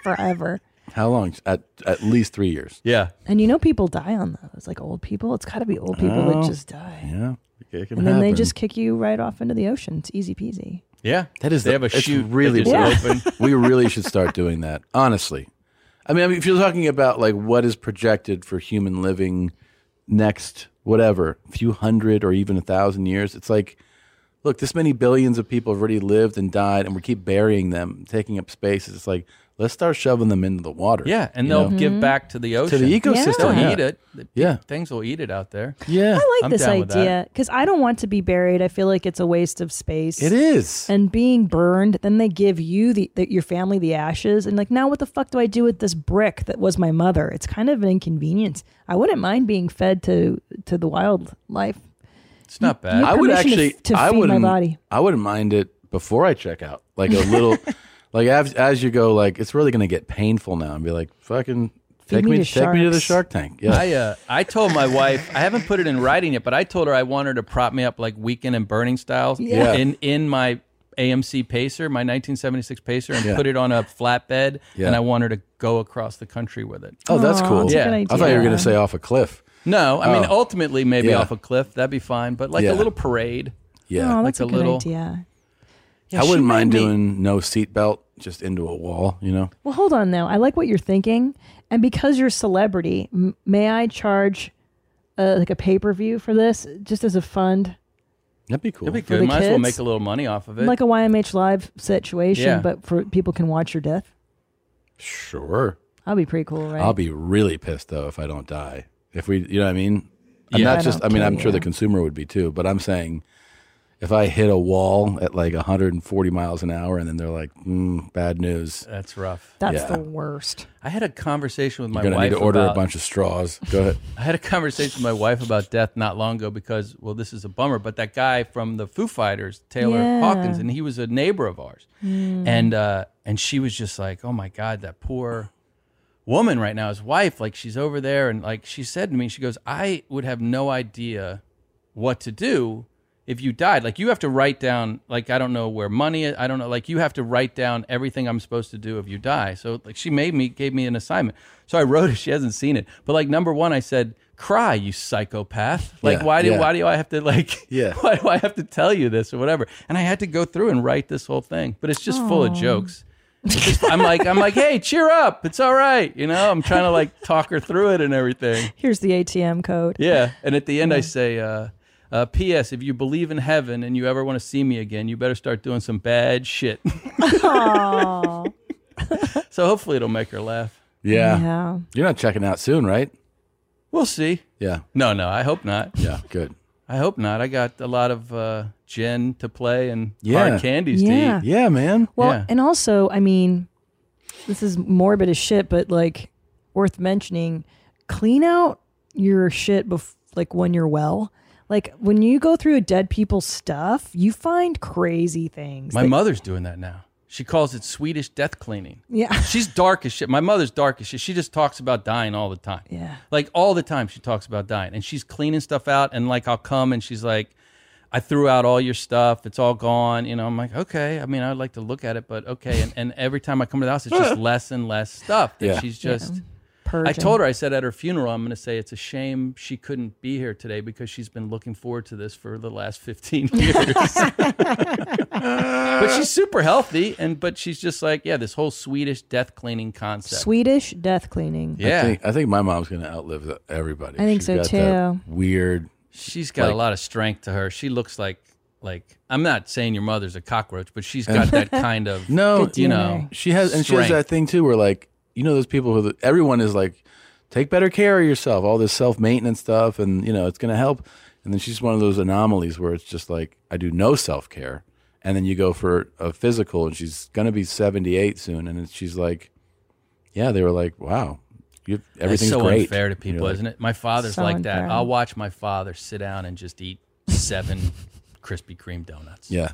forever. How long? At at least three years. Yeah. And you know, people die on those, like old people. It's got to be old people Oh. that just die. Yeah. It can And then they happen. just kick you right off into the ocean. It's easy peasy. Yeah, that is. They the- have a it's chute that Really, just weird. open. we really should start doing that. Honestly, I mean, I mean, if you're talking about like what is projected for human living next, whatever, few hundred or even a thousand years, it's like, look, this many billions of people have already lived and died, and we keep burying them, taking up spaces. It's like let's start shoving them into the water. Yeah, and you they'll know? give back to the To ocean, the ecosystem, They'll yeah. eat it. The Yeah. things will eat it out there. Yeah, I like I'm this down with that. idea because I don't want to be buried. I feel like it's a waste of space. It is. And being burned, then they give you the, the your family the ashes, and like now, what the fuck do I do with this brick that was my mother? It's kind of an inconvenience. I wouldn't mind being fed to to the wildlife. It's not bad. I would permission to actually. f- to I feed my wouldn't. body. I wouldn't mind it before I check out. Like a little, like as, as you go, like it's really going to get painful now, and be like, fucking take me me, to take me to the Shark sharks. Tank. Yeah, I uh, I told my wife I haven't put it in writing yet, but I told her I want her to prop me up like Weekend and Burning Styles Yeah. in in my AMC Pacer, my 1976 Pacer, and Yeah. put it on a flatbed, Yeah. and I want her to go across the country with it. oh, that's cool. yeah, I thought you were going to say off a cliff. No, I mean Oh. ultimately maybe Yeah. off a cliff that'd be fine, but like Yeah. a little parade. Yeah. Oh, like that's a, a good little. idea. I she wouldn't made mind me- doing no seatbelt, just into a wall. You know, Well, hold on now. I like what you're thinking, and because you're a celebrity, m- may I charge uh, like a pay per view for this, just as a fund? that'd be cool. That'd be For good. the Might as well kids? make a little money off of it. like a YMH live situation, Yeah. but for people can watch your death. Sure. That'd be pretty cool, right? I'll be really pissed though if I don't die. If we, you know what I mean? I'm Yeah. not I just, I don't mean, care, I'm sure the yeah. consumer would be too, but I'm saying if I hit a wall at like 140 miles an hour and then they're like, mm, bad news. That's rough. That's Yeah. the worst. I had a conversation with my You're going to need wife to order about, a bunch of straws. Go ahead. I had a conversation with my wife about death not long ago because, well, this is a bummer, but that guy from the Foo Fighters, Taylor Yeah. Hawkins, and he was a neighbor of ours, Hmm. Mm. and uh, and she was just like, oh my god, that poor woman right now, his wife, like she's over there, and like she said to me, she goes, I would have no idea what to do if you died. Like you have to write down, like I don't know where money is, I don't know, like you have to write down everything I'm supposed to do if you die. So like she made me gave me an assignment. So I wrote it. She hasn't seen it, but like number one, I said, "Cry, you psychopath! Like Yeah, why do yeah. why do I have to like Yeah. why do I have to tell you this or whatever?" And I had to go through and write this whole thing, but it's just full of Aw. jokes. It's just- I'm like I'm like, hey, cheer up! It's all right, you know. I'm trying to like talk her through it and everything. Here's the ATM code. Yeah. And at the end, I say, uh, uh, P.S. If you believe in heaven and you ever want to see me again, you better start doing some bad shit. so hopefully it'll make her laugh. Yeah. Yeah. You're not checking out soon, right? We'll see. Yeah. No, no, I hope not. Yeah. Good. I hope not. I got a lot of uh, gin to play and Yeah. hard candies Yeah. to eat. Yeah, man. Well, Yeah. and also, I mean, this is morbid as shit, but like worth mentioning. Clean out your shit bef- like when you're well. Like when you go through dead people's stuff, you find crazy things. My that- mother's doing that now. She calls it Swedish death cleaning. Yeah. She's dark as shit. My mother's dark as shit. She just talks about dying all the time. Yeah. Like all the time she talks about dying and she's cleaning stuff out and like I'll come and she's like I threw out all your stuff. It's all gone. You know, I'm like, okay. I mean, I'd like to look at it, but okay. And, and every time I come to the house, it's just less and less stuff. That Yeah. She's Yeah. just. I Purging. told her, I said at her funeral, I'm going to say it's a shame she couldn't be here today because she's been looking forward to this for the last 15 years. but she's super healthy. And, but she's just like, yeah, this whole Swedish death cleaning concept. Swedish death cleaning. I think, I think my mom's going to outlive the- everybody. I think She's so, got that too. Weird. She's got like, a lot of strength to her. She looks like like I'm not saying your mother's a cockroach, but she's got that kind of no, you know. she has, and she has strength. that thing too, where like you know those people who everyone is like, take better care of yourself, all this self maintenance stuff, and you know it's gonna help. And then she's one of those anomalies where it's just like I do no self care, and then you go for a physical, and she's gonna be seventy eight soon, and it's, she's like, yeah, they were like, wow, You, That's everything's so great. unfair to people, You're like- isn't it? My father's So like that. unfair. I'll watch my father sit down and just eat seven Krispy Kreme donuts. Yeah.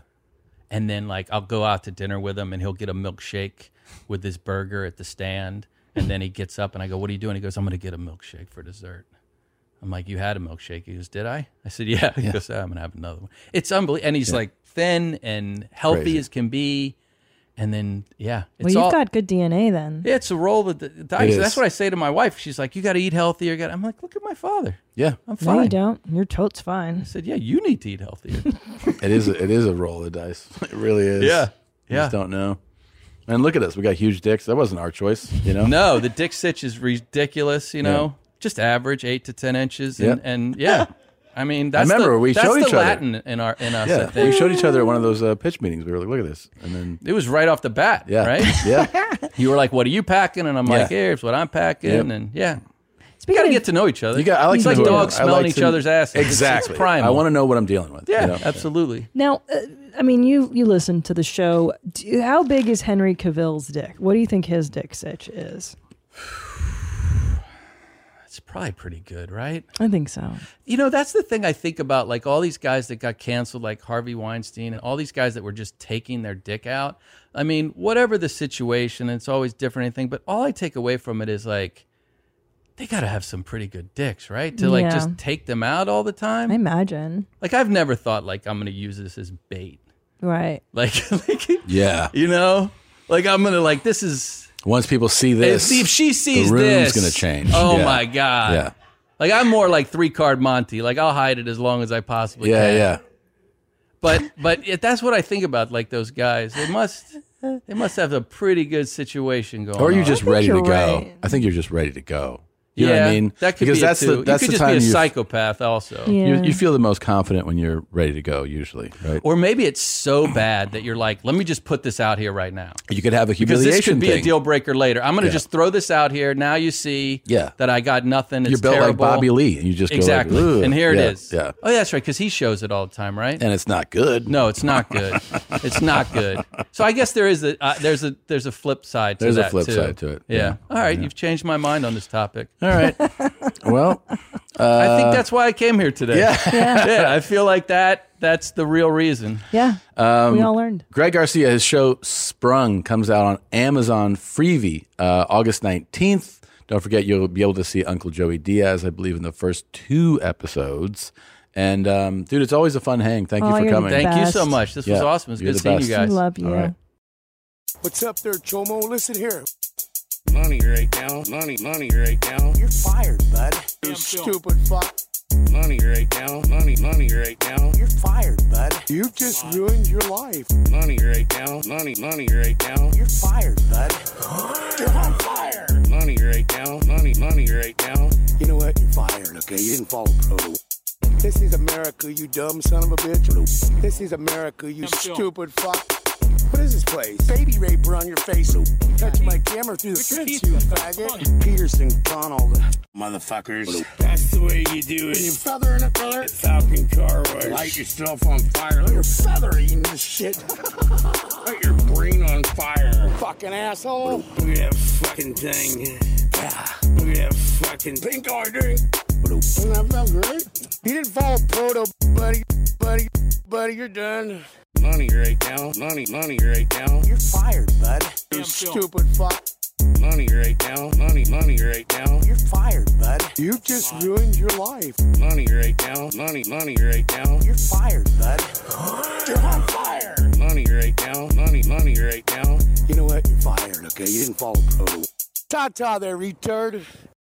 And then like I'll go out to dinner with him and he'll get a milkshake with his burger at the stand. And then he gets up and I go, What are you doing? He goes, I'm gonna get a milkshake for dessert. I'm like, You had a milkshake. He goes, Did I? I said, Yeah. He Yeah. goes, "Ah, I'm gonna have another one. It's unbelievable. And he's Yeah. like thin and healthy Crazy. as can be. And then yeah, well, it's you've all got good DNA then. yeah, it's a roll of the the It dice. is. That's what I say to my wife. She's like, "You got to eat healthier." Gotta-" I'm like, "Look at my father. Yeah. I'm No, you fine." don't. Your tote's fine. I said, "Yeah, you need to eat healthier." it is it is a roll of dice. It really is. Yeah. We Yeah. just don't know. And look at us. We got huge dicks. That wasn't our choice, you know. no, the dick sitch is ridiculous. You Yeah. know, just average eight to ten inches, and, Yeah. and yeah, I mean that's I remember the, we that's showed the each Latin other in our in us. I Yeah, think. we showed each other at one of those uh, pitch meetings. We were like, "Look at this," and then It was right off the bat, Yeah. right? Yeah. you were like, "What are you packing?" And I'm like, Yeah. "Here's what I'm packing," Yep. and yeah. You got to get to know each other. you got. I like it's to like know who I dogs am. I like smelling each to- other's asses. It's- Exactly. It's, primal. I want to know what I'm dealing with. you Yeah, know? absolutely. Now, uh, I mean, you you listen to the show. Do, how big is Henry Cavill's dick? What do you think his dick sitch is? It's probably pretty good, right? I think so. You know, that's the thing I think about. Like all these guys that got canceled, like Harvey Weinstein, and all these guys that were just taking their dick out. I mean, whatever the situation, it's always different, anything. But all I take away from it is like, they got to have some pretty good dicks, right? To like Yeah. just take them out all the time. I imagine. like I've never thought like I'm going to use this as bait. Right. Like, like Yeah. you know, like I'm going to like this is Once people see this, if, see, if she sees the room's this, going to change. Oh Yeah. my god! Yeah. like I'm more like three card Monty. Like I'll hide it as long as I possibly Yeah, can. yeah. But but it, that's what I think about. Like those guys, they must they must have a pretty good situation going. Or are you on. just ready to go? I think you're just ready to go. You know what I Yeah, mean? That could because be it, that's too. the that's you could the just time be a you- psychopath also. you, you feel the most confident when you're ready to go. Usually, right? Or maybe it's so bad that you're like, let me just put this out here right now. You could have a Because humiliation this could be thing. a deal breaker later. I'm going to Yeah. just throw this out here. Now you see Yeah. that I got nothing. It's You're built like terrible. Bobby Lee, and you just go like, exactly. "Ugh." and here Yeah, it is. yeah. Oh, yeah, that's right. Because he shows it all the time, right? And it's not good. No, it's not good. it's not good. So I guess there is a uh, there's a there's a flip side to There's a that, flip too. side to it. Yeah. Yeah. Uh, All right, you've changed my mind on this topic. All right. well, I think uh, that's why I came here today. Yeah. yeah. I feel like that that's the real reason. Yeah. Um, We all learned. Greg Garcia, his show Sprung comes out on Amazon Freebie uh, August 19th. Don't forget, you'll be able to see Uncle Joey Diaz, I believe, in the first two episodes. And, um, dude, it's always a fun hang. Thank Oh, you for you're the coming. Thank you so best. much. This was awesome. It's you're good the seeing you best. guys. Love All you. right. What's up there, Chomo? Listen here. Money right now. Money, money right now. You're fired, bud. You Stupid fuck. Money right now. Money, money right now. You're fired, bud. You've just ruined your life. Money right now. Money, money right now. You're fired, bud. You're on fire. Money right now. Money, money right now. You know what? You're fired, okay? You didn't follow pro. This is America, you dumb son of a bitch. This is America, you stupid fuck. What is this place? Baby raper on your face. Touch my camera through the fence, you faggot. Peterson, Donald. Motherfuckers. That's the way you do it. You feather in a color. Falcon car wash. Light yourself on fire. Let your Feather eating this shit. Light your brain on fire. Fucking asshole. Look at that fucking thing. Look at that fucking pink eye drink. Doesn't that feel great? You didn't follow proto, buddy, buddy, buddy. You're done. Money right now. Money, money right now. You're fired, bud. You stupid fuck. Money right now. Money, money right now. You're fired, bud. You've just ruined your life. Money right now. Money, money right now. You're fired, bud. You're on fire. Money right now. Money, money right now. You know what? You're fired, okay? You didn't follow pro. Ta ta there, retard.